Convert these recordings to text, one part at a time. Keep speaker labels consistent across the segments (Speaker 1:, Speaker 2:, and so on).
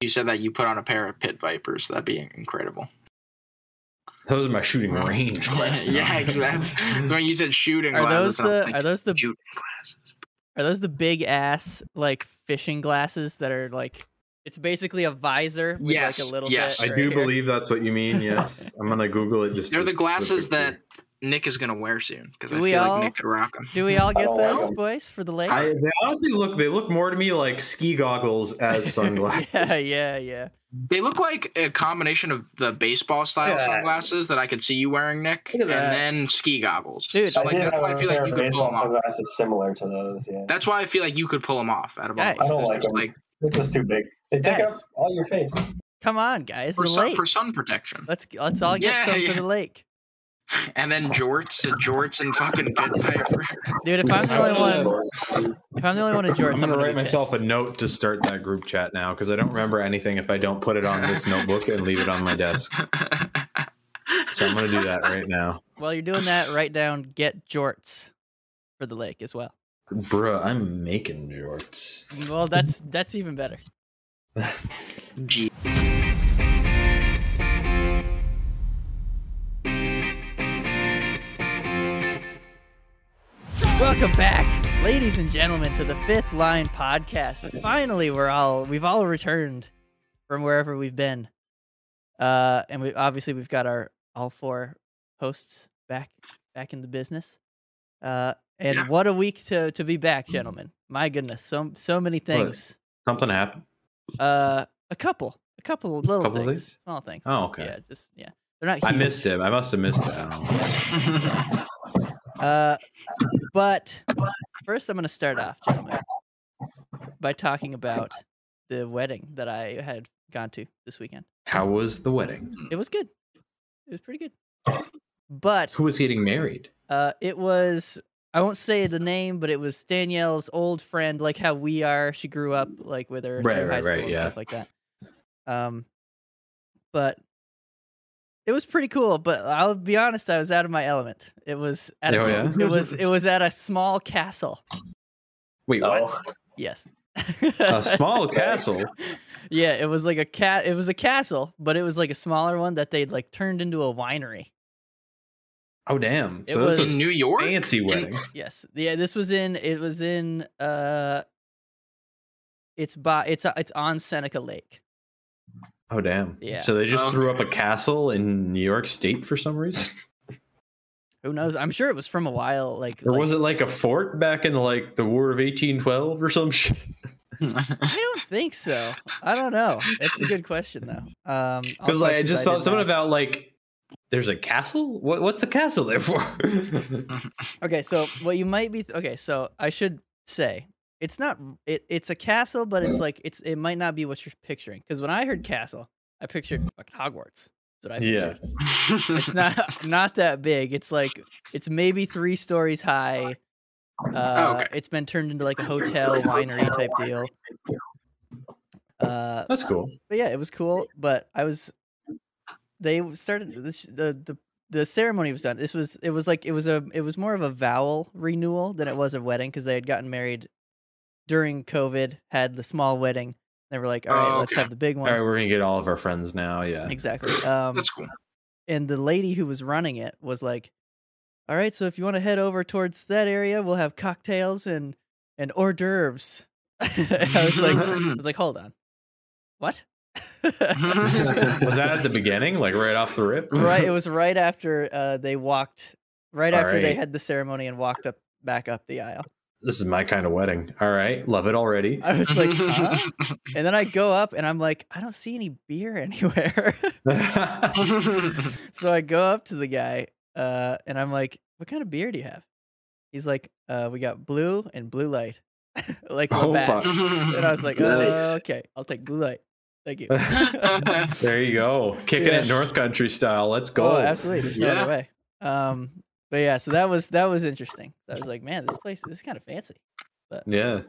Speaker 1: you said that you put on a pair of pit vipers. That'd be incredible.
Speaker 2: Those are my shooting range glasses.
Speaker 1: yeah, exactly. So when you said shooting
Speaker 3: Are those
Speaker 1: glasses, and I'm
Speaker 3: the are
Speaker 1: thinking
Speaker 3: those the
Speaker 1: shooting glasses?
Speaker 3: are those the big ass like fishing glasses that are like it's basically a visor with like
Speaker 1: Yes,
Speaker 3: a little
Speaker 1: yes.
Speaker 3: bit.
Speaker 1: I
Speaker 4: I
Speaker 3: right
Speaker 4: do
Speaker 3: here.
Speaker 4: believe that's what you mean. Yes, I'm gonna Google it. Just
Speaker 1: They're
Speaker 4: to-
Speaker 1: the glasses
Speaker 4: to-
Speaker 1: that Nick is gonna wear soon because I
Speaker 3: Do
Speaker 1: feel
Speaker 3: we all?
Speaker 1: like Nick could rock them.
Speaker 3: Do we all get
Speaker 4: don't
Speaker 2: Oh,
Speaker 4: like
Speaker 3: those,
Speaker 4: them.
Speaker 3: boys, for the lake?
Speaker 4: I, they honestly look. They look more to me like ski goggles as sunglasses.
Speaker 3: yeah, yeah, yeah.
Speaker 1: They look like a combination of the baseball style
Speaker 5: Look at that.
Speaker 1: sunglasses that I could see you wearing, Nick,
Speaker 3: Look
Speaker 1: and
Speaker 3: at that.
Speaker 1: then ski goggles.
Speaker 3: Dude,
Speaker 1: so
Speaker 3: I
Speaker 1: like
Speaker 3: did
Speaker 1: that's
Speaker 5: have
Speaker 1: why I
Speaker 5: a
Speaker 1: feel
Speaker 5: pair
Speaker 1: like
Speaker 5: of
Speaker 1: you could pull
Speaker 5: baseball
Speaker 1: them off.
Speaker 5: sunglasses similar to those. Yeah,
Speaker 1: That's why I feel like you could pull them off out of all.
Speaker 3: Guys.
Speaker 1: of us.
Speaker 3: I don't
Speaker 1: They're
Speaker 5: like
Speaker 1: just
Speaker 5: 'em. they're just too big. They take
Speaker 3: Guys.
Speaker 5: up all your face.
Speaker 3: Come on, guys,
Speaker 1: for
Speaker 3: the
Speaker 1: sun,
Speaker 3: lake.
Speaker 1: for sun protection,
Speaker 3: Let's let's all get
Speaker 1: Yeah,
Speaker 3: some
Speaker 1: yeah.
Speaker 3: for the lake,
Speaker 1: and then jorts and jorts and fucking pit viper.
Speaker 3: dude. If I'm the
Speaker 2: I
Speaker 3: only
Speaker 2: don't
Speaker 3: one, if I'm the only one in jorts,
Speaker 2: I'm
Speaker 3: I'm
Speaker 2: gonna write
Speaker 3: be
Speaker 2: myself a
Speaker 3: pissed.
Speaker 2: note to start that group chat now because I don't remember anything if I don't put it on this notebook and leave it on my desk. So I'm gonna do that right now.
Speaker 3: While you're doing that, write down get jorts for the lake as well.
Speaker 2: Bruh, I'm making jorts.
Speaker 3: Well, that's that's even better.
Speaker 1: Gee.
Speaker 3: Welcome back, ladies and gentlemen, to the Fifth Line Podcast. Finally, we're all we've all returned from wherever we've been, uh, and we obviously we've got our all four hosts back back in the business. Uh, and
Speaker 1: Yeah.
Speaker 3: what a week to to be back,
Speaker 2: Mm-hmm.
Speaker 3: gentlemen! My goodness, so so many things.
Speaker 2: Something happened.
Speaker 3: Uh, a couple, a couple of little
Speaker 2: Couple of
Speaker 3: things,
Speaker 2: these?
Speaker 3: small things.
Speaker 2: Oh, okay.
Speaker 3: Yeah, just yeah, they're not.
Speaker 2: I
Speaker 3: huge.
Speaker 2: missed it. I must have missed it. I don't know.
Speaker 3: Uh, but first, I'm going to start off, gentlemen, by talking about the wedding that I had gone to this weekend.
Speaker 2: How was the wedding?
Speaker 3: It was good. It was pretty good. But
Speaker 2: Who was getting married?
Speaker 3: uh, it was, I won't say the name, but it was Danielle's old friend, like how we are. She grew up like with her
Speaker 2: Right,
Speaker 3: through high
Speaker 2: right,
Speaker 3: school
Speaker 2: right,
Speaker 3: and
Speaker 2: yeah.
Speaker 3: stuff like that. Um, but it was pretty cool. But I'll be honest, I was out of my element. It was at a,
Speaker 2: Oh, yeah?
Speaker 3: it was it was at a small castle.
Speaker 2: Wait, what?
Speaker 5: Oh,
Speaker 3: Yes.
Speaker 2: A small castle.
Speaker 3: yeah, it was like a cat. It was a castle, but it was like a smaller one that they'd like turned into a winery.
Speaker 2: Oh damn!
Speaker 3: It
Speaker 2: So this
Speaker 3: was-
Speaker 2: was
Speaker 1: In New York?
Speaker 2: fancy wedding.
Speaker 3: Yes. Yeah. This was in. It was in. Uh. It's by. It's uh, it's on Seneca Lake.
Speaker 2: Oh damn!
Speaker 3: Yeah.
Speaker 2: So they just
Speaker 1: Oh.
Speaker 2: threw up a castle in New York State for some reason,
Speaker 3: Who knows? I'm sure it was from a while. Like.
Speaker 2: Hmm. or
Speaker 3: like-
Speaker 2: was it like a fort back in like the War of eighteen twelve or some shit?
Speaker 3: I don't think so. I don't know. That's a good question though. Um. all
Speaker 2: Because like I
Speaker 3: questions
Speaker 2: just saw
Speaker 3: didn't
Speaker 2: something
Speaker 3: ask.
Speaker 2: about like there's a castle. What what's the castle there for?
Speaker 3: Okay, so what you might be okay, so I should say it's not it, it's a castle, but it's like it's it might not be what you're picturing. Because when I heard castle, I pictured fucking Hogwarts. That's what I
Speaker 2: yeah,
Speaker 3: pictured. It's not not that big. It's like it's maybe three stories high. Uh,
Speaker 1: okay.
Speaker 3: It's been turned into like a hotel winery type deal. Uh,
Speaker 2: that's cool.
Speaker 3: but yeah, it was cool. But I was, they started this, the the the ceremony was done. This was it was like it was a it was more of a vowel renewal than it was a wedding because they had gotten married during COVID, had the small wedding. They were like, all right,
Speaker 1: Oh,
Speaker 3: let's
Speaker 1: okay.
Speaker 3: have the big
Speaker 2: All
Speaker 3: one.
Speaker 2: right, we're gonna get all of our friends now. Yeah,
Speaker 3: Exactly. Um,
Speaker 1: That's cool.
Speaker 3: and the lady who was running it was like, all right, so if you want to head over towards that area, we'll have cocktails and and hors d'oeuvres. I was like, I was like, hold on, what?
Speaker 2: was that at the beginning, like right off the rip?
Speaker 3: right it was right after uh they walked right after they
Speaker 2: Alright.
Speaker 3: had the ceremony and walked up back up the aisle
Speaker 2: this is my kind of wedding. All right, love it already.
Speaker 3: i was like huh? and then i go up and i'm like i don't see any beer anywhere so i go up to the guy uh and i'm like what kind of beer do you have he's like uh we got blue and blue light like
Speaker 2: Oh,
Speaker 3: oh,
Speaker 2: fuck.
Speaker 3: and i was like
Speaker 5: Nice.
Speaker 3: okay i'll take blue light thank you Oh,
Speaker 2: There you go. Kicking
Speaker 3: Yeah.
Speaker 2: it North Country style. Let's go.
Speaker 3: Oh, absolutely. There's no
Speaker 1: Yeah.
Speaker 3: other way. Um, but yeah, so that was that was interesting. I was like, man, this place this is kind of fancy.
Speaker 2: Yeah.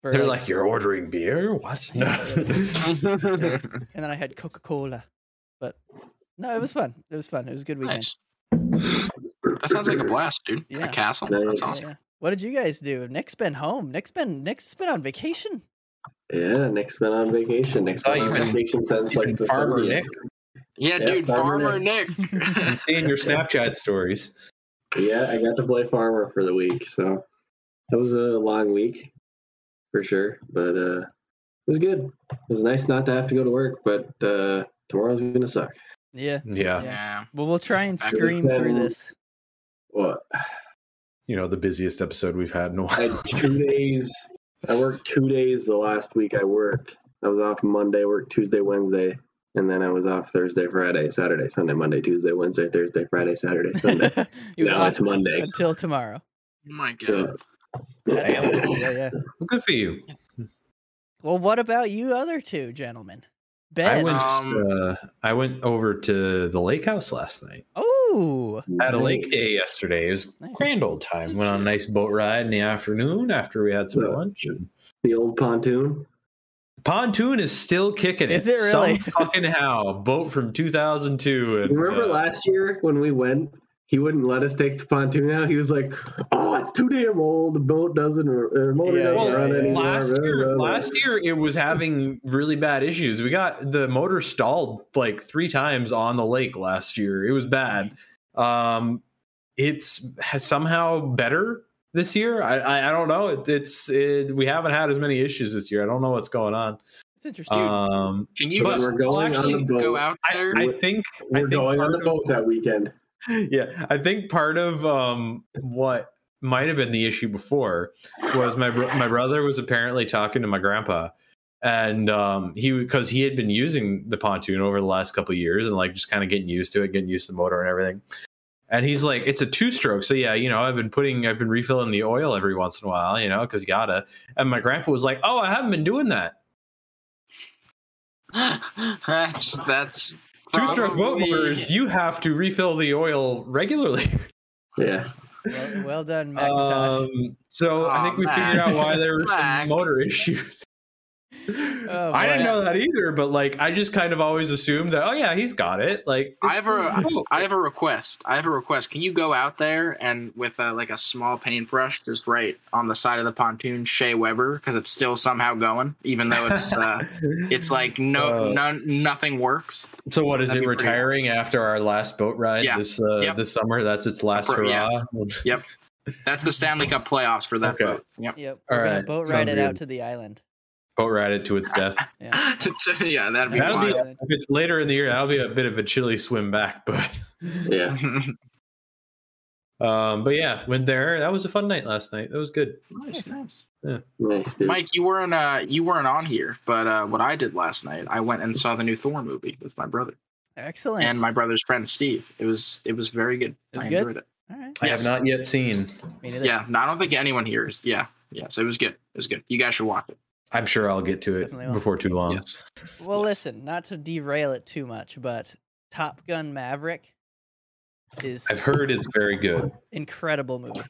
Speaker 3: for,
Speaker 2: They're like, you're ordering beer? What? No.
Speaker 3: and then I had Coca Cola, but no, it was fun. It was fun. It was a good weekend.
Speaker 1: Nice. That sounds like a blast, dude.
Speaker 3: Yeah.
Speaker 1: A castle.
Speaker 5: Nice.
Speaker 1: That's
Speaker 3: Yeah,
Speaker 1: awesome.
Speaker 3: yeah. What did you guys do? Nick's been home. Nick's been Nick's been on vacation.
Speaker 6: Yeah, Nick's been on vacation. Nick's
Speaker 2: Oh,
Speaker 6: been
Speaker 2: you've
Speaker 6: on
Speaker 2: been-
Speaker 6: vacation since
Speaker 2: You've
Speaker 6: like
Speaker 2: been
Speaker 6: the
Speaker 2: Farmer
Speaker 6: 30th.
Speaker 2: Nick.
Speaker 1: Yeah,
Speaker 6: Yeah,
Speaker 1: dude,
Speaker 6: Farmer
Speaker 1: Farmer Nick.
Speaker 2: I'm seeing your Snapchat stories.
Speaker 6: Yeah, I got to play farmer for the week, so that was a long week for sure. But uh, it was good. It was nice not to have to go to work, but uh, tomorrow's gonna suck.
Speaker 3: Yeah.
Speaker 2: Yeah,
Speaker 1: yeah.
Speaker 3: Well, we'll try and
Speaker 1: I
Speaker 6: think
Speaker 3: scream through
Speaker 6: then-
Speaker 3: this.
Speaker 6: What?
Speaker 2: you know the busiest episode we've had in a
Speaker 6: I
Speaker 2: while.
Speaker 6: had two days. I worked two days the last week. I worked. I was off Monday, worked Tuesday, Wednesday, and then I was off Thursday, Friday, Saturday, Sunday, Monday, Tuesday, Wednesday, Thursday, Friday, Saturday, Sunday.
Speaker 3: You
Speaker 6: now
Speaker 3: off
Speaker 6: it's Monday.
Speaker 3: until tomorrow.
Speaker 1: Oh my god.
Speaker 6: So,
Speaker 3: Yeah, yeah.
Speaker 2: Well, good for you.
Speaker 3: Well, what about you other two gentlemen? Ben.
Speaker 2: I went.
Speaker 1: Um,
Speaker 2: uh, I went over to the lake house last night.
Speaker 3: Oh,
Speaker 2: Had a lake day yesterday. It was
Speaker 3: Nice.
Speaker 2: grand old time. Went on a nice boat ride in the afternoon after we had some
Speaker 6: Yeah.
Speaker 2: lunch. And
Speaker 6: The old pontoon.
Speaker 2: pontoon is still kicking
Speaker 3: Is it really?
Speaker 2: Some fucking how boat from 2002. And,
Speaker 6: You remember
Speaker 2: uh,
Speaker 6: last year when we went, he wouldn't let us take the pontoon out. He was like, "Oh, it's too damn old. The boat doesn't, or motor
Speaker 3: Yeah,
Speaker 6: doesn't
Speaker 3: yeah,
Speaker 6: run
Speaker 3: yeah.
Speaker 6: anymore."
Speaker 2: last
Speaker 6: Run,
Speaker 2: year
Speaker 6: run, run."
Speaker 2: last year it was having really bad issues we got the motor stalled like three times on the lake last year it was bad um it's has somehow better this year i i, I don't know it, it's it, we haven't had as many issues this year i don't know what's going on
Speaker 3: it's interesting.
Speaker 2: um
Speaker 1: Can you
Speaker 2: But
Speaker 1: just
Speaker 6: we're going on
Speaker 1: actually
Speaker 6: the boat.
Speaker 1: go out
Speaker 2: I,
Speaker 1: there?
Speaker 2: I think I
Speaker 6: we're
Speaker 2: think
Speaker 6: going on
Speaker 2: part
Speaker 6: the
Speaker 2: of-
Speaker 6: boat that weekend.
Speaker 2: yeah i think part of um what might have been the issue before was my bro- my brother was apparently talking to my grandpa and um he because he had been using the pontoon over the last couple of years and like just kind of getting used to it getting used to the motor and everything and he's like it's a two stroke so yeah you know i've been putting i've been refilling the oil every once in a while you know because you gotta and my grandpa was like oh i haven't been doing that
Speaker 1: that's that's
Speaker 2: two stroke boat
Speaker 1: probably-
Speaker 2: motors you have to refill the oil regularly
Speaker 6: Yeah,
Speaker 3: well, well done, Macintosh.
Speaker 2: Um, so I
Speaker 1: Aw,
Speaker 2: think we
Speaker 1: Mac.
Speaker 2: figured out why there were
Speaker 1: Mac.
Speaker 2: some motor issues.
Speaker 3: Oh,
Speaker 2: I didn't
Speaker 3: boy.
Speaker 2: know that either, but like I just kind of always assumed that oh yeah, he's got it. Like
Speaker 1: I have
Speaker 2: it's-
Speaker 1: a
Speaker 2: it's-
Speaker 1: I have a request. I have a request. Can you go out there and with uh, like a small paintbrush, just write on the side of the pontoon Shea Weber because it's still somehow going, even though it's uh, it's like no
Speaker 2: Uh,
Speaker 1: none nothing works.
Speaker 2: so what is
Speaker 1: that'd
Speaker 2: it
Speaker 1: be pretty awesome.
Speaker 2: retiring after our last boat ride
Speaker 1: Yeah.
Speaker 2: this uh,
Speaker 1: Yep.
Speaker 2: this summer? That's its last
Speaker 1: Upper- yeah.
Speaker 2: hurrah.
Speaker 1: That's the Stanley Cup playoffs for that
Speaker 2: Okay.
Speaker 1: boat. Yep.
Speaker 3: yep. We're
Speaker 2: all
Speaker 3: gonna
Speaker 2: right,
Speaker 3: boat ride
Speaker 2: sounds
Speaker 3: it out
Speaker 2: good.
Speaker 3: to the island.
Speaker 2: Boat ride it to its death.
Speaker 3: Yeah.
Speaker 1: yeah, that'd be
Speaker 2: That'll be-
Speaker 1: wild.
Speaker 3: Island.
Speaker 2: if it's later in the year, that'll be a bit of a chilly swim back, but
Speaker 6: yeah.
Speaker 2: um, but yeah, went there. That was a fun night last night. That was good.
Speaker 1: nice, nice.
Speaker 6: Nice dude.
Speaker 1: Mike, you weren't uh you weren't on here, but uh what I did last night, I went and saw the new Thor movie with my brother
Speaker 3: Excellent.
Speaker 1: and my brother's friend Steve. It was it was very good.
Speaker 3: It was
Speaker 1: I
Speaker 3: good?
Speaker 1: enjoyed it.
Speaker 3: All right.
Speaker 2: I have
Speaker 1: Yes.
Speaker 2: not yet seen.
Speaker 3: Me neither.
Speaker 1: Yeah, no, I don't think anyone here is. Yeah, yeah. So it was good. It was good. You guys should watch it.
Speaker 2: I'm sure I'll get to
Speaker 3: Definitely will.
Speaker 2: it before too long.
Speaker 1: Yes.
Speaker 3: Well,
Speaker 1: Yes.
Speaker 3: listen, not to derail it too much, but Top Gun Maverick is
Speaker 2: I've heard it's very good.
Speaker 3: incredible movie.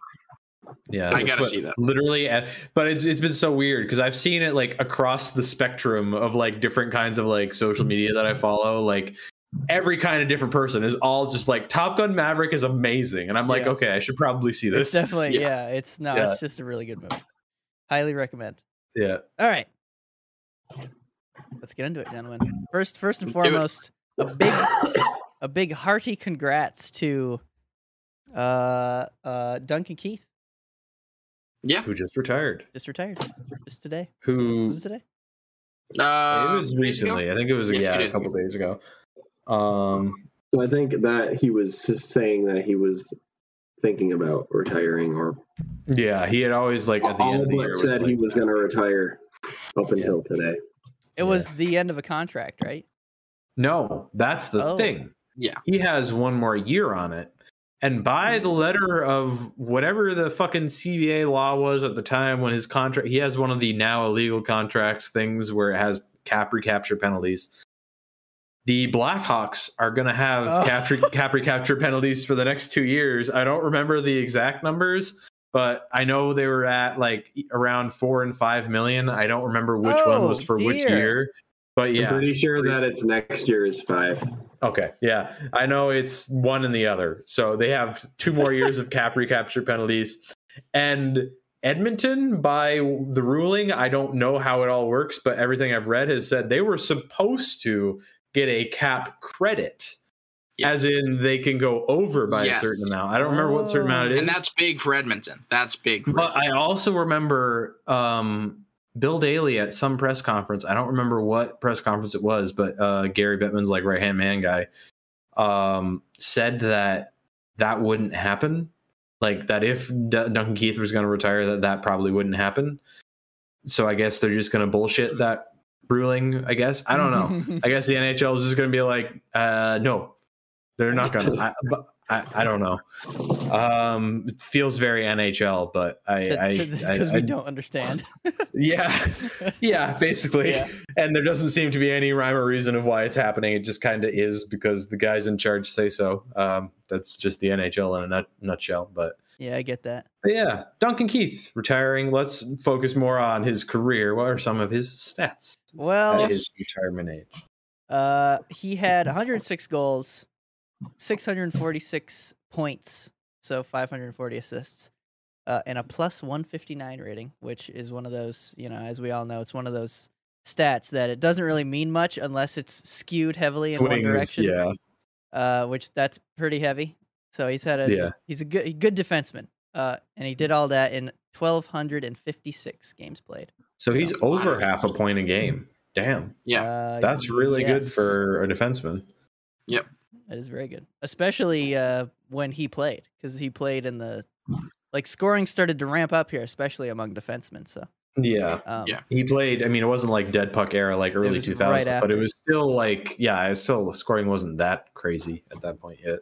Speaker 1: I
Speaker 2: Yeah, that's
Speaker 1: gotta
Speaker 2: what-
Speaker 1: see that.
Speaker 2: Literally, uh, but it's it's been so weird because I've seen it like across the spectrum of like different kinds of like social media that I follow. Like every kind of different person is all just like Top Gun Maverick is amazing, and I'm like,
Speaker 3: Yeah.
Speaker 2: okay, I should probably see
Speaker 3: It's
Speaker 2: this.
Speaker 3: definitely
Speaker 1: yeah.
Speaker 3: yeah. it's no,
Speaker 2: Yeah.
Speaker 3: it's just a really good movie. Highly recommend.
Speaker 2: yeah,
Speaker 3: All right. Let's get into it, gentlemen. First, first and
Speaker 1: Let's do it.
Speaker 3: foremost, a big, a big hearty congrats to uh, uh, Duncan Keith.
Speaker 1: Yeah.
Speaker 2: who just retired?
Speaker 3: Just retired, just today.
Speaker 2: Who
Speaker 3: Was it today?
Speaker 1: Uh,
Speaker 2: it
Speaker 1: days
Speaker 2: was
Speaker 1: ago?
Speaker 2: recently? I think it was
Speaker 1: Yes,
Speaker 2: yeah,
Speaker 1: it
Speaker 2: a
Speaker 1: is.
Speaker 2: couple days ago. Um,
Speaker 6: So I think that he was just saying that he was thinking about retiring, or
Speaker 2: yeah, he had always like at the
Speaker 6: all
Speaker 2: end of the year
Speaker 6: but
Speaker 2: was,
Speaker 6: said he
Speaker 2: like-
Speaker 6: was going to retire up until today.
Speaker 2: Yeah.
Speaker 3: It was the end of a contract, right?
Speaker 2: No, that's the
Speaker 3: Oh.
Speaker 2: thing.
Speaker 1: Yeah.
Speaker 2: He has one more year on it. And by
Speaker 3: Mm.
Speaker 2: the letter of whatever the fucking CBA law was at the time when his contract, he has one of the now illegal contracts things where it has cap recapture penalties. The Blackhawks are going to have
Speaker 3: Oh.
Speaker 2: capture, cap recapture penalties for the next two years. I don't remember the exact numbers, but I know they were at like around four and five million. I don't remember which one
Speaker 3: Oh,
Speaker 2: was for which
Speaker 3: dear.
Speaker 2: year. But yeah,
Speaker 6: I'm pretty sure that it's next year's five.
Speaker 2: Okay. Yeah. I know it's one and the other. So they have two more years of cap recapture penalties. And Edmonton, by the ruling, I don't know how it all works, but everything I've read has said they were supposed to get a cap credit,
Speaker 1: Yes.
Speaker 2: as in they can go over by
Speaker 1: Yes.
Speaker 2: a certain amount. I don't remember what certain amount it is.
Speaker 1: and that's big for Edmonton. That's big. For
Speaker 2: But I also remember um, Bill Daly at some press conference. I don't remember what press conference it was, but uh, Gary Bettman's like right hand man guy um, said that that wouldn't happen. Like that if D- Duncan Keith was going to retire, that that probably wouldn't happen. So I guess they're just going to bullshit that ruling. I guess I don't
Speaker 3: Mm-hmm.
Speaker 2: know. I guess the NHL is just going to be like, uh, no, they're not going to. But I, I don't know. Um, it feels very NHL, but I, I, I,
Speaker 3: because
Speaker 2: I-
Speaker 3: we don't understand.
Speaker 2: yeah, yeah, basically.
Speaker 3: Yeah.
Speaker 2: And there doesn't seem to be any rhyme or reason of why it's happening. It just kind of is because the guys in charge say so. Um, that's just the NHL in a nut- nutshell. But
Speaker 3: yeah, I get that.
Speaker 2: but yeah, Duncan Keith retiring. Let's focus more on his career. What are some of his stats
Speaker 3: Well,
Speaker 2: at his retirement age?
Speaker 3: Uh, he had 106 goals, 646 points, so 540 assists, uh, and a plus 159 rating, which is one of those, you know, as we all know, it's one of those stats that it doesn't really mean much unless it's skewed heavily in one
Speaker 2: Swings,
Speaker 3: direction.
Speaker 2: yeah.
Speaker 3: Uh, which that's pretty heavy. So he's had a
Speaker 2: Yeah.
Speaker 3: he's a good good defenseman. Uh, and he did all that in 1256 games played.
Speaker 2: So he's
Speaker 1: Yeah.
Speaker 2: over half a point a game. Damn,
Speaker 1: Yeah.
Speaker 3: uh,
Speaker 2: that's really good
Speaker 3: yes.
Speaker 2: for a defenseman.
Speaker 3: That is very good, especially uh, when he played, because he played in the like scoring started to ramp up here, especially among defensemen. So
Speaker 2: Yeah.
Speaker 3: um,
Speaker 1: Yeah.
Speaker 2: He played. I mean, it wasn't like dead puck era, like early
Speaker 3: was
Speaker 2: 2000s,
Speaker 3: right
Speaker 2: but
Speaker 3: after.
Speaker 2: it was still like, yeah, it was still scoring wasn't that crazy at that point yet.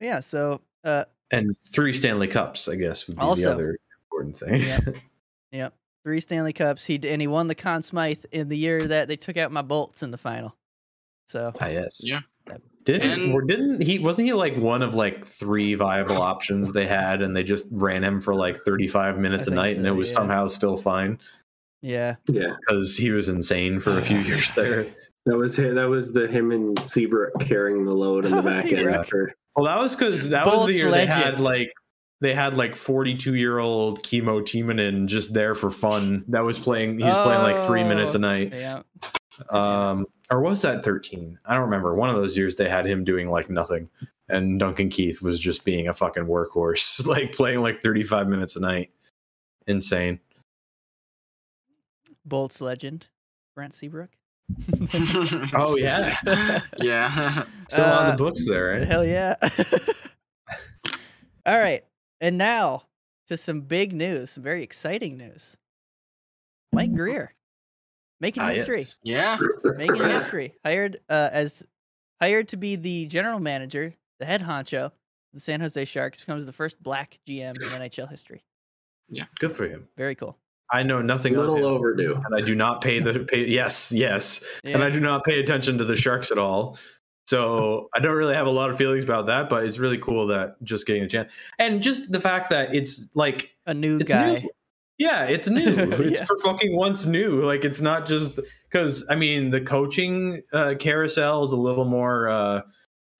Speaker 3: yeah. So uh,
Speaker 2: And three Stanley Cups, I guess, would be
Speaker 3: Also-
Speaker 2: the other important thing.
Speaker 3: yeah, yep. Three Stanley Cups. He d- and he won the Conn Smythe in the year that they took out my Bolts in the final. So
Speaker 2: Ah, yes.
Speaker 1: Yeah.
Speaker 2: Didn't
Speaker 1: And-
Speaker 2: or didn't he? Wasn't he like one of like three viable options they had, and they just ran him for like 35 minutes a
Speaker 3: think
Speaker 2: night, and
Speaker 3: so,
Speaker 2: it was
Speaker 3: yeah.
Speaker 2: somehow still fine
Speaker 3: yeah,
Speaker 6: Yeah,
Speaker 2: because he was insane for a few years there.
Speaker 6: that was hi- that was the him and Seabrook carrying the load in the
Speaker 3: Oh,
Speaker 6: back
Speaker 3: Seabrook.
Speaker 6: end for
Speaker 2: Well, that was because that was
Speaker 3: Bolt's
Speaker 2: the year they
Speaker 3: legend.
Speaker 2: had like they had like forty two year old chemo Timonen just there for fun. That was playing. He was playing like three
Speaker 3: Oh.
Speaker 2: minutes a night.
Speaker 3: yeah.
Speaker 2: Um, or was that thirteen? I don't remember. One of those years they had him doing like nothing, and Duncan Keith was just being a fucking workhorse, like playing like thirty five minutes a night. Insane.
Speaker 3: Bolts legend, Brent Seabrook.
Speaker 2: Oh yeah,
Speaker 1: yeah.
Speaker 2: still on
Speaker 3: Uh,
Speaker 2: the books there. Right?
Speaker 3: Hell yeah. All right. And now to some big news, some very exciting news. Mike Greer making
Speaker 2: Mm-hmm. Ah,
Speaker 3: history,
Speaker 2: yes.
Speaker 1: Yeah.
Speaker 3: making history. Hired uh, as hired to be the general manager, the head honcho, of the San Jose Sharks becomes the first black GM in NHL history.
Speaker 2: Good for him.
Speaker 3: Very cool.
Speaker 2: I know
Speaker 6: a
Speaker 2: nothing of
Speaker 6: little
Speaker 2: him,
Speaker 6: overdue.
Speaker 2: and I do not pay the pay. Yes, yes. and
Speaker 3: Yeah.
Speaker 2: I do not pay attention to the sharks at all. So I don't really have a lot of feelings about that, but it's really cool that just getting a chance and just the fact that it's like
Speaker 3: a new
Speaker 2: it's
Speaker 3: guy.
Speaker 2: new. Yeah, it's new. It's
Speaker 3: Yeah.
Speaker 2: for fucking once new. Like it's not just because I mean the coaching uh, carousel is a little more uh,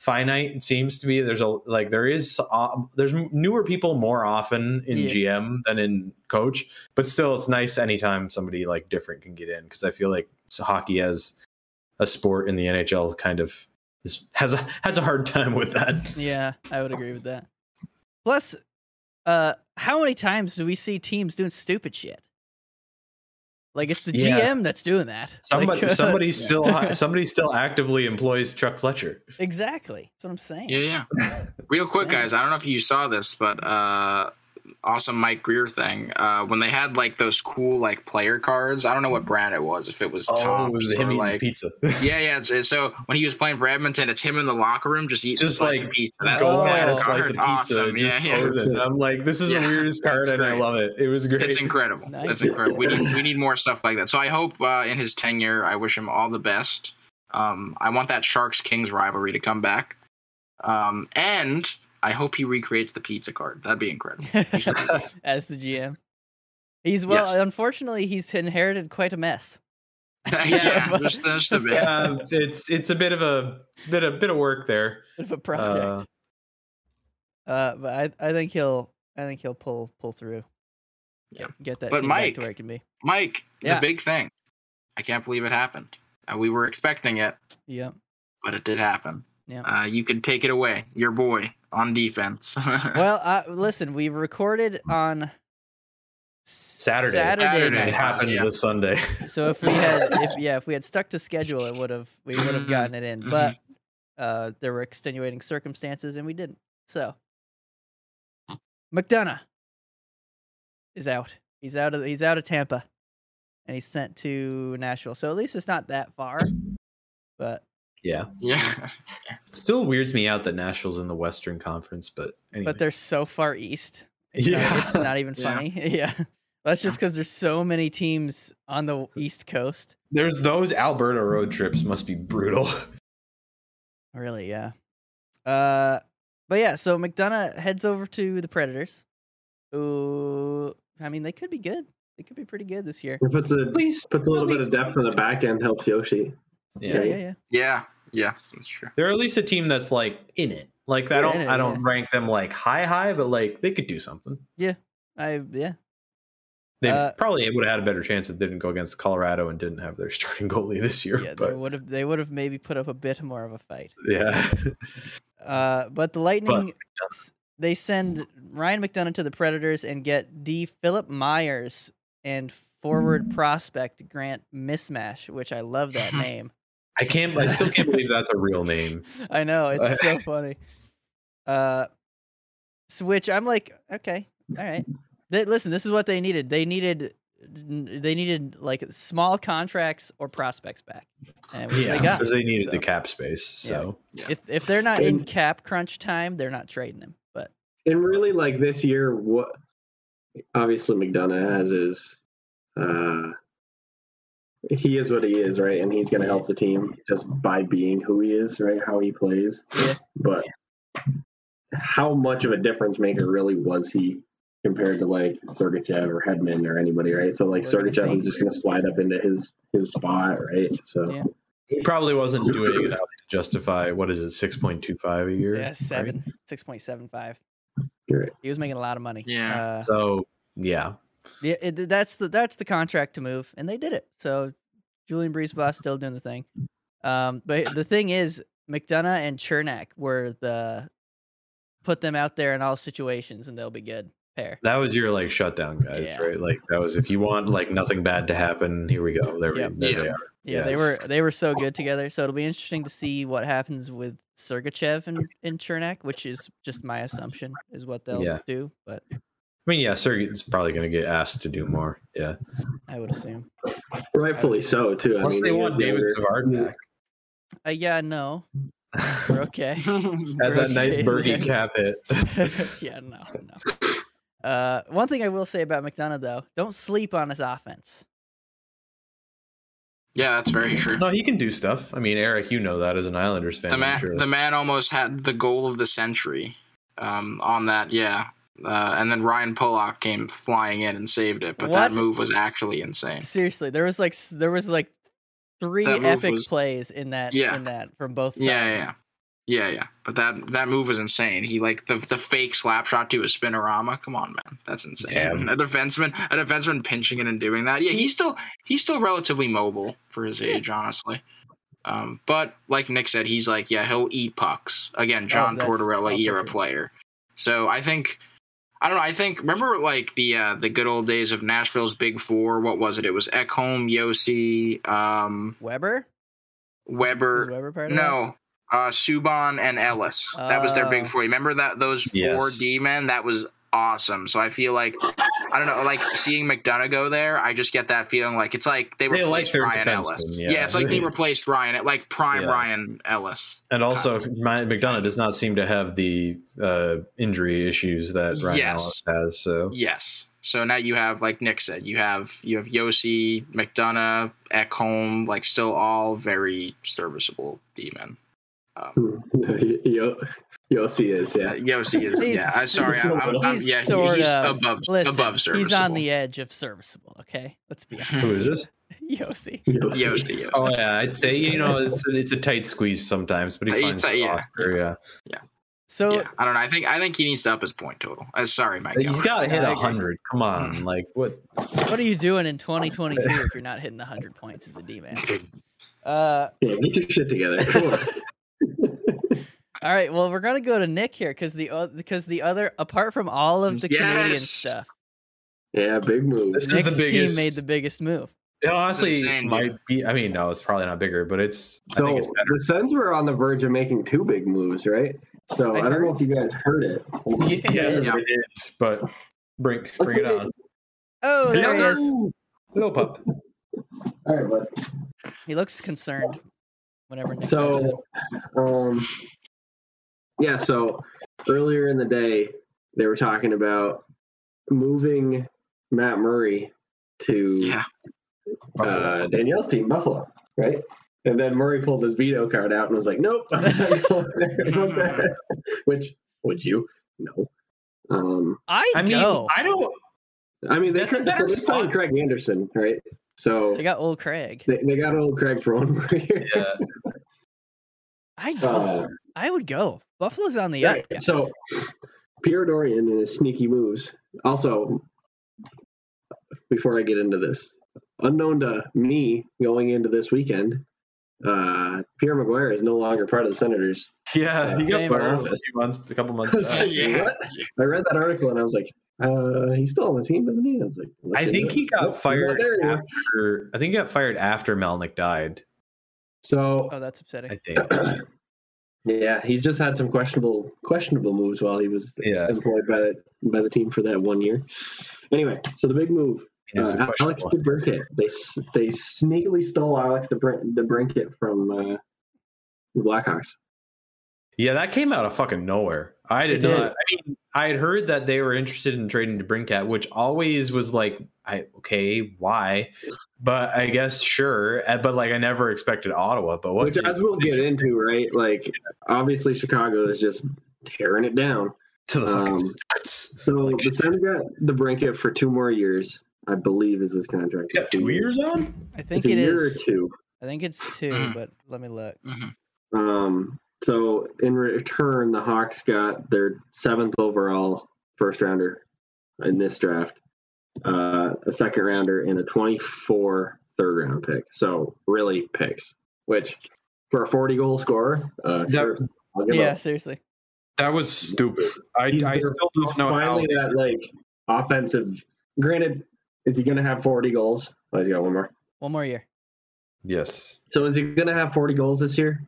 Speaker 2: finite. It seems to be there's a like there is uh, there's newer people more often in
Speaker 3: Yeah.
Speaker 2: GM than in coach, but still it's nice anytime somebody like different can get in because I feel like s- hockey as a sport in the NHL is kind of is, has a has a hard time with that.
Speaker 3: Yeah, I would agree with that. Plus, uh, how many times do we see teams doing stupid shit? Like it's the
Speaker 2: Yeah.
Speaker 3: GM that's doing that. Like,
Speaker 2: Somebody somebody still somebody still actively employs Chuck Fletcher.
Speaker 3: exactly. That's what I'm saying.
Speaker 1: Yeah, yeah. Real quick,
Speaker 3: Insane.
Speaker 1: guys. I don't know if you saw this, but uh, awesome Mike Greer thing. Uh, when they had like those cool like player cards. I don't know what brand it was. If it was
Speaker 2: Oh,
Speaker 1: Tom's
Speaker 2: it was
Speaker 1: or,
Speaker 2: him eating
Speaker 1: like.
Speaker 2: pizza.
Speaker 1: Yeah, yeah. It's, it's- so when he was playing for Edmonton, it's him in the locker room just eating
Speaker 2: Just,
Speaker 1: a slice
Speaker 2: like,
Speaker 1: of pizza. That's
Speaker 3: going
Speaker 2: Gold
Speaker 3: Oh,
Speaker 2: had a
Speaker 1: that
Speaker 2: slice of
Speaker 1: card.
Speaker 2: pizza.
Speaker 1: Awesome.
Speaker 2: just
Speaker 1: Yeah, yeah.
Speaker 2: frozen. I'm like, this is
Speaker 1: Yeah,
Speaker 2: the weirdest card,
Speaker 1: that's
Speaker 2: and I
Speaker 1: great.
Speaker 2: love it. It was great.
Speaker 1: It's incredible.
Speaker 3: Nice.
Speaker 1: It's incredible. We need we need more stuff like that. So I hope uh, in his tenure, I wish him all the best. Um, I want that Sharks Kings rivalry to come back, um, and I hope he recreates the pizza card. That'd be incredible.
Speaker 3: As the GM, he's well.
Speaker 1: Yes.
Speaker 3: Unfortunately, he's inherited quite a mess.
Speaker 1: yeah, just, just a bit.
Speaker 2: Uh, it's it's a bit of a it's a bit a bit of work there.
Speaker 3: Bit of a Uh, project. Uh, but I, I think he'll, I think he'll pull pull through.
Speaker 1: Yeah.
Speaker 3: Get that
Speaker 1: But
Speaker 3: team back
Speaker 1: Mike-
Speaker 3: to where it can be.
Speaker 1: Mike,
Speaker 3: Yeah.
Speaker 1: the big thing. I can't believe it happened. Uh, we were expecting it,
Speaker 3: Yep.
Speaker 1: but it did happen.
Speaker 3: Yeah.
Speaker 1: Uh, you can take it away, your boy on defense.
Speaker 3: well, uh, listen, we recorded on
Speaker 2: Saturday.
Speaker 3: Saturday,
Speaker 1: Saturday.
Speaker 2: It
Speaker 3: night.
Speaker 2: happened
Speaker 1: Yeah.
Speaker 2: this Sunday.
Speaker 3: So if we had, if yeah, if we had stuck to schedule, it would have we would have
Speaker 1: Mhm,
Speaker 3: gotten it in. But uh, there were extenuating circumstances, and we didn't. So McDonough is out. He's out of he's out of Tampa, and he's sent to Nashville. So at least it's not that far. But
Speaker 2: yeah.
Speaker 1: yeah.
Speaker 2: Still weirds me out that Nashville's in the Western Conference, but anyway.
Speaker 3: but they're so far east. It's,
Speaker 2: Yeah.
Speaker 3: not, it's not even
Speaker 1: Yeah.
Speaker 3: funny. Yeah. That's just because there's so many teams on the East Coast.
Speaker 2: there's those Alberta road trips must be brutal.
Speaker 3: Really, yeah. Uh, but yeah, so McDonough heads over to the Predators, who I mean they could be good. They could be pretty good this year.
Speaker 6: It puts a
Speaker 2: least
Speaker 6: puts a little bit of depth on the back end. Helps Yoshi.
Speaker 2: Yeah.
Speaker 3: yeah, yeah. yeah.
Speaker 1: Yeah. Yeah. That's true.
Speaker 2: They're at least a team that's like in it. Like I
Speaker 3: Yeah,
Speaker 2: don't
Speaker 3: in it,
Speaker 2: I don't
Speaker 3: yeah.
Speaker 2: rank them like high high, but like they could do something.
Speaker 3: I yeah.
Speaker 2: They
Speaker 3: Uh,
Speaker 2: probably would have had a better chance if they didn't go against Colorado and didn't have their starting goalie this year.
Speaker 3: Yeah, they
Speaker 2: but
Speaker 3: would have they would have maybe put up a bit more of a fight.
Speaker 2: yeah.
Speaker 3: Uh, but the Lightning, s- they send Ryan McDonough to the Predators and get D. Philip Myers and forward prospect Grant Mismash, which I love that name.
Speaker 2: I can't I still can't believe that's a real name.
Speaker 3: I know it's so funny. Uh, s- which I'm like, okay, all right. They, listen, this is what they needed. They needed, they needed like small contracts or prospects back, and which
Speaker 2: Yeah,
Speaker 3: they got.
Speaker 2: because they needed
Speaker 3: so.
Speaker 2: the cap space. So
Speaker 3: If if they're not in cap crunch time, they're not trading him. But
Speaker 6: And really, like this year, what obviously McDonough has is uh, he is what he is, right? And he's going to help the team just by being who he is, right? How he plays.
Speaker 3: Yeah.
Speaker 6: But how much of a difference maker really was he compared to like Sergachev or Hedman or anybody, right? So like
Speaker 3: We're gonna
Speaker 6: Sergachev
Speaker 3: see.
Speaker 6: is just going to slide up into his his spot, right? So
Speaker 3: Yeah.
Speaker 2: he probably wasn't doing enough to justify what is it, six point two five a year?
Speaker 3: yeah,
Speaker 2: right?
Speaker 3: seven, six point seven five.
Speaker 6: you're right.
Speaker 3: He was making a lot of money.
Speaker 1: Yeah.
Speaker 3: Uh,
Speaker 2: So yeah.
Speaker 3: yeah, it, that's the that's the contract to move, and they did it. So Julian Breesbaugh still doing the thing. Um, but the thing is, McDonough and Chernak were the put them out there in all situations, and they'll be good pair.
Speaker 2: That was your like shutdown guys,
Speaker 3: Yeah.
Speaker 2: right? Like that was if you want like nothing bad to happen, here we go. There, we,
Speaker 3: Yeah.
Speaker 2: there they
Speaker 1: Yeah.
Speaker 2: are.
Speaker 3: Yeah,
Speaker 2: Yeah.
Speaker 3: they were they were so good together. So it'll be interesting to see what happens with Sergachev and and Chernak, which is just my assumption is what they'll
Speaker 2: Yeah.
Speaker 3: do. But
Speaker 2: I mean, yeah, Sergey's probably going to get asked to do more. Yeah,
Speaker 3: I would assume.
Speaker 6: rightfully so too. I
Speaker 2: unless
Speaker 6: mean,
Speaker 2: they
Speaker 6: he
Speaker 2: want
Speaker 6: is
Speaker 2: David
Speaker 6: younger.
Speaker 2: Savard back.
Speaker 3: Uh, yeah, no, we're okay.
Speaker 2: Had that nice
Speaker 3: Okay,
Speaker 2: birdie
Speaker 3: yeah.
Speaker 2: cap hit.
Speaker 3: yeah, no, no. Uh, one thing I will say about McDonough though, don't sleep on his offense.
Speaker 1: yeah, that's very true.
Speaker 2: no, he can do stuff. I mean, Eric, you know that as an Islanders fan.
Speaker 1: The
Speaker 2: I'm
Speaker 1: man,
Speaker 2: sure.
Speaker 1: the man almost had the goal of the century um, on that. Yeah. Uh, and then Ryan Pollock came flying in and saved it, but that
Speaker 3: What?
Speaker 1: move was actually insane.
Speaker 3: Seriously, there was like s- there was like three
Speaker 1: That move
Speaker 3: epic
Speaker 1: was-
Speaker 3: plays in that
Speaker 1: Yeah.
Speaker 3: in that from both sides.
Speaker 1: Yeah, yeah, yeah, yeah, yeah. But that that move was insane. He like the the fake slap shot to a spinorama. Come on, man, that's insane.
Speaker 2: Damn.
Speaker 1: A defenseman, a defenseman pinching it and doing that. Yeah, he's still he's still relatively mobile for his age, honestly. Um, but like Nick said, he's like, yeah, he'll eat pucks. Again, John
Speaker 3: Oh, that's
Speaker 1: Tortorella
Speaker 3: also
Speaker 1: era
Speaker 3: true.
Speaker 1: player. So I think I don't know. I think remember like the uh, the good old days of Nashville's Big Four. What was it? It was Ekholm, Yossi, um,
Speaker 3: Weber?
Speaker 1: Weber,
Speaker 3: Was Weber part of that?
Speaker 1: no, uh, Subban and Ellis. that was their
Speaker 3: Oh.
Speaker 1: big four. You Remember that those four
Speaker 2: Yes.
Speaker 1: D men? That was awesome. So I feel like I don't know, like seeing McDonough go there. I just get that feeling like it's like they
Speaker 2: They like
Speaker 1: replaced
Speaker 2: their
Speaker 1: Ryan
Speaker 2: defenseman,
Speaker 1: Ellis.
Speaker 2: yeah.
Speaker 1: Yeah. it's like they replaced Ryan, like prime
Speaker 2: Yeah.
Speaker 1: Ryan Ellis.
Speaker 2: and also, my, McDonough does not seem to have the uh, injury issues that Ryan
Speaker 1: Yes.
Speaker 2: Ellis has. So
Speaker 1: Yes. So now you have, like Nick said, you have you have Yossi, McDonough, Ekholm, like still all very serviceable D men. Um,
Speaker 6: Yo, Yossi is, yeah.
Speaker 1: uh, Yossi is
Speaker 3: He's-
Speaker 1: yeah. I, sorry, I'm, I'm, I'm-
Speaker 3: He's
Speaker 1: yeah. he-
Speaker 3: sort
Speaker 1: he's
Speaker 3: of
Speaker 1: above
Speaker 3: listen,
Speaker 1: above serviceable.
Speaker 3: He's on the edge of serviceable, okay? Let's be honest.
Speaker 2: who is this?
Speaker 3: Yossi.
Speaker 1: Yossi, Yossi.
Speaker 2: Oh yeah, I'd say you know it's, it's a tight squeeze sometimes, but he
Speaker 1: It's
Speaker 2: finds
Speaker 1: a-
Speaker 2: the
Speaker 1: yeah.
Speaker 2: roster. Yeah.
Speaker 3: So
Speaker 1: yeah, I don't know. I think I think he needs to up his point total. Uh, sorry, Mike.
Speaker 2: He's
Speaker 1: Gallagher.
Speaker 2: got to hit
Speaker 3: Yeah, I
Speaker 2: a
Speaker 3: agree.
Speaker 2: hundred. Come on, like what?
Speaker 3: what are you doing in 2022 if you're not hitting 100 points as a D man? Uh,
Speaker 6: Yeah, get your shit together. Come on.
Speaker 3: all right. Well, we're gonna go to Nick here because the oth- because the other apart from all of the Canadian
Speaker 1: Yes.
Speaker 3: stuff,
Speaker 6: yeah, big move.
Speaker 2: This is
Speaker 3: Nick's
Speaker 2: the biggest.
Speaker 3: team made the biggest move.
Speaker 2: it honestly,
Speaker 1: insane, dude.
Speaker 2: might be. I mean, no, it's probably not bigger, but it's. I
Speaker 6: So
Speaker 2: think it's better.
Speaker 6: the Suns were on the verge of making two big moves, right? So
Speaker 3: I
Speaker 6: I, don't know
Speaker 3: heard.
Speaker 6: if you guys heard it.
Speaker 2: Yes,
Speaker 1: Yeah.
Speaker 2: it is, but bring bring it on,
Speaker 3: Oh, there he
Speaker 2: Yeah.
Speaker 3: is.
Speaker 2: little pup.
Speaker 6: All right, but
Speaker 3: He looks concerned. Whenever Nick
Speaker 6: So-
Speaker 3: touches him.
Speaker 6: Um, yeah, so earlier in the day, they were talking about moving Matt Murray to
Speaker 1: Yeah,
Speaker 6: uh, Danielle's team, Buffalo, right? And then Murray pulled his veto card out and was like, nope, I'm not going there about that." Which, would you? No. Um,
Speaker 3: I,
Speaker 2: I mean,
Speaker 3: go.
Speaker 2: I don't.
Speaker 6: I mean, they,
Speaker 2: That's a
Speaker 6: tried- so
Speaker 2: better
Speaker 6: they signed
Speaker 2: spot.
Speaker 6: Craig Anderson, right? So
Speaker 3: They got old Craig.
Speaker 6: they, they got old Craig for one more year.
Speaker 2: Yeah,
Speaker 3: I go.
Speaker 6: Uh,
Speaker 3: I would go. Buffalo's on the up.
Speaker 6: Right,
Speaker 3: guys.
Speaker 6: So Pierre Dorian and his sneaky moves. Also, before I get into this, unknown to me going into this weekend, uh, Pierre McGuire is no longer part of the Senators.
Speaker 2: yeah. He got
Speaker 3: Same.
Speaker 2: fired a few months, a couple months.
Speaker 6: Yeah.
Speaker 2: back.
Speaker 1: yeah.
Speaker 6: I read that article and I was like, uh, he's still on the team, isn't he? I was like,
Speaker 2: I
Speaker 6: "Look
Speaker 2: think
Speaker 6: into it."
Speaker 2: he got
Speaker 6: Nope, he's not
Speaker 2: fired
Speaker 6: there anymore.
Speaker 2: after. I think he got fired after Melnick died.
Speaker 6: So
Speaker 3: oh, that's upsetting.
Speaker 2: I think.
Speaker 6: yeah, he's just had some questionable questionable moves while he was
Speaker 2: Yeah.
Speaker 6: employed by the, by the team for that one year. Anyway, so the big move
Speaker 2: It was a
Speaker 6: Uh, Alex
Speaker 2: questionable-
Speaker 6: DeBrinket. They s- they sneakily stole Alex DeBrin- DeBrinket from uh, the Blackhawks.
Speaker 2: Yeah, that came out of fucking nowhere. I did
Speaker 3: It did.
Speaker 2: not. I mean, I had heard that they were interested in trading to Brinkat, which always was like, I okay, why? But I guess sure. Uh, But like, I never expected Ottawa. But what?
Speaker 6: Which as we'll get into, right? Like obviously Chicago is just tearing it down.
Speaker 2: to the fucking
Speaker 6: um,
Speaker 2: Sens.
Speaker 6: So
Speaker 2: Like-
Speaker 6: the Sens got DeBrinket for two more years, I believe, is his contract.
Speaker 2: He's got two years on.
Speaker 3: I
Speaker 6: It's
Speaker 3: think
Speaker 6: a
Speaker 3: it
Speaker 6: year
Speaker 3: is.
Speaker 6: or two.
Speaker 3: I think it's two,
Speaker 2: Mm-hmm.
Speaker 1: Mhm.
Speaker 3: but let me look.
Speaker 6: Um, so in return, the Hawks got their seventh overall first rounder in this draft, uh, a second rounder, and a 24 third round pick. So really picks, which for a 40 goal scorer, uh,
Speaker 2: That-
Speaker 6: sure, I'll give
Speaker 3: Yeah,
Speaker 6: up.
Speaker 3: seriously.
Speaker 2: That was stupid. I,
Speaker 6: He's
Speaker 2: I
Speaker 6: their-
Speaker 2: still don't know how.
Speaker 6: Finally, that like offensive. Granted, is he going to have 40 goals? Oh, he's got one more.
Speaker 3: One more year.
Speaker 2: Yes.
Speaker 6: So is he going to have 40 goals this year?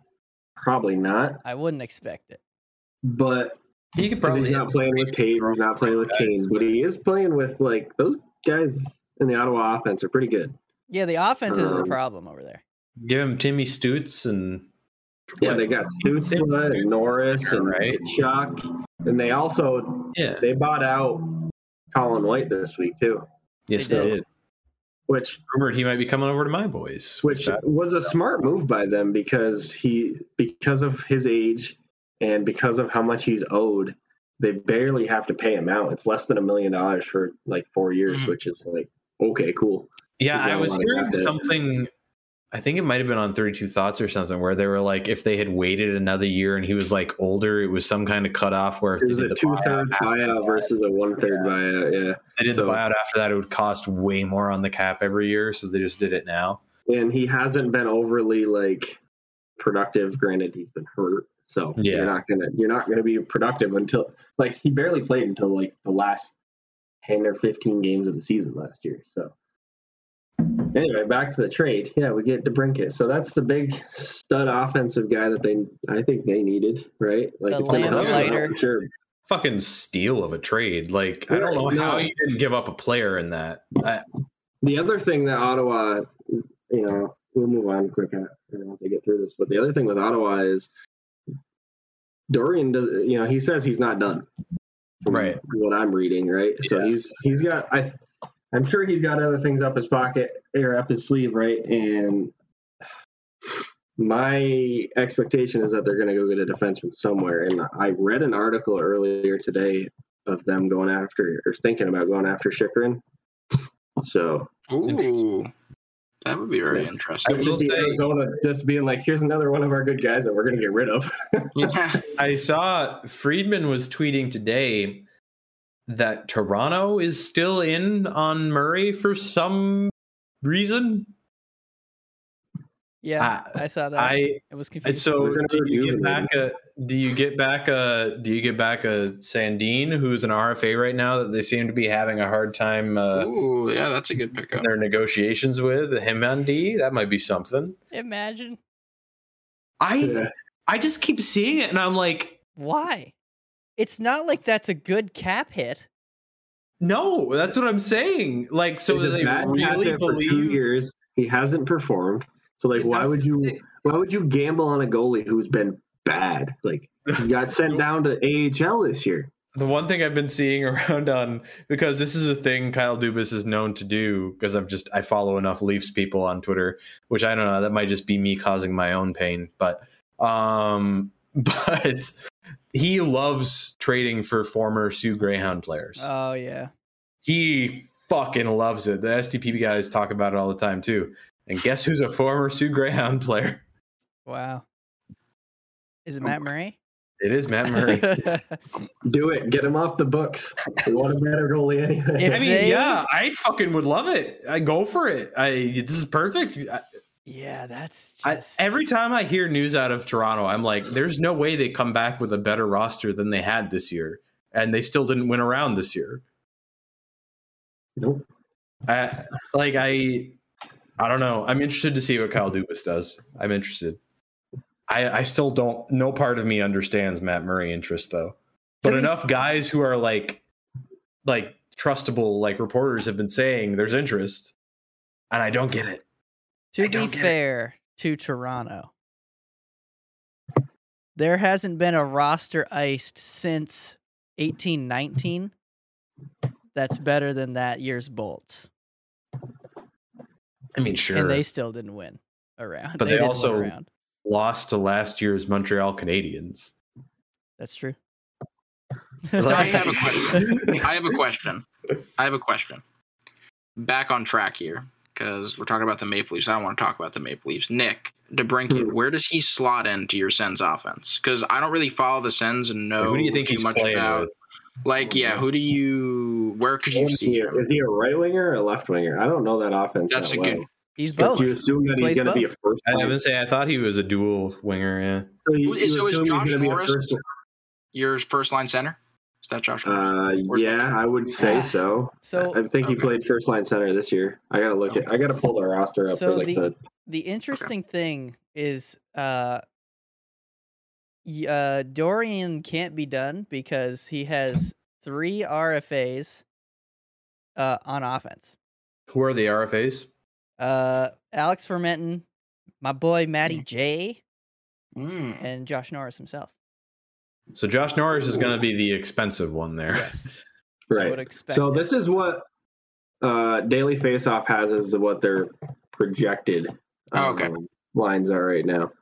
Speaker 6: Probably not.
Speaker 3: I wouldn't expect it.
Speaker 6: But
Speaker 2: He could
Speaker 6: Because he's not playing with Tate, he's not playing with
Speaker 2: guys.
Speaker 6: Kane, but he is playing with like those guys in the Ottawa offense are pretty good.
Speaker 3: Yeah, the offense is the
Speaker 6: Um,
Speaker 3: problem over there.
Speaker 2: give him Timmy Stutz and
Speaker 6: Yeah,
Speaker 2: What?
Speaker 6: they got Stutzla
Speaker 2: Stutz-
Speaker 6: and Norris and
Speaker 2: Right.
Speaker 6: Chuck, and they also
Speaker 2: yeah.
Speaker 6: they bought out Colin White this week too,
Speaker 2: Yes,
Speaker 3: They
Speaker 2: they
Speaker 3: did.
Speaker 2: did.
Speaker 6: which
Speaker 2: Rumored he might be coming over to my boys.
Speaker 6: which
Speaker 2: I-
Speaker 6: was a smart move by them because he because of his age and because of how much he's owed, they barely have to pay him out. It's less than a million dollars for like four years,
Speaker 1: Mhm.
Speaker 6: which is like okay, cool.
Speaker 2: Yeah,
Speaker 6: He's got
Speaker 2: I
Speaker 6: a
Speaker 2: was
Speaker 6: lot of
Speaker 2: hearing
Speaker 6: content.
Speaker 2: something. I think it might have been on 32 Thoughts or something where they were like, if they had waited another year and he was like older, it was some kind of cutoff where if
Speaker 6: It
Speaker 2: they
Speaker 6: was
Speaker 2: did,
Speaker 6: a
Speaker 2: the
Speaker 6: two third
Speaker 2: buyout, after
Speaker 6: buyout
Speaker 2: that,
Speaker 6: versus a one third buyout,
Speaker 2: they did
Speaker 6: so-
Speaker 2: the buyout after that, it would cost way more on the cap every year. So they just did it now.
Speaker 6: yeah. And he hasn't been overly like productive. Granted, he's been hurt, so
Speaker 2: Yeah.
Speaker 6: you're not gonna you're not gonna be productive until like he barely played until like the last ten or fifteen games of the season last year. So anyway, back to the trade. Yeah, we get DeBrinket. So that's the big stud offensive guy that they I think they needed, right? Like
Speaker 3: The
Speaker 6: it's gonna help them out
Speaker 3: lamplighter.
Speaker 6: for sure.
Speaker 2: Fucking steal of a trade. Like, I don't know
Speaker 6: Right, no.
Speaker 2: how you didn't give up a player in that. I,
Speaker 6: The other thing that Ottawa, you know, we'll move on quick uh, once I get through this. But the other thing with Ottawa is Dorian does, you know, he says he's not done. from
Speaker 2: Right.
Speaker 6: What I'm reading, right? So
Speaker 2: Yeah.
Speaker 6: he's he's got I, I'm sure he's got other things up his pocket or up his sleeve, right? And my expectation is that they're going to go get a defenseman somewhere. And I read an article earlier today of them going after or thinking about going after Shikrin. So
Speaker 1: Mm-hmm. Ooh, That would be very
Speaker 6: Yeah.
Speaker 2: I
Speaker 6: I
Speaker 1: interesting.
Speaker 2: will
Speaker 6: will
Speaker 2: say-
Speaker 6: Arizona just being like, here's another one of our good guys that we're gonna get rid of.
Speaker 1: Yeah.
Speaker 2: I saw Friedman was tweeting today that Toronto is still in on Murray for some reason.
Speaker 3: Yeah,
Speaker 2: I-
Speaker 3: I saw that.
Speaker 2: Uh, I
Speaker 3: it was
Speaker 2: And
Speaker 3: confusing.
Speaker 2: so
Speaker 6: They're gonna
Speaker 2: do you
Speaker 6: review
Speaker 2: get
Speaker 6: the
Speaker 2: back a do you get back a do you get back a Sandine who's an RFA right now that they seem to be having a hard time uh,
Speaker 1: Ooh, yeah, that's a good pickup.
Speaker 2: in their negotiations with him and D? That might be something.
Speaker 3: Imagine
Speaker 2: I
Speaker 6: Yeah.
Speaker 2: I just keep seeing it and I'm like,
Speaker 3: why? It's not like that's a good cap hit.
Speaker 2: no, that's what I'm saying. Like so
Speaker 6: It's just
Speaker 2: they
Speaker 6: Matt
Speaker 2: really
Speaker 6: Kafka for two
Speaker 2: believe
Speaker 6: years he hasn't performed. So like, why
Speaker 2: That's
Speaker 6: would
Speaker 2: the
Speaker 6: you?
Speaker 2: thing.
Speaker 6: Why would you gamble on a goalie who's been bad? Like he got sent down to AHL this year.
Speaker 2: the one thing I've been seeing around on because this is a thing Kyle Dubas is known to do because I've just I follow enough Leafs people on Twitter, which I don't know that might just be me causing my own pain, but um, but he loves trading for former Sioux Greyhound players.
Speaker 3: Oh yeah,
Speaker 2: he fucking loves it. The STP guys talk about it all the time too. And guess who's a former Sioux Greyhound player?
Speaker 3: wow. Is it Matt Murray?
Speaker 2: It is Matt Oh Murray.
Speaker 6: Do it. Get him off the books. We want a better goalie anyway.
Speaker 3: If
Speaker 2: I mean,
Speaker 3: they-
Speaker 2: yeah, I fucking would love it. I go for it. I this is perfect.
Speaker 3: yeah, that's
Speaker 2: I,
Speaker 3: just
Speaker 2: every time I hear news out of Toronto, I'm like, there's no way they come back with a better roster than they had this year, and they still didn't win around this year.
Speaker 6: Nope.
Speaker 2: I, like I, I don't know. I'm interested to see what Kyle Dubas does. I'm interested. I, I still don't. No part of me understands Matt Murray interest though. But
Speaker 3: Have you-
Speaker 2: enough guys who are like, like trustable, like reporters have been saying there's interest, and I don't get it.
Speaker 3: To
Speaker 2: I
Speaker 3: be
Speaker 2: don't get it.
Speaker 3: fair to Toronto, there hasn't been a roster iced since 1819 that's better than that year's Bolts.
Speaker 2: I mean, sure.
Speaker 3: And they still didn't win around.
Speaker 2: But they
Speaker 3: didn't win
Speaker 2: also-
Speaker 3: around.
Speaker 2: lost to last year's Montreal Canadiens.
Speaker 3: That's true.
Speaker 1: I have a question. I have a question. I have a question. Back on track here because we're talking about the Maple Leafs. I don't want to talk about the Maple Leafs. Nick DeBrinket,
Speaker 2: Hmm.
Speaker 1: where does he slot into your Sens offense? Because I don't really follow the Sens and know
Speaker 2: Who do you think
Speaker 1: too
Speaker 2: he's
Speaker 1: much
Speaker 2: playing
Speaker 1: about.
Speaker 2: with?
Speaker 1: Like, yeah, who do you? Where could you
Speaker 6: Is
Speaker 1: see
Speaker 6: he
Speaker 1: him?
Speaker 6: a right winger or a left winger? I don't know that offense.
Speaker 1: That's
Speaker 6: that
Speaker 1: a
Speaker 6: well.
Speaker 1: good-
Speaker 3: He's
Speaker 6: If
Speaker 3: both.
Speaker 6: you assume that
Speaker 3: He
Speaker 6: he's
Speaker 3: plays
Speaker 6: going to be a
Speaker 3: both.
Speaker 6: first.
Speaker 2: I haven't say I thought he was a dual winger. Yeah,
Speaker 6: So, you- you
Speaker 1: So is
Speaker 6: assume he's
Speaker 1: Josh
Speaker 6: gonna be a
Speaker 1: Norris-
Speaker 6: first-
Speaker 1: Your first line center is that Josh? Norris?
Speaker 6: Uh,
Speaker 1: Where's that
Speaker 6: yeah,
Speaker 1: coming
Speaker 6: I would say
Speaker 3: Yeah.
Speaker 6: so.
Speaker 3: So
Speaker 6: I think he
Speaker 1: Okay.
Speaker 6: played first line center this year. I gotta look at. I gotta pull the roster up
Speaker 3: So
Speaker 6: for like
Speaker 3: the-
Speaker 6: the
Speaker 3: the interesting thing is uh y- uh Dorian can't be done because he has three RFAs uh on offense.
Speaker 2: who are the RFAs?
Speaker 3: Uh Alex Fermenton, my boy Matty J,
Speaker 1: Mm.
Speaker 3: and Josh Norris himself.
Speaker 2: So Josh Norris is going to be the expensive one there.
Speaker 3: Yes. I would
Speaker 6: right.
Speaker 3: expect
Speaker 6: So
Speaker 3: it.
Speaker 6: this is what uh, Daily Faceoff has is what their projected
Speaker 1: Oh, okay.
Speaker 6: um, lines are right now.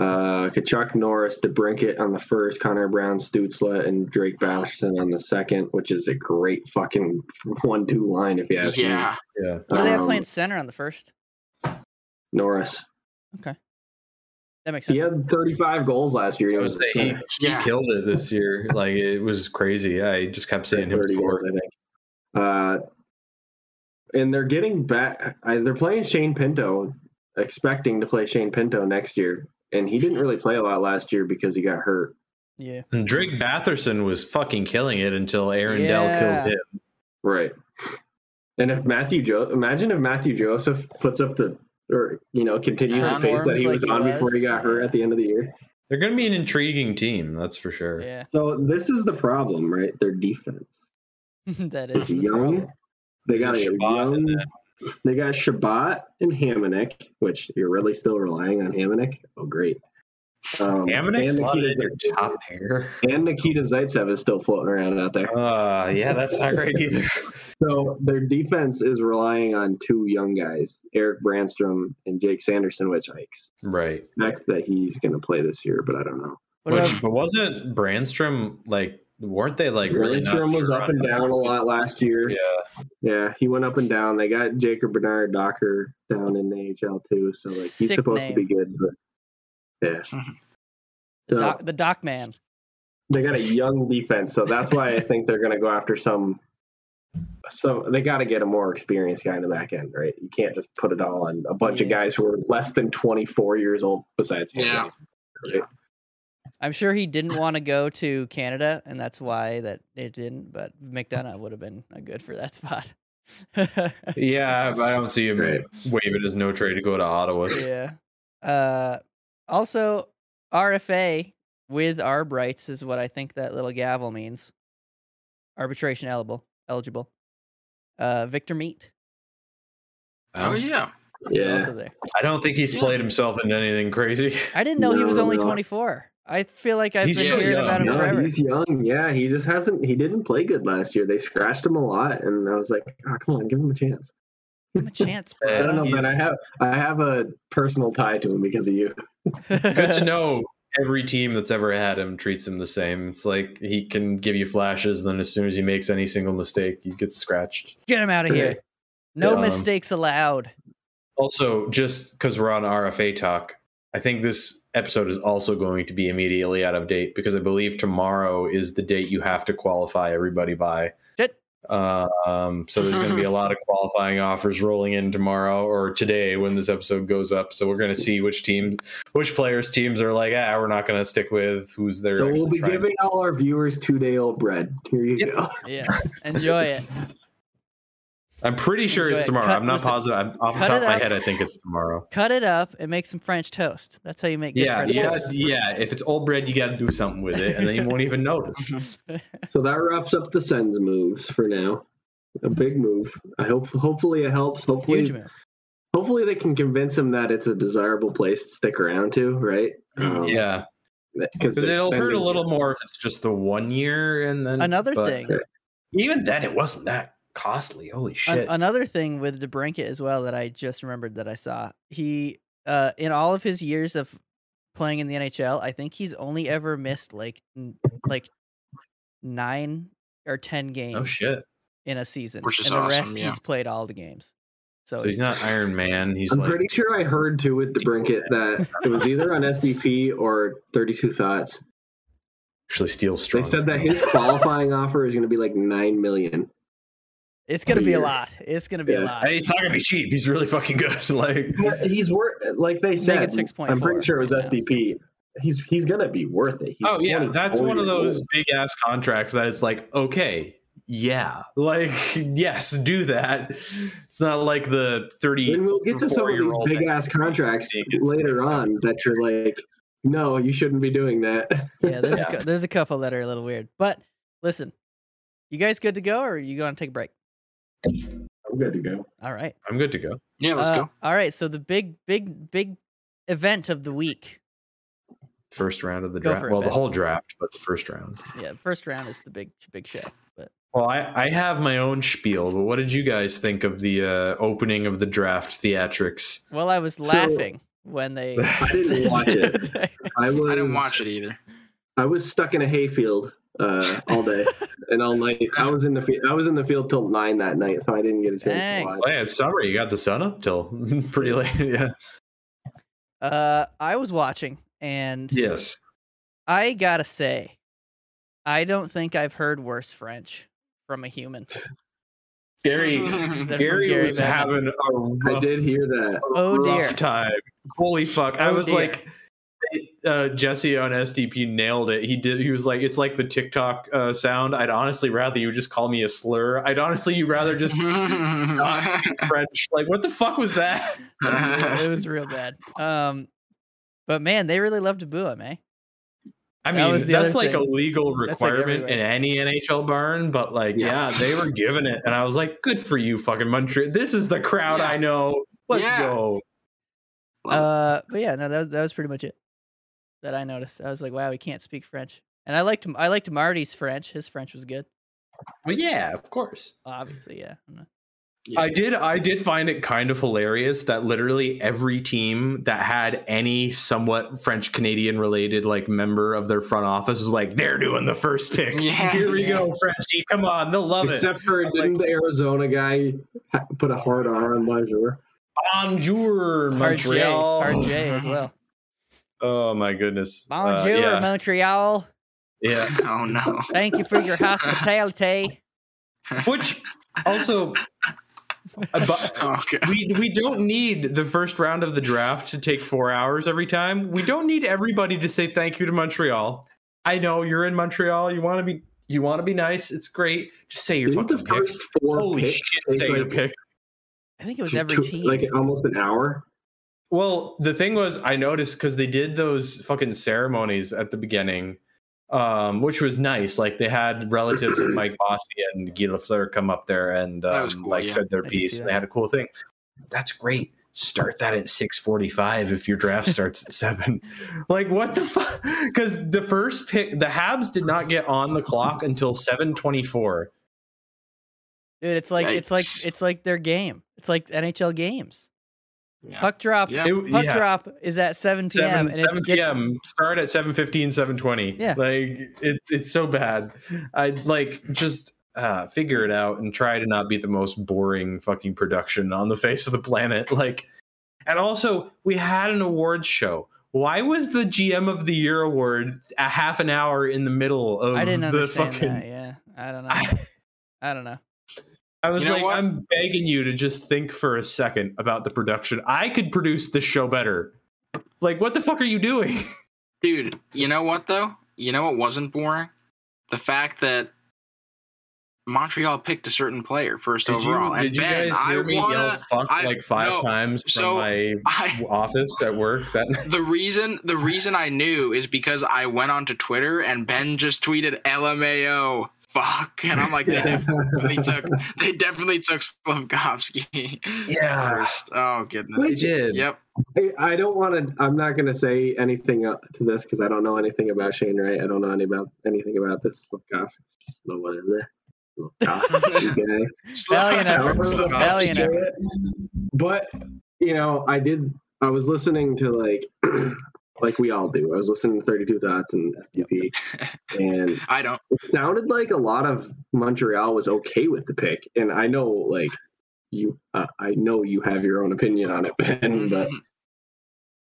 Speaker 6: Uh, Kachuk, Norris, DeBrinket on the first, Connor Brown, Stutzla, and Drake Batherson on the second, which is a great fucking one-two line if you ask me.
Speaker 1: Yeah,
Speaker 2: Yeah,
Speaker 3: What do they have
Speaker 6: Um,
Speaker 3: playing center on the first?
Speaker 6: Norris.
Speaker 3: That makes sense.
Speaker 6: He had 35 goals last year.
Speaker 2: I
Speaker 6: and He
Speaker 2: would
Speaker 6: was
Speaker 2: say he, he
Speaker 1: Yeah.
Speaker 2: killed it this year. Like it was crazy. I just kept seeing him
Speaker 6: 30
Speaker 2: score.
Speaker 6: goals, I think. Uh, and they're getting back. I, they're playing Shane Pinto, expecting to play Shane Pinto next year, and he didn't really play a lot last year because he got hurt.
Speaker 3: Yeah.
Speaker 2: And Drake Batherson was fucking killing it until Aaron
Speaker 3: Yeah.
Speaker 2: Dell killed him.
Speaker 6: Right. And if Matthew jo- imagine if Matthew Joseph puts up the or you know continues
Speaker 3: Yeah,
Speaker 6: the face that
Speaker 3: forms
Speaker 6: he
Speaker 3: like
Speaker 6: was
Speaker 3: he
Speaker 6: on before he
Speaker 3: was.
Speaker 6: got hurt at the end of the year.
Speaker 2: They're going to be an intriguing team, that's for sure.
Speaker 3: Yeah.
Speaker 6: So this is the problem, right? Their defense.
Speaker 3: that is
Speaker 6: It's
Speaker 3: the
Speaker 6: young.
Speaker 3: problem.
Speaker 6: They
Speaker 2: Is
Speaker 6: got a
Speaker 2: it Shabbat and
Speaker 6: young.
Speaker 2: then-
Speaker 6: They got Shabbat and Hamannik, which you're really still relying on Hamannik. Oh, great. Um,
Speaker 2: Hamannik
Speaker 6: and,
Speaker 2: slotted in
Speaker 6: Nikita,
Speaker 2: your top pair.
Speaker 6: and Nikita Zaitsev is still floating around out there.
Speaker 2: Uh, yeah, that's not great either.
Speaker 6: So their defense is relying on two young guys, Eric Branstrom and Jake Sanderson, which I
Speaker 2: right.
Speaker 6: expect that he's going to play this year, but I don't know.
Speaker 3: What
Speaker 2: Which,
Speaker 3: about
Speaker 2: but wasn't Brandstrom like weren't they like really
Speaker 6: Raystrom
Speaker 2: not
Speaker 6: was
Speaker 2: sure
Speaker 6: up
Speaker 2: on
Speaker 6: and
Speaker 2: the
Speaker 6: down a
Speaker 2: offense?
Speaker 6: lot last year.
Speaker 2: Yeah,
Speaker 6: Yeah, he went up and down. They got Jacob Bernard Docker down in the AHL too, so like he's
Speaker 3: Sick
Speaker 6: supposed
Speaker 3: name.
Speaker 6: to be good, but yeah.
Speaker 1: Mhm.
Speaker 6: So
Speaker 3: Doc, the doc man.
Speaker 6: they got a young defense, so that's why I think they're gonna go after some some they gotta get a more experienced guy in the back end, right? You can't just put it all on a bunch of
Speaker 3: Yeah.
Speaker 6: guys who are less than twenty four years old besides him.
Speaker 1: Yeah.
Speaker 6: Right?
Speaker 3: I'm sure he didn't want to go to Canada, and that's why that it didn't. But McDonough would have been uh, good for that spot.
Speaker 2: yeah. But I don't see him
Speaker 6: Right.
Speaker 2: waving his no trade to go to Ottawa.
Speaker 3: yeah. Uh, also, RFA with Arbrights is what I think that little gavel means. Arbitration eligible. Eligible. Uh, Victor Meat
Speaker 1: Oh yeah,
Speaker 3: is
Speaker 6: Yeah.
Speaker 3: also there.
Speaker 2: Um, I don't think he's played himself into anything crazy.
Speaker 3: I didn't know he was
Speaker 6: No,
Speaker 3: only
Speaker 6: no.
Speaker 3: 24. I feel like I've
Speaker 2: He's
Speaker 3: been
Speaker 2: so
Speaker 3: hearing
Speaker 2: young,
Speaker 3: about him
Speaker 2: yeah.
Speaker 6: No,
Speaker 3: forever.
Speaker 6: he's young. Yeah, he just hasn't. He didn't play good last year. They scratched him a lot, and I was like, oh, "Come on, give him a chance."
Speaker 3: Give him a chance,
Speaker 2: Yeah,
Speaker 6: I don't know,
Speaker 2: he's-
Speaker 3: bro.
Speaker 6: man. I have I have a personal tie to him because of you.
Speaker 2: good to know every team that's ever had him treats him the same. It's like he can give you flashes, and then as soon as he makes any single mistake, he gets scratched.
Speaker 3: Get him out of here. No
Speaker 2: Um,
Speaker 3: mistakes allowed.
Speaker 2: Also, just because we're on RFA talk, I think this episode is also going to be immediately out of date because I believe tomorrow is the date you have to qualify everybody by.
Speaker 3: Shit.
Speaker 2: Um, so there's going to be a lot of qualifying offers rolling in tomorrow or today when this episode goes up. So we're going to see which teams, which players' teams are like, ah, we're not going to stick with who's there.
Speaker 6: So we'll be giving all our viewers two day old bread. Here you
Speaker 2: Yep.
Speaker 6: go.
Speaker 3: Yes. Enjoy it.
Speaker 2: I'm pretty sure
Speaker 3: Enjoy
Speaker 2: it's
Speaker 3: it.
Speaker 2: tomorrow.
Speaker 3: Cut-
Speaker 2: I'm not
Speaker 3: listen,
Speaker 2: positive. I'm off
Speaker 3: cut
Speaker 2: the top of
Speaker 3: it
Speaker 2: my
Speaker 3: out.
Speaker 2: head. I think it's tomorrow.
Speaker 3: Cut it up and make some French toast. That's how you make good
Speaker 2: Yeah,
Speaker 3: French
Speaker 2: yeah,
Speaker 3: toast.
Speaker 2: yeah. If it's old bread, you got to do something with it, and then you won't even notice.
Speaker 6: So that wraps up the Sens moves for now. A big move. I hope. Hopefully it helps. Hopefully,
Speaker 3: Huge move.
Speaker 6: hopefully they can convince him that it's a desirable place to stick around to. Right?
Speaker 2: Mm,
Speaker 6: Um,
Speaker 2: Yeah,
Speaker 6: Because
Speaker 2: because it'll hurt a little more if it's just the one year, and then
Speaker 3: Another
Speaker 2: but
Speaker 3: thing.
Speaker 2: Even then, it wasn't that costly. Holy
Speaker 3: An-
Speaker 2: shit!
Speaker 3: another thing with DeBrinket as well that I just remembered that I saw. He uh in all of his years of playing in the NHL, I think he's only ever missed like n- like 9 or 10 games
Speaker 2: oh shit!
Speaker 3: in a season.
Speaker 1: Which is
Speaker 3: and the
Speaker 1: awesome,
Speaker 3: rest
Speaker 1: yeah.
Speaker 3: he's played all the games. So,
Speaker 2: So he's not Iron Man. He's
Speaker 6: I'm
Speaker 2: like
Speaker 6: pretty sure I heard too with DeBrinket that it was either on SDP or 32 Thoughts.
Speaker 2: actually steel
Speaker 6: They
Speaker 2: strong.
Speaker 6: said that his qualifying offer is going to be like nine million.
Speaker 3: it's going to be a
Speaker 6: Yeah.
Speaker 3: lot. It's going to be a
Speaker 6: Yeah.
Speaker 3: lot.
Speaker 2: And he's not gonna be cheap. He's really fucking good. Like
Speaker 6: He's, worth like they
Speaker 3: He's making
Speaker 6: said.
Speaker 3: 6.4
Speaker 6: I'm pretty sure it was
Speaker 3: right now.
Speaker 6: SDP. He's he's going to be worth it. He's
Speaker 2: Oh yeah, that's
Speaker 6: 24
Speaker 2: one of
Speaker 6: years
Speaker 2: those
Speaker 6: old.
Speaker 2: big ass contracts that it's like, okay, yeah, like yes, do that. It's not like the thirty.
Speaker 6: And we'll get to some of these big ass contracts
Speaker 2: Make it
Speaker 6: later
Speaker 2: make sense.
Speaker 6: on that you're like, no, you shouldn't be doing that.
Speaker 3: Yeah, there's
Speaker 2: Yeah.
Speaker 3: A, cou- there's a couple that are a little weird. But listen, you guys good to go, or are you going to take a break?
Speaker 6: I'm good to go.
Speaker 3: All right,
Speaker 2: I'm good to go.
Speaker 1: yeah. Let's
Speaker 3: Uh,
Speaker 1: go.
Speaker 3: All right, so the big, big, big event of the week.
Speaker 2: First round of the
Speaker 3: Go
Speaker 2: draft.
Speaker 3: for it,
Speaker 2: Well, the
Speaker 3: Ben.
Speaker 2: whole draft, but the first round.
Speaker 3: Yeah, first round is the big, big show. But
Speaker 2: Well, I, I have my own spiel, but what did you guys think of the uh, opening of the draft theatrics?
Speaker 3: well, I was laughing when they.
Speaker 6: I didn't watch it. I, was,
Speaker 1: I didn't
Speaker 2: Uh,
Speaker 1: watch it either.
Speaker 6: I was stuck in a hayfield uh, all day and all night. I was in the field. I was in the field till nine that night, so I didn't get a chance
Speaker 3: Dang.
Speaker 6: to watch.
Speaker 2: Well, yeah, it's summer. You got the sun up till pretty late. Yeah.
Speaker 3: uh, I was watching, and
Speaker 2: Yes.
Speaker 3: I gotta say, I don't think I've heard worse French from a human.
Speaker 2: Gary.
Speaker 3: than from
Speaker 2: Gary,
Speaker 3: Gary
Speaker 2: was
Speaker 3: Bettman.
Speaker 2: having a rough
Speaker 6: I did hear that.
Speaker 3: Oh,
Speaker 2: rough
Speaker 3: dear.
Speaker 2: time. Holy fuck! I
Speaker 3: Oh,
Speaker 2: was
Speaker 3: dear.
Speaker 2: like, uh, Jesse on SDP nailed it. He did. He was like, it's like the TikTok uh, sound. I'd honestly rather you just call me a slur. I'd honestly you rather just not speak French. Like, what the fuck was that?
Speaker 3: It was real- it was real bad. Um, but man, they really love to boo him, eh?
Speaker 2: I
Speaker 3: That
Speaker 2: mean,
Speaker 3: was the
Speaker 2: that's
Speaker 3: other
Speaker 2: like a
Speaker 3: thing.
Speaker 2: legal
Speaker 3: That's like
Speaker 2: requirement in
Speaker 3: everywhere.
Speaker 2: any NHL barn, but like, yeah.
Speaker 6: Yeah.
Speaker 2: they were giving it, and I was like, good for you, fucking Montreal. This is the crowd
Speaker 1: Yeah.
Speaker 2: I know. Let's
Speaker 1: Yeah.
Speaker 2: go.
Speaker 3: Uh, but yeah, no, that was, that was pretty much it that I noticed. I was like, wow, we can't speak French, and I liked I liked Marty's French. His French was good,
Speaker 2: Well, yeah, of course.
Speaker 3: obviously. Yeah, I'm not-
Speaker 1: Yeah.
Speaker 2: I did I did find it kind of hilarious that literally every team that had any somewhat French Canadian related like member of their front office was like, they're doing the first pick.
Speaker 1: Yeah,
Speaker 2: Here we
Speaker 1: yeah.
Speaker 2: go, Frenchie. Come on, they'll love it.
Speaker 6: Except for didn't the Arizona guy ha- put a hard R on Leisure?
Speaker 2: Bonjour,
Speaker 3: RJ,
Speaker 2: Montreal.
Speaker 3: RJ as well.
Speaker 2: Oh my goodness. Uh,
Speaker 3: Bonjour,
Speaker 2: yeah.
Speaker 3: Montreal.
Speaker 2: yeah.
Speaker 1: Oh no.
Speaker 3: Thank you for your hospitality.
Speaker 2: Which also uh, bu-
Speaker 1: Okay.
Speaker 2: we we don't need the first round of the draft to take four hours every time. We don't need everybody to say thank you to Montreal. I know you're in Montreal. You want to be you want to be nice. It's great. Just say your
Speaker 6: Didn't
Speaker 2: fucking
Speaker 6: the
Speaker 2: pick.
Speaker 6: first four
Speaker 2: Holy
Speaker 6: picks
Speaker 2: shit!
Speaker 6: take,
Speaker 2: Say
Speaker 6: like,
Speaker 2: the pick.
Speaker 3: I think it was every
Speaker 6: two-
Speaker 3: team.
Speaker 6: like almost an hour?
Speaker 2: Well, the thing was, I noticed because they did those fucking ceremonies at the beginning, um, which was nice. Like they had relatives of Mike Bossy and Guy Lafleur come up there and
Speaker 1: That was
Speaker 2: um,
Speaker 1: cool,
Speaker 2: like
Speaker 1: yeah.
Speaker 2: said their
Speaker 3: did see
Speaker 2: piece. And
Speaker 3: that.
Speaker 2: they had a cool thing. That's great. Start that at six forty-five if your draft starts at seven. Like what the fuck? Because the first pick, the Habs did not get on the clock until seven twenty-four.
Speaker 3: Dude, it's like it's like
Speaker 1: Yikes.
Speaker 3: it's like their game. It's like NHL games.
Speaker 1: Yeah.
Speaker 3: Puck drop.
Speaker 1: Yeah.
Speaker 2: It-
Speaker 3: Puck
Speaker 2: yeah.
Speaker 3: drop is at 7 p.m.
Speaker 2: Seven,
Speaker 3: and it's
Speaker 2: 7
Speaker 3: gets-
Speaker 2: p.m. Start at 7:15, 7:20.
Speaker 3: Yeah.
Speaker 2: like it's it's so bad. I'd like just uh, figure it out and try to not be the most boring fucking production on the face of the planet. Like, and also we had an awards show. Why was the GM of the Year award a half an hour in the middle of
Speaker 3: I didn't
Speaker 2: the
Speaker 3: understand
Speaker 2: fucking?
Speaker 3: that. Yeah, I don't know.
Speaker 2: I,
Speaker 3: I don't know.
Speaker 2: I was
Speaker 1: You know
Speaker 2: like,
Speaker 1: what?
Speaker 2: I'm begging you to just think for a second about the production. I could produce this show better. Like, what the fuck are you doing?
Speaker 1: Dude, you know what though? You know what wasn't boring? The fact that Montreal picked a certain player first
Speaker 2: Did
Speaker 1: overall.
Speaker 2: you,
Speaker 1: and
Speaker 2: did you
Speaker 1: Ben,
Speaker 2: guys
Speaker 1: I
Speaker 2: hear me yell
Speaker 1: wanna,
Speaker 2: fuck
Speaker 1: I-
Speaker 2: like five
Speaker 1: no.
Speaker 2: times from
Speaker 1: So,
Speaker 2: my
Speaker 1: I,
Speaker 2: office at work? That
Speaker 1: the reason the reason I knew is because I went onto Twitter and Ben just tweeted LMAO. Fuck. And I'm like, they definitely took they definitely took Slavkovsky
Speaker 2: Yeah.
Speaker 1: first. Oh goodness.
Speaker 6: Which-
Speaker 2: I did.
Speaker 1: Yep.
Speaker 6: I, I don't want to. I'm not going to say anything uh, to this because I don't know anything about Shane Wright. I don't know any about anything about this Slavkovsky. No, whatever. Slavkovsky guy.
Speaker 3: Valiant effort.
Speaker 1: Slavkovsky.
Speaker 3: Valiant effort.
Speaker 6: But you know, I did. I was listening to like, like we all do. I was listening to Thirty Two Thoughts and SDP, and
Speaker 1: I don't.
Speaker 6: it sounded like a lot of Montreal was okay with the pick. And I know, like you, uh, I know you have your own opinion on it,
Speaker 3: Mm-hmm.
Speaker 6: Ben. But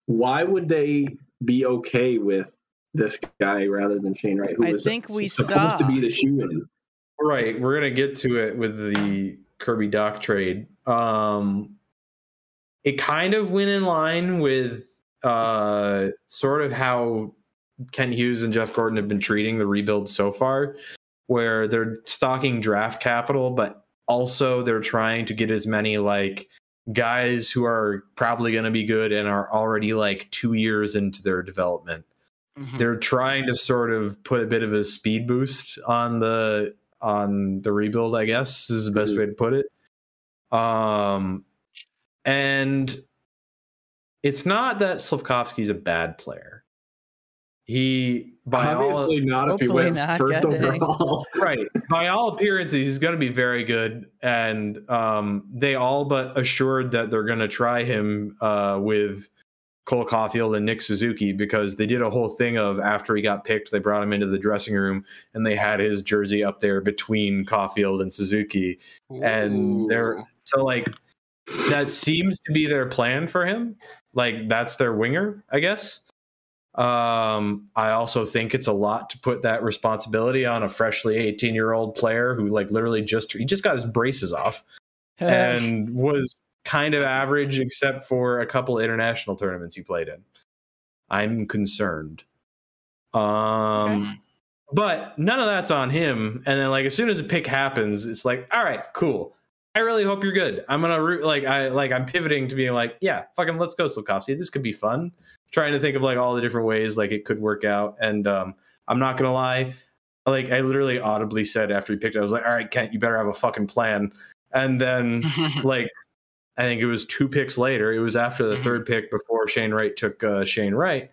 Speaker 6: why would they be okay with this guy rather than Shane Wright, who
Speaker 3: I
Speaker 6: was
Speaker 3: think we
Speaker 6: supposed
Speaker 3: saw-
Speaker 6: to be the shoe in?
Speaker 2: All right, we're gonna get to it with the Kirby Doc trade. Um, it kind of went in line with uh, sort of how Ken Hughes and Jeff Gordon have been treating the rebuild so far, where they're stocking draft capital, but also they're trying to get as many like guys who are probably going to be good and are already like two years into their development
Speaker 1: Mhm.
Speaker 2: they're trying to sort of put a bit of a speed boost on the on the rebuild i guess is the best way to put it um and it's not that Slavkovsky's a bad player he by all
Speaker 6: Obviously not if he
Speaker 3: Hopefully
Speaker 6: went
Speaker 3: not,
Speaker 6: first
Speaker 3: God dang.
Speaker 6: overall.
Speaker 2: right by all appearances he's going to be very good and um they all but assured that they're going to try him uh with Cole Caulfield and Nick Suzuki because they did a whole thing of after he got picked, they brought him into the dressing room and they had his jersey up there between Caulfield and Suzuki. And they're
Speaker 1: Ooh.
Speaker 2: so like that seems to be their plan for him. Like that's their winger, I guess. Um, I also think it's a lot to put that responsibility on a freshly 18 year old player who like literally just he just got his braces off and was kind of average except for a couple of international tournaments he played in. I'm concerned. Um but none of that's on him and then like as soon as a pick happens it's like all right, cool. I really hope you're good. I'm going to root like I like I'm pivoting to being like yeah, fucking let's go Slavkovsky. This could be fun. Trying to think of like all the different ways like it could work out and um I'm not going to lie like I literally audibly said after he picked it, I was like all right, Kent, you better have a fucking plan. And then like I think it was two picks later. It was after the
Speaker 1: Mhm.
Speaker 2: third pick before Shane Wright took uh, Shane Wright.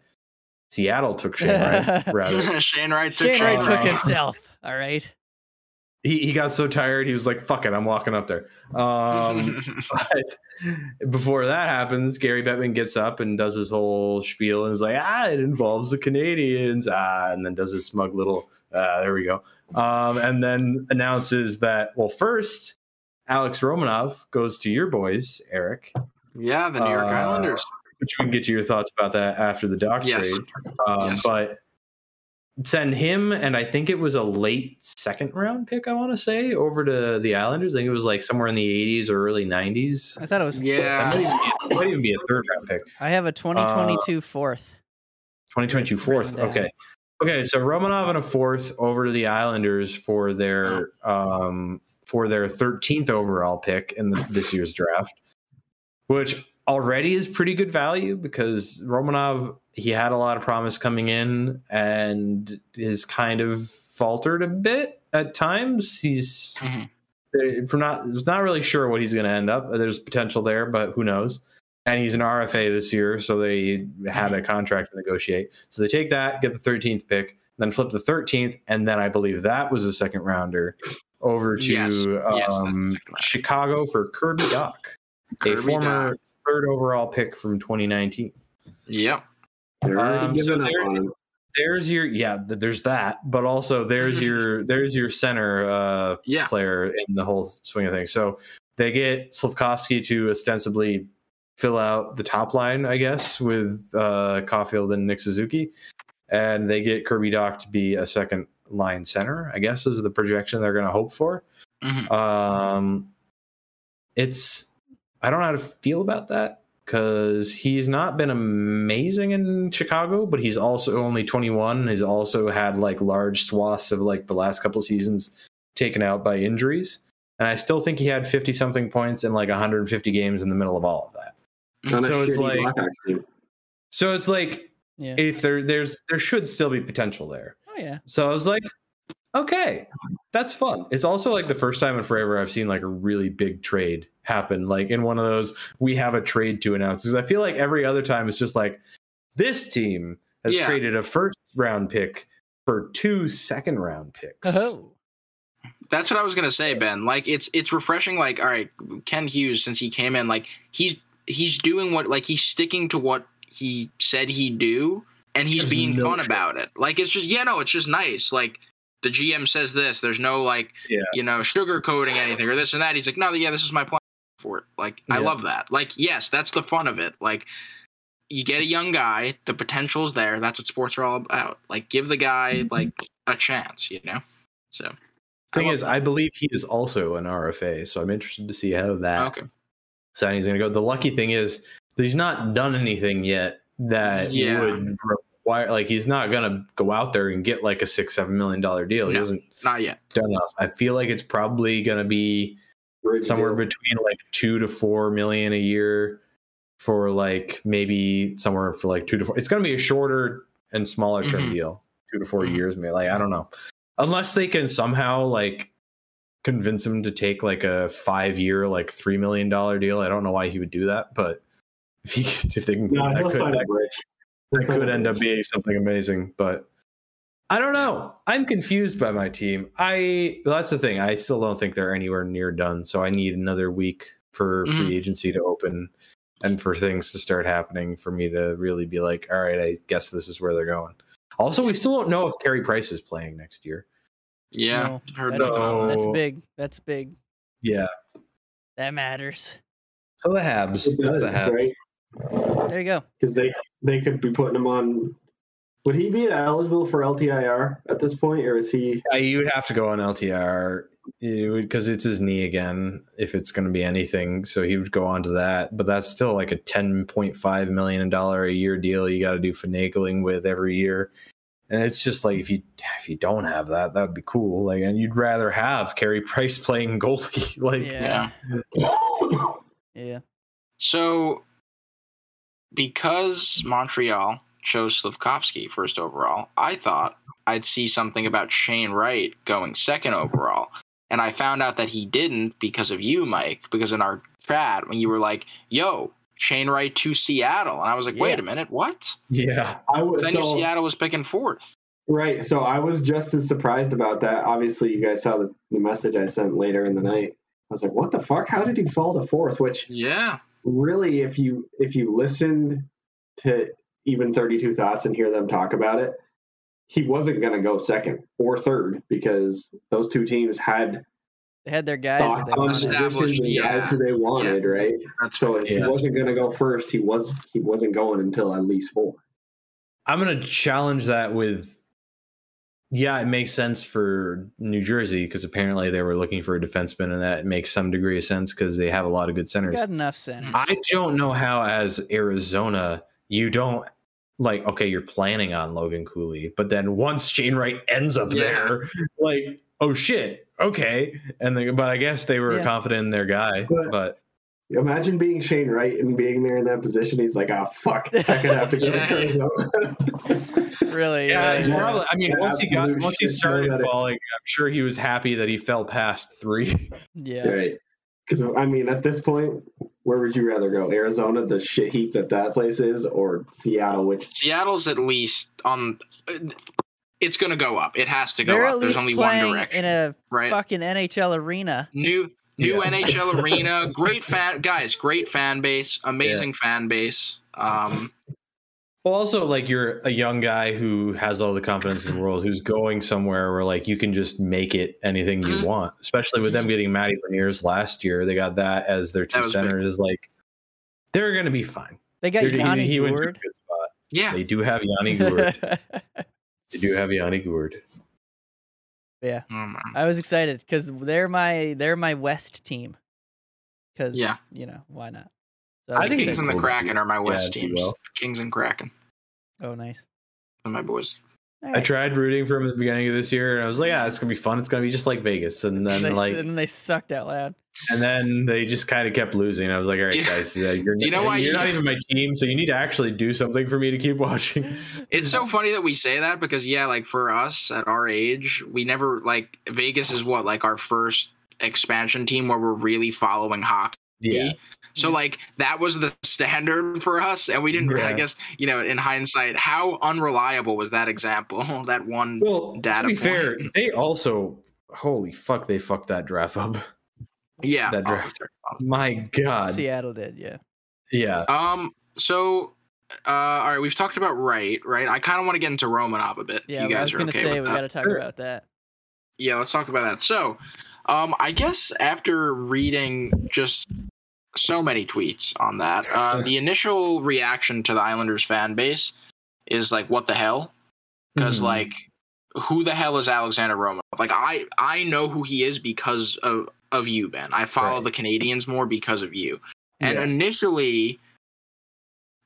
Speaker 2: Seattle took Shane Wright. Rather,
Speaker 1: Shane Wright took
Speaker 3: Shane Wright took
Speaker 1: Wright.
Speaker 3: himself. All right.
Speaker 2: he, he got so tired he was like, "Fuck it, I'm walking up there." Um, but before that happens, Gary Bettman gets up and does his whole spiel and is like, "Ah, it involves the Canadians," ah, and then does his smug little, ah, "There we go," um, and then announces that well, first Alex Romanov goes to your boys, Eric,
Speaker 1: yeah, the New York
Speaker 2: Uh,
Speaker 1: Islanders.
Speaker 2: which we can get to your thoughts about that after the doc
Speaker 1: Yes.
Speaker 2: trade. Um,
Speaker 1: Yes.
Speaker 2: But send him, and I think it was a late second round pick, I want to say, over to the Islanders. I think it was like somewhere in the 80s or early 90s.
Speaker 3: I thought it was.
Speaker 2: That
Speaker 1: Yeah,
Speaker 2: might even be, it might even be a third round pick.
Speaker 3: I have a 2022 fourth.
Speaker 2: 2022 fourth.
Speaker 3: Written down.
Speaker 2: Okay. Okay, so Romanov and a fourth over to the Islanders for their um for their 13th overall pick in the, this year's draft, which already is pretty good value because Romanov he had a lot of promise coming in and is kind of faltered a bit at times. He's
Speaker 1: Mhm.
Speaker 2: if we're not it's not really sure what he's going to end up. There's potential there, but who knows? And he's an RFA this year, so they
Speaker 1: Mm-hmm.
Speaker 2: had a contract to negotiate. So they take that, get the 13th pick, then flip the 13th, and then I believe that was a second rounder over to
Speaker 1: Yes. Yes, that's the second
Speaker 2: um,
Speaker 1: rounder.
Speaker 2: Chicago for Kirby Doc,
Speaker 1: Kirby
Speaker 2: a former
Speaker 1: Doc.
Speaker 2: third overall pick from 2019.
Speaker 1: Yep.
Speaker 6: They're already
Speaker 2: Um, so
Speaker 6: giving up
Speaker 2: there's-
Speaker 6: on him.
Speaker 2: There's your yeah, th- there's that, but also there's your there's your center uh,
Speaker 1: Yeah.
Speaker 2: player in the whole swing of things. So they get Slavkovsky to ostensibly fill out the top line, I guess, with uh, Caulfield and Nick Suzuki, and they get Kirby Doc to be a second line center. I guess is the projection they're going to hope for.
Speaker 1: Mhm.
Speaker 2: Um, it's I don't know how to feel about that because he's not been amazing in Chicago, but he's also only 21. He's also had like large swaths of like the last couple seasons taken out by injuries. And I still think he had 50 something points in like 150 games in the middle of all of that.
Speaker 3: Mm,
Speaker 6: On a
Speaker 2: so it's
Speaker 6: shitty
Speaker 2: like-
Speaker 6: Blackhawks team.
Speaker 2: So it's like
Speaker 3: Yeah.
Speaker 2: if there there's there should still be potential there.
Speaker 3: Oh yeah.
Speaker 2: So I was like, okay, that's fun. It's also like the first time in forever I've seen like a really big trade happen, like in one of those we have a trade to announce. Because I feel like every other time it's just like this team has
Speaker 1: Yeah.
Speaker 2: traded a first round pick for two second round picks.
Speaker 3: Oh.
Speaker 1: That's what I was gonna say, Ben. Like it's it's refreshing. Like all right, Ken Hughes since he came in, like he's he's doing what like he's sticking to what he said he'd do, and he's
Speaker 2: There's
Speaker 1: being
Speaker 2: no
Speaker 1: fun
Speaker 2: stress.
Speaker 1: about it. Like it's just yeah, no, it's just nice. Like the GM says this. There's no like
Speaker 2: Yeah.
Speaker 1: you know sugarcoating anything or this and that. He's like no, yeah, this is my plan for it. Like I
Speaker 2: Yeah.
Speaker 1: love that. Like yes, that's the fun of it. Like you get a young guy, the potential's there. That's what sports are all about. Like give the guy like a chance, you know. So I
Speaker 2: Mm-hmm. Thing
Speaker 1: love
Speaker 2: is, I believe he is also an RFA, so I'm interested to see how that
Speaker 1: Okay.
Speaker 2: signing's going to go. The lucky thing is that he's not done anything yet that
Speaker 1: Yeah.
Speaker 2: would require like he's not going to go out there and get like a six seven million dollar deal. He
Speaker 1: No.
Speaker 2: hasn't
Speaker 1: Not yet.
Speaker 2: done enough. I feel like it's probably going to be
Speaker 6: Bridge
Speaker 2: somewhere
Speaker 6: deal.
Speaker 2: between like two to four million a year for like maybe somewhere for like two to four. It's going to be a shorter and smaller term
Speaker 1: Mhm.
Speaker 2: deal, two to 4
Speaker 1: Mhm.
Speaker 2: years, maybe. Like I don't know, unless they can somehow like convince him to take like a five year, like three million dollar deal. I don't know why he would do that, but if he if they can,
Speaker 5: No,
Speaker 2: that
Speaker 5: he'll
Speaker 2: could-
Speaker 5: sign
Speaker 2: that
Speaker 5: a bridge.
Speaker 2: that could end up being something amazing, but I don't know. I'm confused by my team. I well, that's the thing. I still don't think they're anywhere near done, so I need another week for
Speaker 6: Mm-hmm.
Speaker 2: free agency to open and for things to start happening for me to really be like, all right, I guess this is where they're going. Also, we still don't know if Carey Price is playing next year.
Speaker 1: Yeah.
Speaker 3: No,
Speaker 1: heard
Speaker 3: that's,
Speaker 1: that.
Speaker 2: No.
Speaker 3: that's
Speaker 2: So-
Speaker 3: big. That's big.
Speaker 2: Yeah.
Speaker 3: That matters.
Speaker 2: So the Habs.
Speaker 6: It
Speaker 2: That's
Speaker 6: does,
Speaker 2: the Habs.
Speaker 6: right?
Speaker 3: There you go.
Speaker 6: Because they they could be putting him on. Would he be eligible for LTIR at this point, or is he?
Speaker 2: Yeah, you would have to go on LTR because it's his knee again. If it's going to be anything, so he would go on to that. But that's still like a ten point five million dollar a year deal. You got to do finagling with every year, and it's just like if you if you don't have that, that would be cool. Like, and you'd rather have Carey Price playing goalie. like,
Speaker 3: Yeah.
Speaker 6: I
Speaker 3: Yeah.
Speaker 1: So, because Montreal chose Slavkovsky first overall, I thought I'd see something about Shane Wright going second overall. And I found out that he didn't because of you, Mike, because in our chat, when you were like, yo, Shane Wright to Seattle. And I was like, wait
Speaker 3: Yeah.
Speaker 1: a minute, what?
Speaker 2: yeah.
Speaker 6: would.
Speaker 1: Because I knew
Speaker 6: So,
Speaker 1: Seattle was picking fourth.
Speaker 6: Right. So I was just as surprised about that. Obviously, you guys saw the, the message I sent later in the night. I was like, "What the fuck? How did he fall to fourth?" Which
Speaker 1: Yeah.
Speaker 6: really, if you if you listened to even Thirty Two Thoughts and hear them talk about it, he wasn't going to go second or third because those two teams had
Speaker 3: They had their guys. That
Speaker 6: thoughts
Speaker 3: they
Speaker 6: on
Speaker 3: wanted.
Speaker 1: Established,
Speaker 6: positions and guys
Speaker 1: yeah.
Speaker 6: who they wanted,
Speaker 1: Yeah.
Speaker 6: right?
Speaker 1: That's
Speaker 6: So if he
Speaker 2: Yeah.
Speaker 6: wasn't going to go first, he was he wasn't going until at least four.
Speaker 2: I'm going to challenge that with yeah, it makes sense for New Jersey because apparently they were looking for a defenseman, and that makes some degree of sense because they have a lot of good
Speaker 3: They
Speaker 2: centers.
Speaker 3: got enough centers.
Speaker 2: I don't know how, as Arizona, you don't like, okay, you're planning on Logan Cooley, but then once Shane Wright ends up
Speaker 1: Yeah.
Speaker 2: there, like, oh shit, okay. And they, but I guess they were
Speaker 3: Yeah.
Speaker 2: confident in their guy,
Speaker 6: But-
Speaker 2: but
Speaker 6: Imagine being Shane Wright and being there in that position. He's like, ah, fuck, I could have to go.
Speaker 1: Yeah.
Speaker 6: to
Speaker 3: really.
Speaker 2: yeah,
Speaker 3: really.
Speaker 2: he's probably, I mean,
Speaker 6: Yeah,
Speaker 2: once he got,
Speaker 6: absolute
Speaker 2: once he
Speaker 6: shit show
Speaker 2: started
Speaker 6: that it-
Speaker 2: falling, I'm sure he was happy that he fell past three.
Speaker 3: yeah.
Speaker 6: Right. Because I mean, at this point, where would you rather go? Arizona, the shit heap that that place is, or Seattle, which
Speaker 1: Seattle's at least on. It's going to go up. It has to go
Speaker 3: They're at
Speaker 1: up. There's
Speaker 3: least
Speaker 1: only one
Speaker 3: playing
Speaker 1: direction,
Speaker 3: in a
Speaker 1: right?
Speaker 3: fucking NHL arena.
Speaker 1: New new
Speaker 2: Yeah.
Speaker 1: NHL arena. Great fan guys. Great fan base. Amazing fan base. Um,
Speaker 2: Well, also, like, you're a young guy who has all the confidence in the world, who's going somewhere where, like, you can just make it anything you
Speaker 1: Mhm.
Speaker 2: want, especially with them getting Matty Berniers last year. They got that as their two
Speaker 1: Mm-hmm. was big.
Speaker 2: centers. Like, they're going to be fine.
Speaker 3: They got
Speaker 2: They're- he's-
Speaker 3: Yanni
Speaker 2: he went to a
Speaker 3: Gourde.
Speaker 2: good spot.
Speaker 1: yeah.
Speaker 2: They do have Yanni Gourd. they do have Yanni Gourd.
Speaker 1: Um,
Speaker 3: I was excited because they're my they're my West team. Because
Speaker 1: Yeah.
Speaker 3: you know why not? So
Speaker 2: I
Speaker 3: was
Speaker 1: the
Speaker 2: think
Speaker 1: Kings
Speaker 2: it's
Speaker 1: and the
Speaker 2: cool to
Speaker 1: Kraken
Speaker 2: see.
Speaker 1: are my West
Speaker 2: do
Speaker 1: teams.
Speaker 2: well.
Speaker 1: Kings and Kraken
Speaker 3: Oh, nice.
Speaker 1: are my boys.
Speaker 3: All
Speaker 2: I
Speaker 3: right.
Speaker 2: tried rooting for him at the beginning of this year, and I was like, yeah, it's going to be fun. It's going to be just like Vegas. And then,
Speaker 3: They s-
Speaker 2: like,
Speaker 3: and then they sucked out loud.
Speaker 2: And then they just kind of kept losing. I was like, all right,
Speaker 1: Yeah.
Speaker 2: guys, uh, you're,
Speaker 1: Do you know
Speaker 2: you're
Speaker 1: why you-
Speaker 2: not even my team, so you need to actually do something for me to keep watching.
Speaker 1: It's so funny that we say that because yeah, like for us at our age, we never like Vegas is what like our first expansion team where we're really following hockey.
Speaker 2: Yeah.
Speaker 1: So like that was the standard for us, and we didn't. really I
Speaker 2: Yeah.
Speaker 1: guess you know, in hindsight, how unreliable was that example? That one.
Speaker 2: Well,
Speaker 1: Data
Speaker 2: to be fair,
Speaker 1: point.
Speaker 2: they also holy fuck, they fucked that draft up.
Speaker 1: Yeah. Oh,
Speaker 2: that draft. My God.
Speaker 3: Seattle did, yeah.
Speaker 2: Yeah.
Speaker 1: Um. So. Uh, all right, we've talked about right, right. I kind of want to get into Romanov a bit.
Speaker 3: Yeah,
Speaker 1: you
Speaker 3: well, I
Speaker 1: guys
Speaker 3: was
Speaker 1: are
Speaker 3: gonna
Speaker 1: okay
Speaker 3: say
Speaker 1: with
Speaker 3: we
Speaker 1: that.
Speaker 3: got to talk
Speaker 2: Sure.
Speaker 3: about that.
Speaker 1: yeah let's talk about that so um i guess after reading just so many tweets on that uh the initial reaction to the islanders fan base is like what the hell because
Speaker 2: Mhm.
Speaker 1: like who the hell is alexander romanov like i i know who he is because of of you ben i follow
Speaker 2: Right.
Speaker 1: the canadians more because of you and
Speaker 2: Yeah.
Speaker 1: initially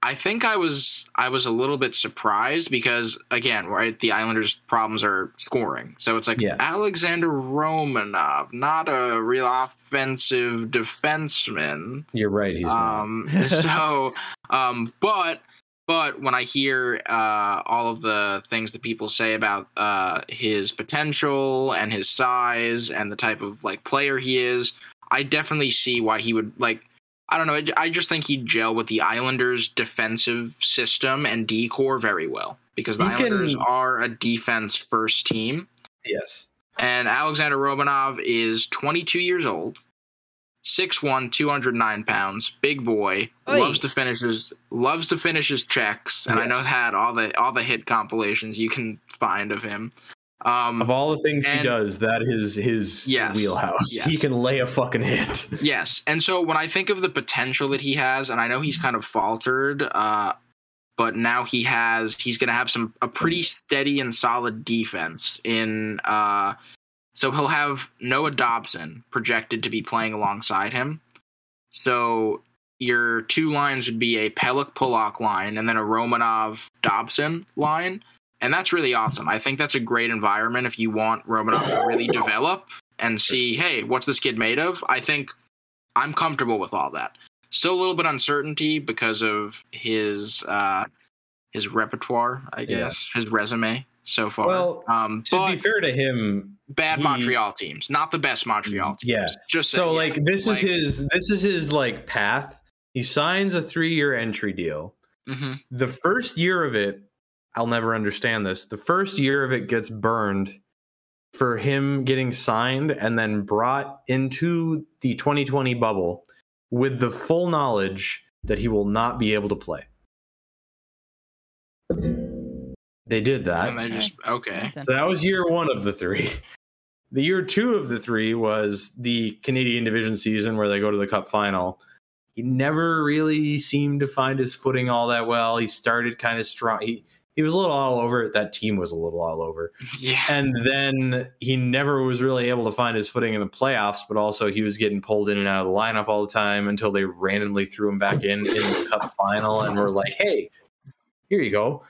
Speaker 1: i think i was i was a little bit surprised because again right the islanders problems are scoring so it's like
Speaker 2: Yeah.
Speaker 1: alexander romanov not a real offensive defenseman
Speaker 2: You're right. He's not.
Speaker 1: um so um but but when i hear uh all of the things that people say about uh his potential and his size and the type of like player he is i definitely see why he would like i don't know I- i just think he'd gel with the islanders defensive system and decor very well because the
Speaker 2: You can-
Speaker 1: islanders are a defense first team
Speaker 2: Yes.
Speaker 1: and Alexander Romanov is 22 years old, 6'1", 209 pounds, big boy,
Speaker 3: Oi.
Speaker 1: loves to finish his loves to finish his checks, and I know
Speaker 2: Yes.
Speaker 1: that all the all the hit compilations you can find of him. Um,
Speaker 2: Of all the things he
Speaker 1: and-
Speaker 2: does, that is his
Speaker 1: Yes.
Speaker 2: wheelhouse.
Speaker 1: Yes.
Speaker 2: He can lay a fucking hit.
Speaker 1: yes, and so when I think of the potential that he has, and I know he's kind of faltered, uh, but now he has he's going to have some a pretty steady and solid defense in. Uh, so he'll have Noah Dobson projected to be playing alongside him. So your two lines would be a Pelik Polak line and then a Romanov Dobson line. And that's really awesome. I think that's a great environment if you want Romanov to really develop and see, hey, what's this kid made of? I think I'm comfortable with all that. Still a little bit uncertainty because of his uh, his repertoire, I
Speaker 2: Yeah.
Speaker 1: guess, his resume so far.
Speaker 2: Well,
Speaker 1: um,
Speaker 2: To
Speaker 1: but
Speaker 2: be fair to him,
Speaker 1: bad
Speaker 2: he-
Speaker 1: Montreal teams, not the best Montreal teams.
Speaker 2: Yeah.
Speaker 1: Just
Speaker 2: so
Speaker 1: saying,
Speaker 2: like
Speaker 1: yeah.
Speaker 2: this is his this is his like path. He signs a three year entry deal.
Speaker 1: Mhm.
Speaker 2: the first year of it, I'll never understand this. The first year of it gets burned for him getting signed and then brought into the 2020 bubble with the full knowledge that he will not be able to play. They did that.
Speaker 1: and they just okay.
Speaker 2: So that was year one of the three. The year two of the three was the Canadian division season where they go to the cup final. He never really seemed to find his footing all that well. He started kind of strong. He he was a little all over. it. That team was a little all over.
Speaker 1: Yeah,
Speaker 2: And then he never was really able to find his footing in the playoffs, but also he was getting pulled in and out of the lineup all the time until they randomly threw him back in in the cup final and were like, hey, here you go.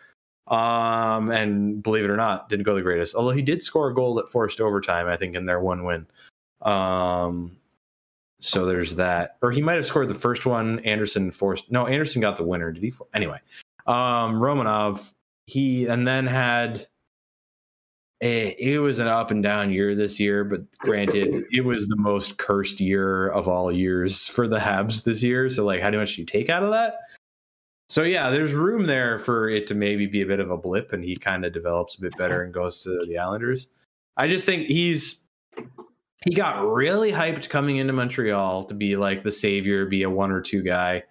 Speaker 2: Um, and believe it or not, didn't go the greatest. Although he did score a goal that forced overtime, I think, in their one win. Um, so there's that. Or he might have scored the first one. Anderson forced. No, Anderson got the winner. Did he? For, anyway, um, Romanov. He and then had. It, Eh, it was an up and down year this year, but granted, it was the most cursed year of all years for the Habs this year. So, like, how much do you take out of that? So yeah, there's room there for it to maybe be a bit of a blip, and he kind of develops a bit better and goes to the Islanders. I just think he's he got really hyped coming into Montreal to be like the savior, be a one or two guy,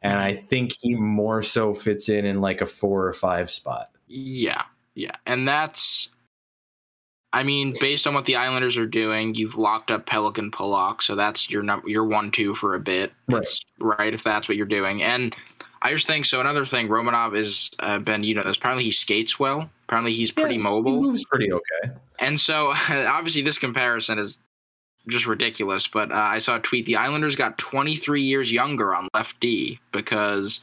Speaker 2: and I think he more so fits in in like a four or five spot.
Speaker 1: yeah, yeah. And that's, I mean, based on what the Islanders are doing, you've locked up Pelican Pollock, so that's your num- your one two for a bit.
Speaker 2: Right.
Speaker 1: That's right if that's what you're doing. And I just think so. Another thing, Romanov is uh, Ben. You know this. Apparently, he skates well. Apparently, he's pretty
Speaker 2: Yeah, He
Speaker 1: mobile.
Speaker 2: moves pretty okay.
Speaker 1: And so, obviously, this comparison is just ridiculous. But uh, I saw a tweet: the Islanders got 23 years younger on left D because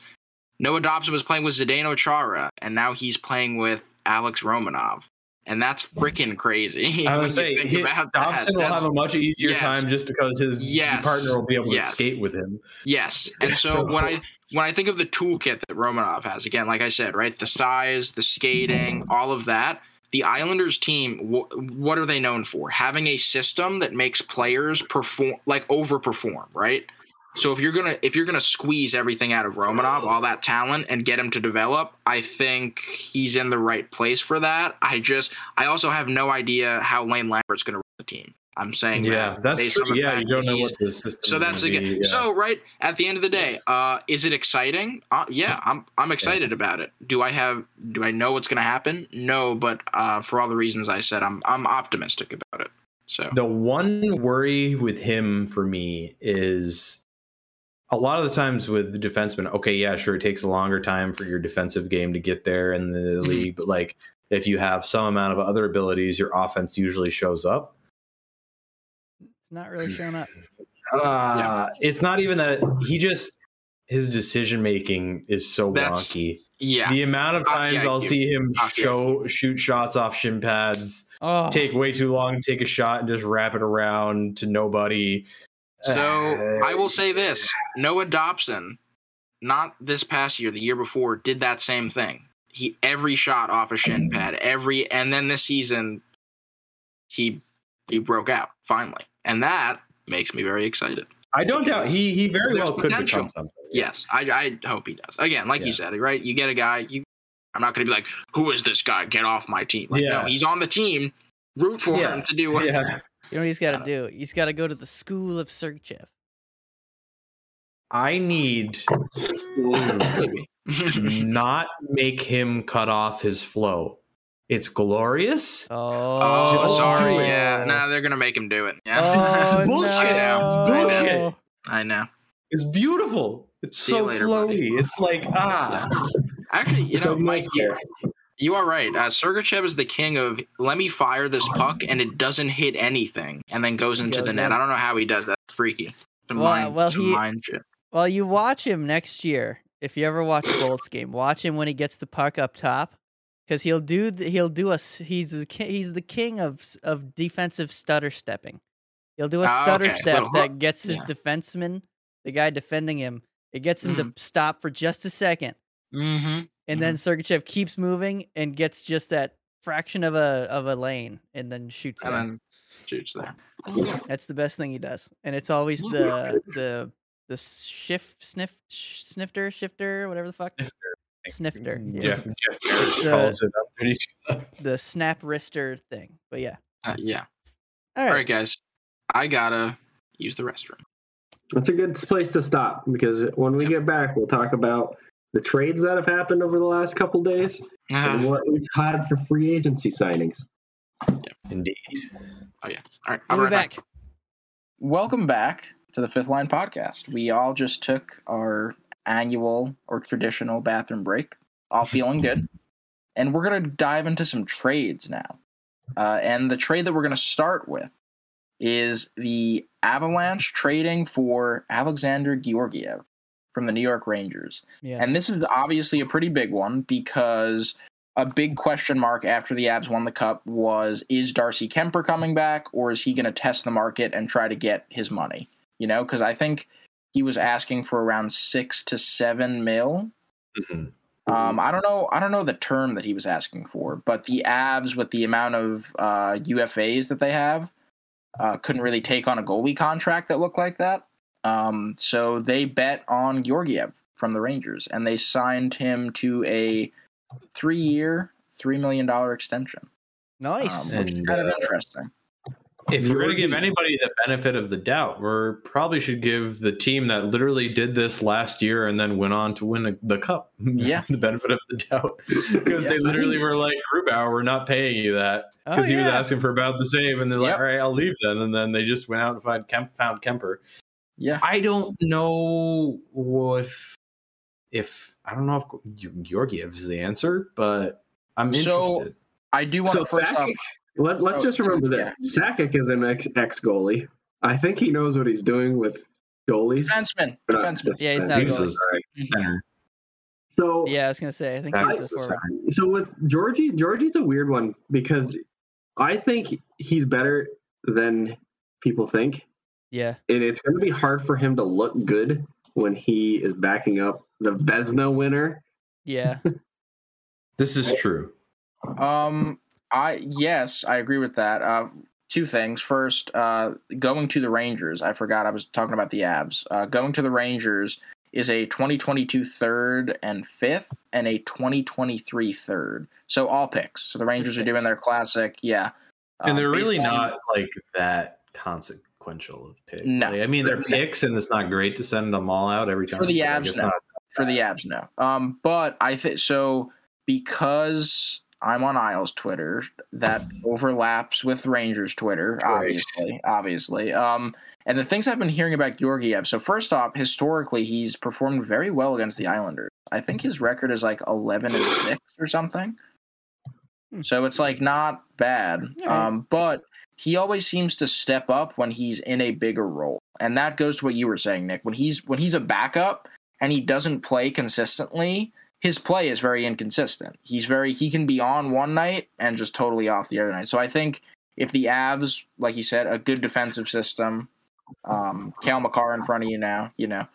Speaker 1: Noah Dobson was playing with Zdeno Chara, and now he's playing with Alex Romanov, and that's freaking crazy.
Speaker 2: I
Speaker 1: when you
Speaker 2: would say
Speaker 1: think
Speaker 2: hit-
Speaker 1: about that.
Speaker 2: Dobson will
Speaker 1: That's-
Speaker 2: have a much easier
Speaker 1: yes.
Speaker 2: time just because his
Speaker 1: Yes.
Speaker 2: partner will be able
Speaker 1: Yes.
Speaker 2: to skate with him.
Speaker 1: Yes, and so,
Speaker 2: So-
Speaker 1: when I when I think of the toolkit that Romanov has, again, like I said, right, the size, the skating, all of that. The Islanders team, wh- what are they known for? Having a system that makes players perform, like overperform, right? So if you're gonna if you're gonna squeeze everything out of Romanov, all that talent, and get him to develop, I think he's in the right place for that. I just I also have no idea how Lane Lambert's gonna run the team. I'm saying
Speaker 2: Yeah,
Speaker 1: that
Speaker 2: that's
Speaker 1: based
Speaker 2: true.
Speaker 1: on the
Speaker 2: yeah.
Speaker 1: fact
Speaker 2: You don't
Speaker 1: that
Speaker 2: know
Speaker 1: he's-
Speaker 2: what the system.
Speaker 1: so
Speaker 2: is gonna
Speaker 1: that's
Speaker 2: be,
Speaker 1: again.
Speaker 2: yeah.
Speaker 1: So right at the end of the day, uh, is it exciting? Uh, yeah, I'm I'm excited about it. Do I have do I know what's going to happen? No, but uh, for all the reasons I said, I'm I'm optimistic about it. So
Speaker 2: The one worry with him for me is a lot of the times with the defenseman, okay, yeah, sure, it takes a longer time for your defensive game to get there in the
Speaker 1: Mhm.
Speaker 2: league, but like if you have some amount of other abilities, your offense usually shows up.
Speaker 3: It's not
Speaker 2: Hmm.
Speaker 3: really showing up.
Speaker 2: Uh, It's not even that he just, his decision making is so
Speaker 1: That's-
Speaker 2: wonky.
Speaker 1: yeah,
Speaker 2: The amount of
Speaker 1: Hockey
Speaker 2: times I'll
Speaker 1: IQ.
Speaker 2: see him
Speaker 1: Hockey
Speaker 2: show shoot shots off shin pads,
Speaker 3: Oh,
Speaker 2: take way too long, take a shot, and just wrap it around to nobody.
Speaker 1: So
Speaker 2: Uh,
Speaker 1: I will say this: Noah Dobson, not this past year, the year before, did that same thing. He every shot off a shin pad, every, and then this season, he he broke out finally, and that makes me very excited.
Speaker 2: I don't doubt he he very
Speaker 1: There's
Speaker 2: well could
Speaker 1: potential.
Speaker 2: become something.
Speaker 1: Yes, I, I hope he does. Again, like you
Speaker 2: Yeah.
Speaker 1: said, right? You get a guy. You, I'm not going to be like, who is this guy? Get off my team. Like,
Speaker 2: Yeah.
Speaker 1: no, he's on the team. Root for
Speaker 2: Yeah.
Speaker 1: him to do what.
Speaker 2: Yeah.
Speaker 3: you know what he's
Speaker 1: Uh,
Speaker 3: got to do? He's got to go to the school of Sergeyev.
Speaker 2: I need
Speaker 1: Maybe. Mm-hmm.
Speaker 2: not make him cut off his flow. It's glorious.
Speaker 3: Oh,
Speaker 1: oh,
Speaker 2: Just
Speaker 1: sorry.
Speaker 2: do it.
Speaker 1: Yeah, nah, they're going to make him do it. Yeah,
Speaker 2: It's
Speaker 3: Oh,
Speaker 2: bullshit.
Speaker 1: It's
Speaker 3: no.
Speaker 2: bullshit.
Speaker 1: I know.
Speaker 2: It's beautiful. It's
Speaker 1: See you
Speaker 2: so
Speaker 1: later,
Speaker 2: flowy.
Speaker 1: buddy.
Speaker 2: It's like ah.
Speaker 1: Actually, you
Speaker 6: It's
Speaker 1: know,
Speaker 6: like
Speaker 1: Mike, you,
Speaker 6: Mike
Speaker 1: you are right. Uh, Sergachev is the king of let me fire this puck and it doesn't hit anything, and then goes
Speaker 3: He
Speaker 1: into the
Speaker 3: goes
Speaker 1: net.
Speaker 3: in.
Speaker 1: I don't know how he does that. It's freaky. Some
Speaker 3: Well,
Speaker 1: mind,
Speaker 3: well,
Speaker 1: some
Speaker 3: he-
Speaker 1: mind shit.
Speaker 3: Well, you watch him next year. If you ever watch a Bolts game, watch him when he gets the puck up top, because he'll do th- he'll do a s- he's the ki- he's the king of s- of defensive stutter stepping. He'll do a
Speaker 1: Ah,
Speaker 3: stutter
Speaker 1: okay.
Speaker 3: step
Speaker 1: Little
Speaker 3: that
Speaker 1: hook.
Speaker 3: gets his defenseman, the guy defending him, it gets him to stop for just a second,
Speaker 1: Mm-hmm.
Speaker 3: and then Sergachev keeps moving and gets just that fraction of a of a lane, and then shoots.
Speaker 1: And
Speaker 3: there.
Speaker 1: then shoots there.
Speaker 3: That's the best thing he does, and it's always the the the shift sniff sh- snifter shifter whatever the fuck snifter. Yeah.
Speaker 2: Jeff Jeff Barrett
Speaker 3: It's the-
Speaker 2: calls it up. pretty-
Speaker 3: The snap wrister thing. But yeah.
Speaker 1: Uh, yeah.
Speaker 3: All
Speaker 1: All
Speaker 3: right.
Speaker 1: right, guys. I gotta use the restroom.
Speaker 6: That's a good place to stop because when we get back, we'll talk about the trades that have happened over the last couple days
Speaker 3: Ah.
Speaker 6: and
Speaker 1: Uh,
Speaker 6: what we've had for free agency signings.
Speaker 2: Indeed.
Speaker 1: all right, I'll
Speaker 3: We'll
Speaker 1: be
Speaker 3: be
Speaker 1: right back.
Speaker 3: back.
Speaker 1: Welcome back to the Fifth Line Podcast. We all just took our annual or traditional bathroom break, all feeling good. And we're going to dive into some trades now. Uh, and the trade that we're going to start with is the Avalanche trading for Alexander Georgiev from the New York Rangers.
Speaker 3: Yes.
Speaker 1: And this is obviously a pretty big one because a big question mark after the Abs won the cup was is Darcy Kemper coming back or is he going to test the market and try to get his money? You know, because I think he was asking for around six to seven mil.
Speaker 2: Mhm.
Speaker 1: Um, I don't know. I don't know the term that he was asking for, but the Abs with the amount of uh, UFAs that they have uh, couldn't really take on a goalie contract that looked like that. Um, so they bet on Georgiev from the Rangers, and they signed him to a three-year, three million dollar extension,
Speaker 3: nice.
Speaker 1: um, which is
Speaker 2: And,
Speaker 1: kind of
Speaker 2: uh,
Speaker 1: interesting.
Speaker 2: If we're going to give
Speaker 6: Georgie-
Speaker 2: anybody the benefit of the doubt, we're probably should give the team that literally did this last year and then went on to win the cup.
Speaker 1: Yeah.
Speaker 2: the benefit of the doubt because they literally were like, "Grubauer, we're not paying you that."
Speaker 3: Oh,
Speaker 2: because he was
Speaker 3: yeah.
Speaker 2: asking for about the same, and they're
Speaker 1: Yep.
Speaker 2: like, "All right, I'll leave then." And then they just went out and find Kemp, found Kemper.
Speaker 1: Yeah,
Speaker 2: I don't know if if I don't know if Ge- Georgiev is the answer, but I'm
Speaker 1: So-
Speaker 2: interested.
Speaker 1: I do want
Speaker 6: So
Speaker 1: to first off.
Speaker 6: Sakic, let, let's
Speaker 1: Oh,
Speaker 6: just remember this: Sakic is an ex ex goalie. I think he knows what he's doing with goalies.
Speaker 1: Defenseman,
Speaker 6: but not
Speaker 1: defenseman.
Speaker 6: just-
Speaker 3: Yeah, he's not a
Speaker 2: He was
Speaker 3: goalie.
Speaker 2: a center.
Speaker 6: So
Speaker 3: Yeah, I was gonna say. I think
Speaker 2: That
Speaker 3: he's a
Speaker 2: was a
Speaker 3: forward.
Speaker 2: center.
Speaker 6: so with Georgie, Georgie's a weird one because I think he's better than people think.
Speaker 3: Yeah.
Speaker 6: and it's going to be hard for him to look good when he is backing up the Vesna winner.
Speaker 3: Yeah.
Speaker 2: This is true.
Speaker 1: Um, I yes, I agree with that. Uh, two things. First, uh, going to the Rangers. I forgot I was talking about the Abs. Uh, going to the Rangers is a 2022 third and fifth, and a 2023 third. So all picks. So the Rangers are doing their classic. Yeah,
Speaker 2: and
Speaker 1: Uh,
Speaker 2: they're really
Speaker 1: based on-
Speaker 2: not like that consequential of pick.
Speaker 1: No.
Speaker 2: Like, I mean they're
Speaker 1: No.
Speaker 2: picks, and it's not great to send them all out every time.
Speaker 1: For the
Speaker 2: but I
Speaker 1: abs,
Speaker 2: guess
Speaker 1: no.
Speaker 2: not.
Speaker 1: for the abs no um but i think so because i'm on isles twitter that overlaps with rangers twitter obviously obviously um and the things i've been hearing about georgiev so first off historically he's performed very well against the islanders i think his record is like 11 and 6 or something
Speaker 3: Hmm.
Speaker 1: so it's like not bad
Speaker 3: Alright.
Speaker 1: um but he always seems to step up when he's in a bigger role and that goes to what you were saying nick when he's when he's a backup and he doesn't play consistently, his play is very inconsistent. He's very he can be on one night and just totally off the other night. So I think if the Avs, like you said, a good defensive system, um, Cal McCarr in front of you now, you know,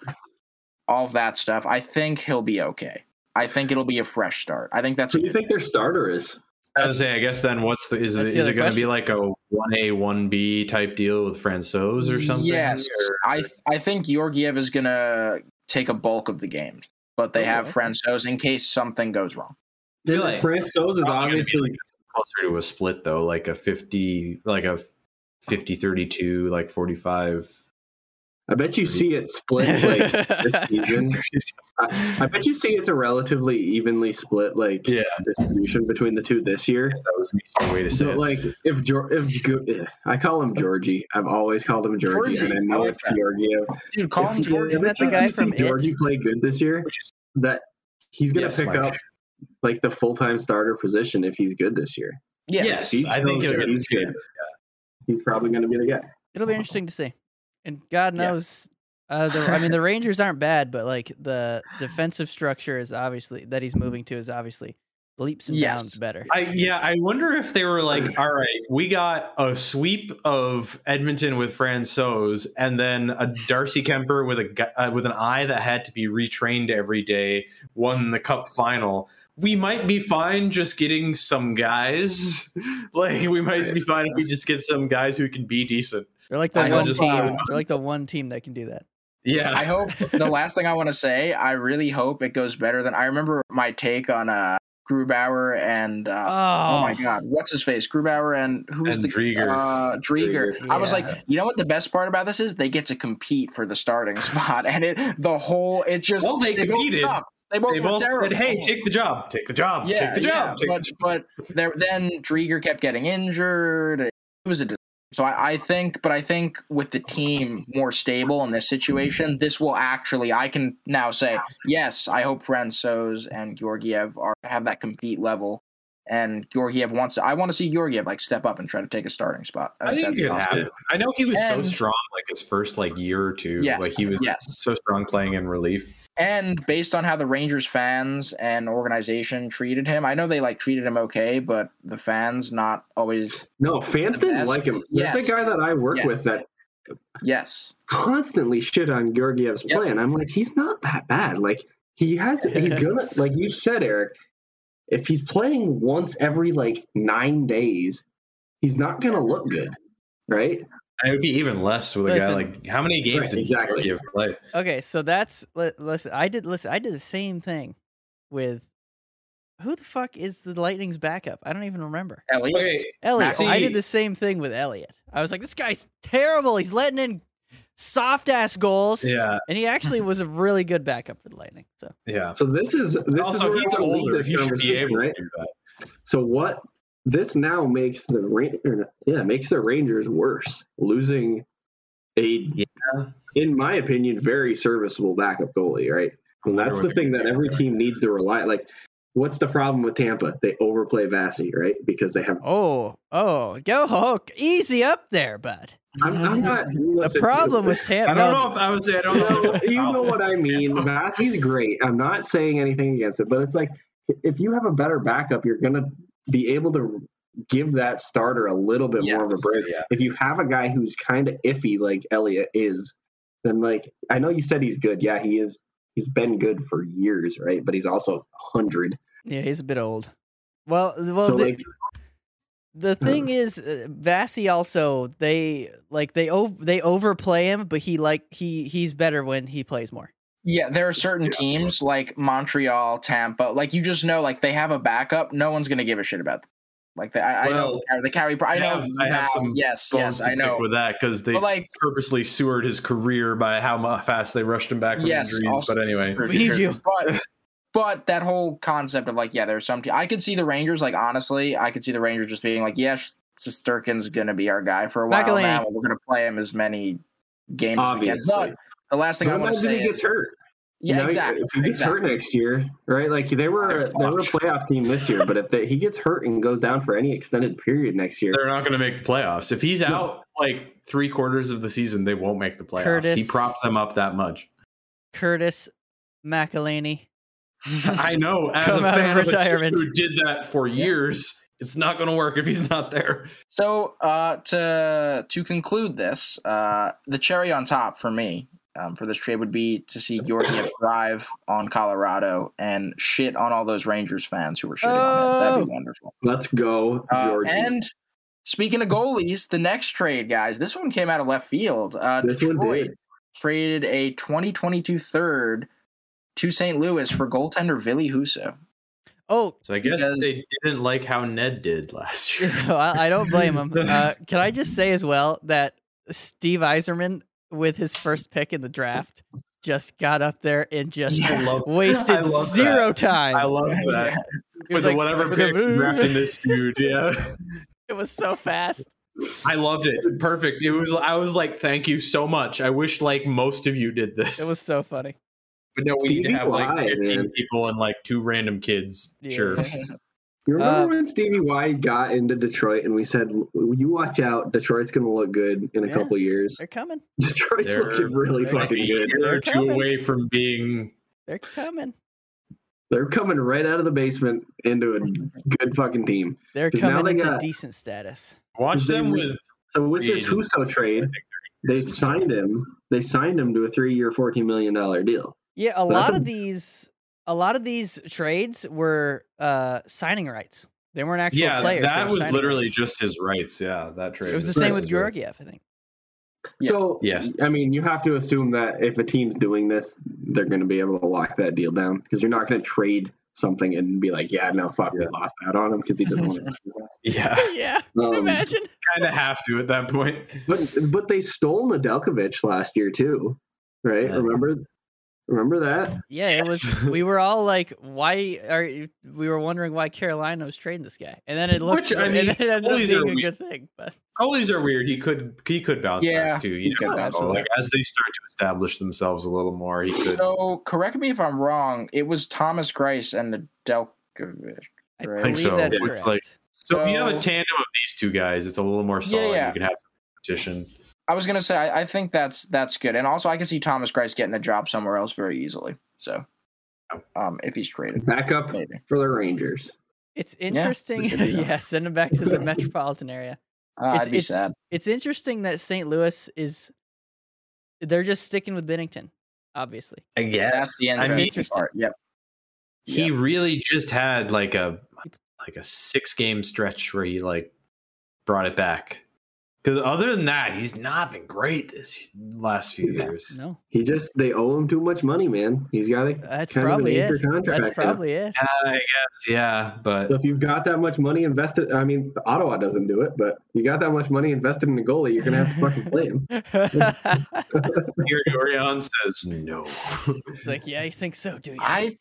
Speaker 1: all of that stuff, I think he'll be okay. I think it'll be a fresh start. I think that's
Speaker 6: So you think their starter is?
Speaker 2: I was saying, I guess then what's the is,
Speaker 3: That's
Speaker 2: it
Speaker 3: the
Speaker 2: is it
Speaker 3: other
Speaker 2: going to be like a one A one B type deal with Franco's or something?
Speaker 1: Yes,
Speaker 2: Or-
Speaker 1: I I think Georgiev is gonna take a bulk of the games, but they
Speaker 3: Okay,
Speaker 1: have
Speaker 3: okay.
Speaker 1: Franco's in case something goes wrong.
Speaker 2: I feel like
Speaker 6: Franz Sos
Speaker 2: probably
Speaker 6: is
Speaker 2: gonna be
Speaker 6: obviously
Speaker 2: like closer to a split though, like a fifty, like a 50 32 like 45
Speaker 6: I bet you see it split like this season. I, I bet you see it's a relatively evenly split like
Speaker 2: Yeah.
Speaker 6: distribution between the two this year.
Speaker 2: Yes, that was an easier way to say
Speaker 6: So
Speaker 2: it.
Speaker 6: like if Geor- if Gu- eh, I call him Georgie, I've always called him Georgie,
Speaker 1: Georgie,
Speaker 6: and I
Speaker 1: I
Speaker 6: know
Speaker 1: like
Speaker 6: it's
Speaker 1: that.
Speaker 6: Georgiev.
Speaker 1: Dude, call him
Speaker 6: If-
Speaker 1: Georgiev.
Speaker 3: Isn't that the
Speaker 6: every
Speaker 3: guy
Speaker 6: time you see
Speaker 3: from It?
Speaker 6: Georgie play good this year?
Speaker 2: Which is-
Speaker 6: That he's gonna
Speaker 2: Yes,
Speaker 6: pick
Speaker 2: Mike.
Speaker 6: up like the full time starter position if he's good this year.
Speaker 1: Yeah.
Speaker 2: yes
Speaker 6: He
Speaker 2: i think he'll
Speaker 6: knows
Speaker 2: get
Speaker 6: that
Speaker 2: the
Speaker 6: he's good.
Speaker 2: chance.
Speaker 6: He's probably gonna be the guy.
Speaker 3: It'll be interesting to see. And God
Speaker 1: Yeah.
Speaker 3: knows, uh, the, I mean, the Rangers aren't bad, but like the defensive structure is obviously that he's moving to is obviously leaps and
Speaker 1: Yes.
Speaker 3: bounds better.
Speaker 2: I yeah, I wonder if they were like, all right, we got a sweep of Edmonton with Franco's, and then a Darcy Kemper with a gu- uh, with an eye that had to be retrained every day won the Cup final. We might be fine just getting some guys. like we might be fine if we just get some guys who can be decent.
Speaker 3: They're like the
Speaker 1: I
Speaker 3: one
Speaker 2: just-
Speaker 3: team. They're like the one team that can do that.
Speaker 2: Yeah.
Speaker 1: I hope the last thing I want to say, I really hope it goes better than I remember my take on uh Grubauer and uh, oh. my god, what's his face? Grubauer and who's
Speaker 2: And
Speaker 1: the
Speaker 2: Drieger.
Speaker 1: Uh, Drieger.
Speaker 6: Drieger.
Speaker 1: I was
Speaker 3: Yeah.
Speaker 1: like, you know what the best part about this is? They get to compete for the starting spot, and it the whole it just
Speaker 2: Well, they
Speaker 1: both
Speaker 2: competed.
Speaker 1: sucked. They both,
Speaker 2: they
Speaker 1: were
Speaker 2: both said,
Speaker 1: terrible.
Speaker 2: "Hey, take the job, take the job,
Speaker 1: yeah,
Speaker 2: Ah, take the job."
Speaker 1: yeah,
Speaker 2: take the
Speaker 1: but but there, then Drieger kept getting injured. It was a dis- so I, I think, but I think with the team more stable in this situation, this will actually I can now say yes. I hope Franco's and Georgiev are have that compete level, and Georgiev wants. I want to see Georgiev like step up and try to take a starting spot.
Speaker 2: I think
Speaker 1: that'd
Speaker 2: it
Speaker 1: be
Speaker 2: could
Speaker 1: awesome.
Speaker 2: happen. I know he was so
Speaker 1: And-
Speaker 2: strong, like his first like year or two,
Speaker 1: Yes.
Speaker 2: like he was
Speaker 1: Yes,
Speaker 2: so strong playing in relief.
Speaker 1: and based on how the Rangers fans and organization treated him, I know they like treated him okay, but the fans not always.
Speaker 6: No, fans didn't
Speaker 1: Yes.
Speaker 6: like him.
Speaker 1: Yes.
Speaker 6: There's a guy that I work
Speaker 1: Yes.
Speaker 6: with that
Speaker 1: Yes,
Speaker 6: constantly shit on Georgiev's
Speaker 1: Yep.
Speaker 6: play, and I'm like, he's not that bad. Like he has, he's gonna, like you said, Eric. If he's playing once every like nine days, he's not gonna look good, right?
Speaker 2: And it would be even less with a
Speaker 3: Listen.
Speaker 2: guy like how many games
Speaker 6: Right,
Speaker 2: did
Speaker 6: exactly.
Speaker 2: Georgiev play?
Speaker 3: Okay, so that's li- listen. I did listen. I did the same thing with who the fuck is the Lightning's backup? I don't even remember.
Speaker 1: Elliot.
Speaker 2: Okay,
Speaker 3: Elliot. I
Speaker 2: See-
Speaker 3: did the same thing with Elliot. I was like, this guy's terrible. He's letting in soft ass goals,
Speaker 2: yeah,
Speaker 3: and he actually was a really good backup for the Lightning. So
Speaker 2: yeah.
Speaker 6: So this is this is
Speaker 2: also,
Speaker 6: where I
Speaker 2: he's
Speaker 6: wanna lead
Speaker 2: older.
Speaker 6: this
Speaker 2: He should be
Speaker 6: conversation,
Speaker 2: able
Speaker 6: right?
Speaker 2: to do that.
Speaker 6: So what this now makes the Ra- or, yeah makes the Rangers worse, losing a in my opinion very serviceable backup goalie, right? And that's the thing that every team needs to rely. Like, what's the problem with Tampa? They overplay Vasi, right? Because they have.
Speaker 3: oh oh go Hulk, easy up there, bud.
Speaker 6: I'm, I'm not.
Speaker 3: The problem with Tampa.
Speaker 2: I don't know if I would say I don't know. if it's a
Speaker 6: you know
Speaker 2: problem.
Speaker 6: what I mean. Vasi's great. I'm not saying anything against it, but it's like if you have a better backup, you're gonna be able to give that starter a little bit
Speaker 1: Yeah,
Speaker 6: more of a break.
Speaker 2: Yeah.
Speaker 6: if you have a guy who's kind of iffy like Elliot is, then like I know you said he's good. Yeah, he is. He's been good for years, right? But he's also hundred.
Speaker 3: Yeah, he's a bit old. Well, well,
Speaker 6: so
Speaker 3: the,
Speaker 6: like,
Speaker 3: The thing is, uh, Vasi also they like they over they overplay him, but he like he he's better when he plays more.
Speaker 1: Yeah, there are certain teams like Montreal, Tampa, like you just know, like they have a backup. No one's gonna give a shit about them. Like they, I, I know
Speaker 2: Well,
Speaker 1: they carry- they carry. I
Speaker 2: I
Speaker 1: know.
Speaker 2: have- I have
Speaker 1: Val-
Speaker 2: some
Speaker 1: Yes, yes,
Speaker 2: Bones to
Speaker 1: I
Speaker 2: pick
Speaker 1: know.
Speaker 2: with that because they
Speaker 1: But like,
Speaker 2: purposely sewered his career by how mu- fast they rushed him back from
Speaker 1: Yes,
Speaker 2: injuries.
Speaker 1: also-
Speaker 2: but anyway,
Speaker 3: We need you.
Speaker 1: But but that whole concept of like, yeah, there's some. Te- I could see the Rangers. Like honestly, I could see the Rangers just being like, yes, Sisterkin's gonna be our guy for a while
Speaker 3: McElhinney.
Speaker 1: now. and We're gonna play him as many games as we
Speaker 6: obviously,
Speaker 1: can. But the last thing I
Speaker 6: But
Speaker 1: want to
Speaker 6: imagine
Speaker 1: say
Speaker 6: he gets
Speaker 1: is,
Speaker 6: hurt. You
Speaker 1: yeah,
Speaker 6: know,
Speaker 1: exactly.
Speaker 6: If he gets
Speaker 1: exactly.
Speaker 6: hurt next year, right? Like they were
Speaker 2: They're
Speaker 6: they were a
Speaker 2: fucked.
Speaker 6: playoff team this year, but if they, he gets hurt and goes down for any extended period next year,
Speaker 2: they're not going to make the playoffs. If he's
Speaker 6: No.
Speaker 2: out like three quarters of the season, they won't make the playoffs. He
Speaker 3: Curtis-
Speaker 2: props them up that much.
Speaker 3: Curtis McElhaney.
Speaker 2: I know, as
Speaker 3: Come
Speaker 2: a
Speaker 3: out of
Speaker 2: fan of, a team
Speaker 3: retirement.
Speaker 2: who did that for years, it's not going to work if he's not there.
Speaker 1: So uh, to to conclude this, uh, the cherry on top for me um, for this trade would be to see Georgiev thrive on Colorado and shit on all those Rangers fans who were shitting on him. That'd
Speaker 3: Oh.
Speaker 1: be wonderful.
Speaker 6: let's go,
Speaker 1: Uh,
Speaker 6: Georgie.
Speaker 1: and speaking of goalies, the next trade, guys, this one came out of left field. Uh,
Speaker 6: This one
Speaker 1: Detroit
Speaker 6: did.
Speaker 1: traded a 2022 third to St. Louis for goaltender Vili Huso.
Speaker 3: Oh,
Speaker 2: So I guess
Speaker 1: Because-
Speaker 2: they didn't like how Ned did last year.
Speaker 3: I, I don't blame him. Uh, can I just say as well that Steve Eiserman with his first pick in the draft just got up there and just
Speaker 2: I love, I
Speaker 3: wasted
Speaker 2: love
Speaker 3: zero
Speaker 2: That. I
Speaker 3: time.
Speaker 2: love that.
Speaker 3: He
Speaker 2: With
Speaker 3: was
Speaker 2: the
Speaker 3: like-
Speaker 2: whatever
Speaker 3: with the-
Speaker 2: pick drafting this dude, yeah.
Speaker 3: it was so fast.
Speaker 2: I loved it. Perfect. It was. I was like, thank you so much. I wish like most of you did this.
Speaker 3: It was so funny.
Speaker 2: but no, we need to
Speaker 6: Stevie
Speaker 2: have like
Speaker 6: Y,
Speaker 2: 15
Speaker 6: man.
Speaker 2: people and like two random kids.
Speaker 3: Yeah.
Speaker 2: Sure.
Speaker 6: You
Speaker 3: Uh,
Speaker 6: remember when Stevie Y got into Detroit and we said, "You watch out, Detroit's going to look good in a
Speaker 3: Yeah.
Speaker 6: couple years."
Speaker 3: They're coming.
Speaker 6: Detroit's
Speaker 2: They're-
Speaker 6: looking really
Speaker 3: they're
Speaker 6: fucking good.
Speaker 2: They're two
Speaker 3: coming.
Speaker 2: away from being.
Speaker 3: They're coming.
Speaker 6: They're coming right out of the basement into a good fucking team.
Speaker 3: They're
Speaker 6: 'Cause now
Speaker 3: coming
Speaker 6: they
Speaker 3: into
Speaker 6: got-
Speaker 3: decent status.
Speaker 2: Watch
Speaker 6: They
Speaker 2: them
Speaker 6: re-
Speaker 2: with.
Speaker 6: So with
Speaker 2: Free
Speaker 6: this
Speaker 2: agents.
Speaker 6: Huso trade,
Speaker 2: Free
Speaker 6: they
Speaker 2: agents.
Speaker 6: signed him. They signed him to a three-year, fourteen million dollar deal.
Speaker 3: Yeah, a
Speaker 6: So that's
Speaker 3: lot
Speaker 6: a-
Speaker 3: of these a lot of these trades were uh signing rights. They weren't actual
Speaker 2: Yeah,
Speaker 3: players. they
Speaker 2: that
Speaker 3: were
Speaker 2: was
Speaker 3: signing
Speaker 2: literally
Speaker 3: rights.
Speaker 2: just his rights. Yeah, that trade.
Speaker 3: It was the
Speaker 2: is
Speaker 3: same
Speaker 2: just
Speaker 3: with
Speaker 2: his rights.
Speaker 3: Georgiev, I think.
Speaker 1: Yeah.
Speaker 6: So
Speaker 2: Yes.
Speaker 6: I mean, you have to assume that if a team's doing this, they're going to be able to lock that deal down because you're not going to trade something and be like, yeah, no, fuck, we
Speaker 2: Yeah.
Speaker 6: lost out on him because he doesn't want to.
Speaker 2: Yeah,
Speaker 3: yeah.
Speaker 6: Um,
Speaker 3: Imagine.
Speaker 2: kind of have to at that point.
Speaker 6: but but they stole Nedeljkovic last year too, right?
Speaker 2: Yeah.
Speaker 6: Remember, remember that?
Speaker 3: Yeah, it was.
Speaker 2: Yes.
Speaker 3: We were all like, "Why are you?" We were wondering why Carolina was trading this guy, and then it looked.
Speaker 2: Which, I
Speaker 3: and
Speaker 2: mean,
Speaker 3: then it ended up
Speaker 2: goalies are
Speaker 3: being a
Speaker 2: weak.
Speaker 3: good thing. But
Speaker 2: Goalies are weird. He could he could bounce
Speaker 1: Yeah,
Speaker 2: back too.
Speaker 1: he
Speaker 2: You
Speaker 1: could
Speaker 2: never know.
Speaker 1: bounce back.
Speaker 2: Like as they start to establish themselves a little more, he could.
Speaker 1: So correct me if I'm wrong. It was Thomas Grice and Nedeljkovic.
Speaker 3: I
Speaker 1: Right.
Speaker 3: believe
Speaker 1: I think
Speaker 2: so,
Speaker 3: that's
Speaker 2: which,
Speaker 3: correct.
Speaker 2: like- So, if you have a tandem of these two guys, it's a little more
Speaker 1: Yeah,
Speaker 2: solid.
Speaker 1: yeah.
Speaker 2: You can have some competition.
Speaker 1: I was gonna say I, I think that's that's good, and also I can see Thomas Grice getting a job somewhere else very easily. So, um, if he's traded,
Speaker 6: Back up
Speaker 1: maybe.
Speaker 6: for the Rangers.
Speaker 3: it's
Speaker 1: we
Speaker 3: interesting.
Speaker 1: should do
Speaker 3: Yeah,
Speaker 1: that.
Speaker 3: send him back to the metropolitan area.
Speaker 1: Uh,
Speaker 3: it's
Speaker 1: I'd be
Speaker 3: it's
Speaker 1: sad.
Speaker 3: it's interesting that St. Louis is. They're just sticking with Bennington, obviously.
Speaker 2: I
Speaker 1: That's the
Speaker 2: I mean-
Speaker 1: interesting part. Yep.
Speaker 2: he
Speaker 1: Yeah.
Speaker 2: really just had like a like a six game stretch where he like brought it back. Because other than that, he's not been great this last few
Speaker 6: Yeah.
Speaker 2: years.
Speaker 3: No,
Speaker 6: He just they owe him too much money, man. He's got to
Speaker 3: that's
Speaker 6: Kind of an
Speaker 3: probably
Speaker 6: anchor
Speaker 3: it.
Speaker 6: contract,
Speaker 3: That's
Speaker 6: yeah.
Speaker 3: probably it.
Speaker 2: Yeah, I guess. Yeah, but
Speaker 6: So if you've got that much money invested, I mean, Ottawa doesn't do it, but you got that much money invested in a goalie, you're gonna have to fucking play him.
Speaker 2: here Dorian says no.
Speaker 3: it's like, yeah, you think so, do you?
Speaker 1: I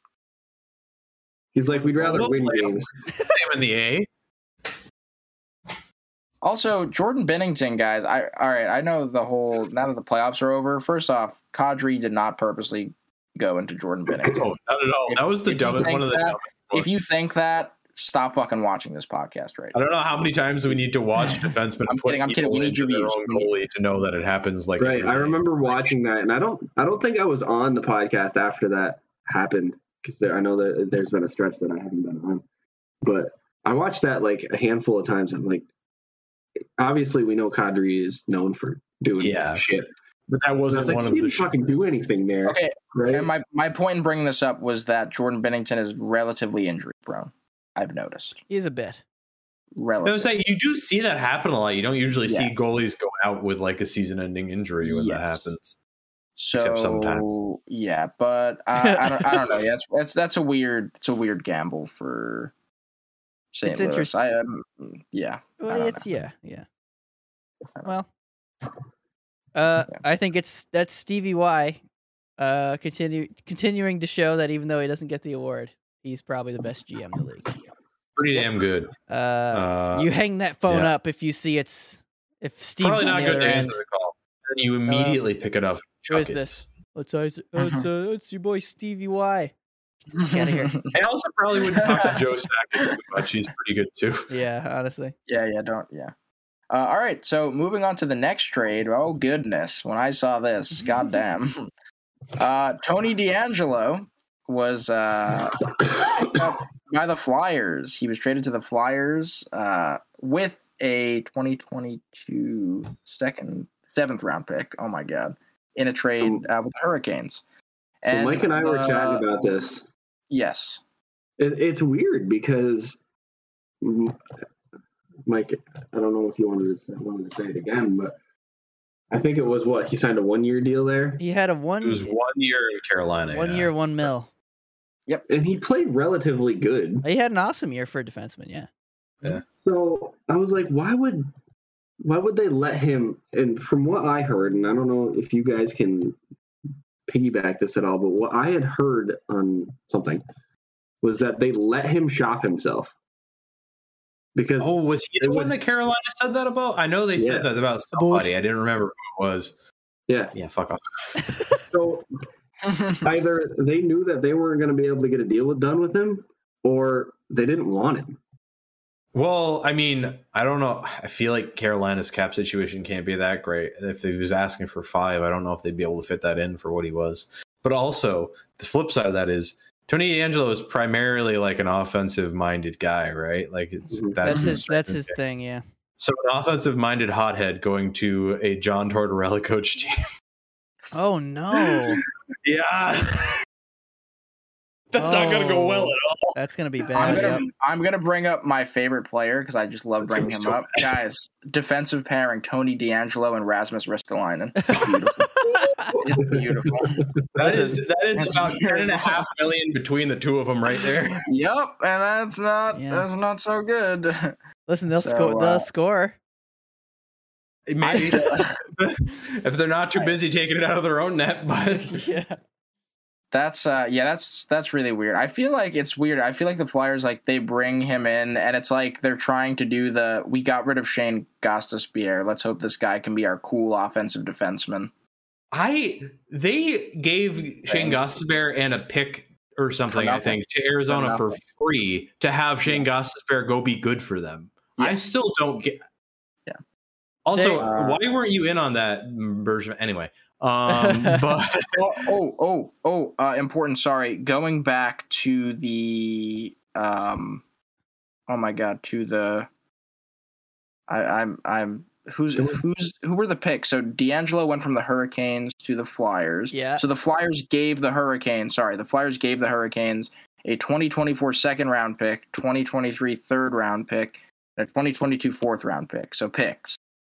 Speaker 6: He's like, we'd rather
Speaker 2: We'll
Speaker 6: win
Speaker 2: play him.
Speaker 6: games.
Speaker 2: Same in the A.
Speaker 1: also Jordan Bennington, guys. I all right. I know the whole now that the playoffs are over. First off, Kadri did not purposely go into Jordan Bennington.
Speaker 2: Oh, not at all.
Speaker 1: If-
Speaker 2: that was the
Speaker 1: if you
Speaker 2: dumbest
Speaker 1: think
Speaker 2: one of the.
Speaker 1: that-
Speaker 2: dumbest
Speaker 1: If you
Speaker 2: ones.
Speaker 1: think that, stop fucking watching this podcast right
Speaker 2: I don't know how many times we need to watch defensemen
Speaker 1: I'm
Speaker 2: put
Speaker 1: kidding, I'm kidding.
Speaker 2: people
Speaker 1: We need
Speaker 2: into
Speaker 1: your
Speaker 2: their
Speaker 1: views.
Speaker 2: own
Speaker 1: We need-
Speaker 2: goalie to know that it happens. Like
Speaker 6: Right.
Speaker 2: every
Speaker 6: I
Speaker 2: day.
Speaker 6: remember watching that, and I don't, I don't think I was on the podcast after that happened because I know that there's been a stretch that I haven't been on, but I watched that like a handful of times. I'm like, obviously we know Kadri is known for doing
Speaker 2: Yeah.
Speaker 6: shit.
Speaker 2: but that
Speaker 6: I
Speaker 2: wasn't
Speaker 6: was like,
Speaker 2: one
Speaker 6: he
Speaker 2: of the.
Speaker 6: didn't fucking do anything there,
Speaker 1: now. Okay,
Speaker 6: right?
Speaker 1: and my my point in bringing this up was that Jordan Bennington is relatively injury prone. I've noticed.
Speaker 3: He's a bit.
Speaker 2: I was
Speaker 1: Relatively.
Speaker 2: saying you do see that happen a lot. You don't usually see
Speaker 1: Yes.
Speaker 2: goalies go out with like a season-ending injury when that
Speaker 1: Yes.
Speaker 2: happens.
Speaker 1: So
Speaker 2: Except sometimes.
Speaker 1: yeah, but uh, I don't, I don't know. That's that's that's a weird it's a weird gamble for St.
Speaker 3: It's
Speaker 1: Louis.
Speaker 3: interesting.
Speaker 1: I um, yeah,
Speaker 3: Well,
Speaker 1: don't
Speaker 3: it's yeah, yeah.
Speaker 1: don't know.
Speaker 3: Well, uh,
Speaker 1: Yeah.
Speaker 3: I think it's that's Stevie Y, uh, continue continuing to show that even though he doesn't get the award, he's probably the best GM in the league.
Speaker 2: Pretty damn good.
Speaker 3: Uh,
Speaker 2: Uh,
Speaker 3: you hang that phone
Speaker 2: yeah.
Speaker 3: up if you see it's if Steve's
Speaker 2: probably
Speaker 3: on
Speaker 2: not
Speaker 3: the
Speaker 2: good
Speaker 3: other
Speaker 2: to
Speaker 3: end.
Speaker 2: answer the call. Then you immediately pick it up.
Speaker 3: Who is
Speaker 2: chuck it.
Speaker 3: this? Let's oh, it's uh, it's your boy Stevie Y. outta here.
Speaker 2: I also probably wouldn't talk to Joe Sackett too much. He's pretty good too.
Speaker 3: Yeah, honestly,
Speaker 1: yeah, yeah. Don't yeah. Uh, all right, so moving on to the next trade. Oh goodness, when I saw this, goddamn. Uh, Tony D'Angelo was uh, picked up by the Flyers. He was traded to the Flyers uh, with a 2022 second seventh round pick. Oh my god! In a trade uh, with the Hurricanes.
Speaker 6: so Mike and I were
Speaker 1: uh,
Speaker 6: chatting about this.
Speaker 1: Yes.
Speaker 6: It, it's weird because M- Mike, I don't know if you wanted to say, wanted to say it again, but I think it was what he signed a one-year deal there,
Speaker 3: he had a
Speaker 2: It was
Speaker 3: one
Speaker 2: one year in Carolina.
Speaker 3: one
Speaker 2: yeah.
Speaker 3: year one mil.
Speaker 6: and he played relatively good.
Speaker 3: He had an awesome year for a defenseman. Yeah,
Speaker 6: So I was like, why would why would they let him? And from what I heard, and I don't know if you guys can piggyback this at all, but what I had heard on something was that they let him shop himself because
Speaker 2: Oh, was he the
Speaker 6: It
Speaker 2: one that Carolina said that about? I know they
Speaker 6: Yeah.
Speaker 2: said that about somebody. I didn't remember who it was.
Speaker 6: yeah,
Speaker 2: Yeah, fuck off.
Speaker 6: so either they knew that they weren't going to be able to get a deal with done with him, or they didn't want him.
Speaker 2: Well, I mean, I don't know. I feel like Carolina's cap situation can't be that great. If he was asking for five, I don't know if they'd be able to fit that in for what he was. But also, the flip side of that is Tony Angelo is primarily like an offensive-minded guy, right? Like it's
Speaker 6: Mhm.
Speaker 3: that's, his
Speaker 2: strength.
Speaker 3: that's his thing. Yeah,
Speaker 2: So an offensive-minded hothead going to a John Tortorella coach team.
Speaker 3: Oh no.
Speaker 2: yeah. That's not going to
Speaker 3: Oh.
Speaker 2: go well at all.
Speaker 3: That's gonna be
Speaker 1: I'm
Speaker 3: bad.
Speaker 1: gonna,
Speaker 3: yep.
Speaker 1: I'm gonna bring up my favorite player because I just love
Speaker 6: That's
Speaker 1: bringing
Speaker 6: gonna
Speaker 1: him
Speaker 6: be so
Speaker 1: up, guys. Defensive pairing: Tony D'Angelo and Rasmus Ristolainen. It's beautiful.
Speaker 2: That
Speaker 1: Listen,
Speaker 2: is that is
Speaker 1: that's
Speaker 2: about ten
Speaker 1: very
Speaker 2: and a
Speaker 1: long.
Speaker 2: half million between the two of them right there.
Speaker 1: Yep, and that's not
Speaker 3: Yeah.
Speaker 1: that's not so good.
Speaker 3: Listen, they'll
Speaker 1: So,
Speaker 3: score.
Speaker 1: uh,
Speaker 3: They'll score.
Speaker 2: Maybe if they're not too busy taking it out of their own net, but
Speaker 3: yeah.
Speaker 1: That's uh yeah, that's that's really weird. I feel like it's weird. I feel like the Flyers like they bring him in and it's like they're trying to do the we got rid of Shane Gostisbehere. Let's hope this guy can be our cool offensive defenseman.
Speaker 2: I they gave Shane Gossesbear and a pick or something, I
Speaker 1: nothing.
Speaker 2: think, to Arizona
Speaker 1: For
Speaker 2: for free to have Shane Gossesbear go be good for them. I
Speaker 1: Yeah.
Speaker 2: still don't get.
Speaker 1: Yeah.
Speaker 2: Also,
Speaker 1: They- uh,
Speaker 2: why weren't you in on that version? Anyway, um, but
Speaker 1: oh, oh, oh, oh, uh, important. Sorry. Going back to the, um, oh my God, to the, I, I'm, I'm, who's, who's, who were the picks? So D'Angelo went from the Hurricanes to the Flyers.
Speaker 3: Yeah.
Speaker 1: So the Flyers gave the Hurricanes, sorry, the Flyers gave the Hurricanes a 2024 second round pick, 2023 third round pick, and a 2022 fourth round pick. So picks.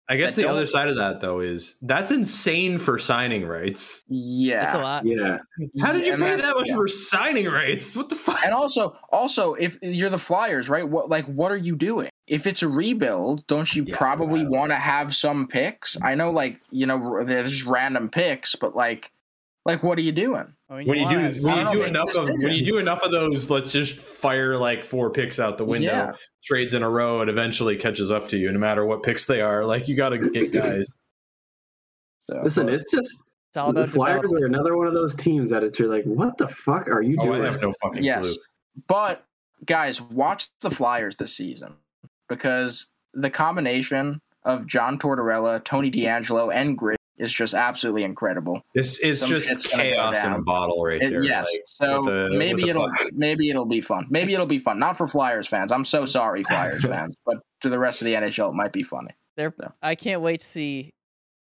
Speaker 2: I guess
Speaker 1: They
Speaker 2: the
Speaker 1: don't-
Speaker 2: other side of that though is that's insane for signing rights.
Speaker 1: Yeah.
Speaker 3: That's a lot.
Speaker 6: Yeah.
Speaker 2: How did you
Speaker 1: And
Speaker 2: pay
Speaker 1: that's-
Speaker 2: that much
Speaker 1: yeah.
Speaker 2: for signing rights? What the fuck?
Speaker 1: And also, also, if you're the Flyers, right? What like what are you doing? If it's a rebuild, don't you
Speaker 2: Yeah,
Speaker 1: probably
Speaker 2: right.
Speaker 1: want to have some picks? I know, like you know, r- there's just random picks, but like, like what are you doing?
Speaker 3: I mean,
Speaker 2: When you
Speaker 3: wanna-
Speaker 2: do when
Speaker 1: I
Speaker 2: you
Speaker 1: don't
Speaker 2: do
Speaker 1: make
Speaker 2: enough of when you do enough of those, let's just fire like four picks out the window,
Speaker 1: Yeah.
Speaker 2: trades in a row, it eventually catches up to you, no matter what picks they are. Like you gotta get guys.
Speaker 1: So,
Speaker 6: Listen, it's just
Speaker 3: it's all
Speaker 6: the
Speaker 3: uh, about
Speaker 6: Flyers are
Speaker 3: development.
Speaker 6: another one of those teams that it's you're like, what the fuck are you
Speaker 2: Oh, I
Speaker 6: doing?
Speaker 2: have no fucking clue.
Speaker 1: yes, but guys, watch the Flyers this season because the combination of John Tortorella, Tony D'Angelo, and Grid is just absolutely incredible.
Speaker 2: This is
Speaker 1: Some
Speaker 2: just
Speaker 1: shit's gonna go
Speaker 2: chaos in a
Speaker 1: down.
Speaker 2: bottle right
Speaker 1: It-
Speaker 2: there.
Speaker 1: yes.
Speaker 2: like,
Speaker 1: so
Speaker 2: with the- with
Speaker 1: maybe
Speaker 2: the
Speaker 1: it'll
Speaker 2: Flyers.
Speaker 1: maybe it'll be fun. Maybe it'll be fun. Not for Flyers fans. I'm so sorry, Flyers fans. But to the rest of the NHL, it might be funny.
Speaker 3: They're,
Speaker 1: No.
Speaker 3: I can't wait to see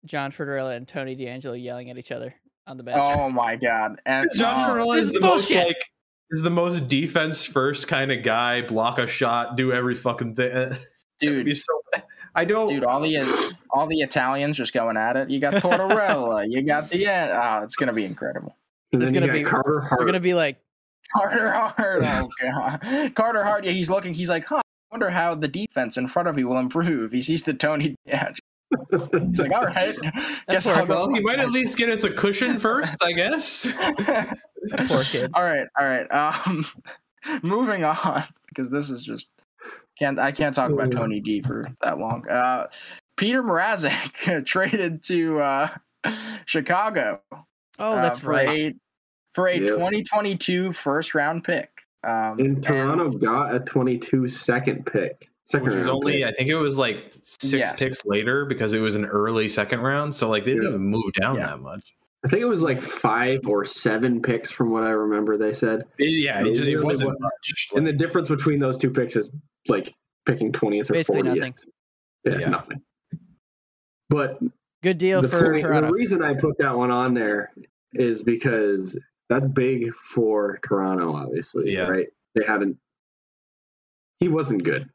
Speaker 3: John Tortorella and Tony D'Angelo yelling at each other on the bench.
Speaker 1: Oh my god! And
Speaker 2: John
Speaker 1: oh,
Speaker 2: Tortorella
Speaker 3: this
Speaker 2: is
Speaker 3: is
Speaker 2: the most
Speaker 3: bullshit.
Speaker 2: like is the most defense first kind of guy. Block a shot, do every fucking thing.
Speaker 1: dude,
Speaker 2: He's so. I don't.
Speaker 1: dude, all the all the Italians just going at it. You got Tortorella. you got the yeah. Oh, it's gonna be incredible.
Speaker 6: And
Speaker 3: It's
Speaker 6: then
Speaker 3: gonna
Speaker 6: you got
Speaker 3: be-
Speaker 6: Carter Hart.
Speaker 3: We're gonna be like,
Speaker 1: Carter Hart. Oh god. Carter Hart. Yeah, he's looking. He's like, huh. I wonder how the defense in front of you will improve. He sees the Tony. Yeah, he's
Speaker 3: "Oh,
Speaker 1: like, all right. Guess I'll go.
Speaker 2: well, he might at least get us a cushion first, I guess.
Speaker 3: poor kid.
Speaker 1: all right all right um moving on because this is just can't i can't talk about tony d for that long uh peter Mrazek traded to uh chicago
Speaker 3: Oh,
Speaker 1: uh,
Speaker 3: that's
Speaker 1: for
Speaker 3: right.
Speaker 1: a, for a
Speaker 6: Yep.
Speaker 1: 2022 first round pick um
Speaker 6: and Toronto got a 22 second pick. Second
Speaker 2: Which was
Speaker 6: round
Speaker 2: only,
Speaker 6: pick.
Speaker 2: I think it was like six
Speaker 1: Yes.
Speaker 2: picks later because it was an early second round. So, like, they didn't
Speaker 6: Yeah.
Speaker 2: even move down
Speaker 1: Yeah.
Speaker 2: that much.
Speaker 6: I think it was like five or seven picks from what I remember they said.
Speaker 2: It- yeah, it,
Speaker 6: It
Speaker 2: just- it
Speaker 6: really
Speaker 2: wasn't
Speaker 6: wasn't.
Speaker 2: much.
Speaker 6: And the
Speaker 2: Like,
Speaker 6: difference between those two picks is like picking 20th or
Speaker 3: Basically
Speaker 6: 40th.
Speaker 3: nothing.
Speaker 6: Yeah,
Speaker 2: Yeah.
Speaker 6: nothing. But
Speaker 3: Good deal
Speaker 6: the,
Speaker 3: for
Speaker 6: point-
Speaker 3: Toronto.
Speaker 6: the reason I put that one on there is because that's big for Toronto, obviously.
Speaker 2: Yeah.
Speaker 6: Right? They haven't. He wasn't good.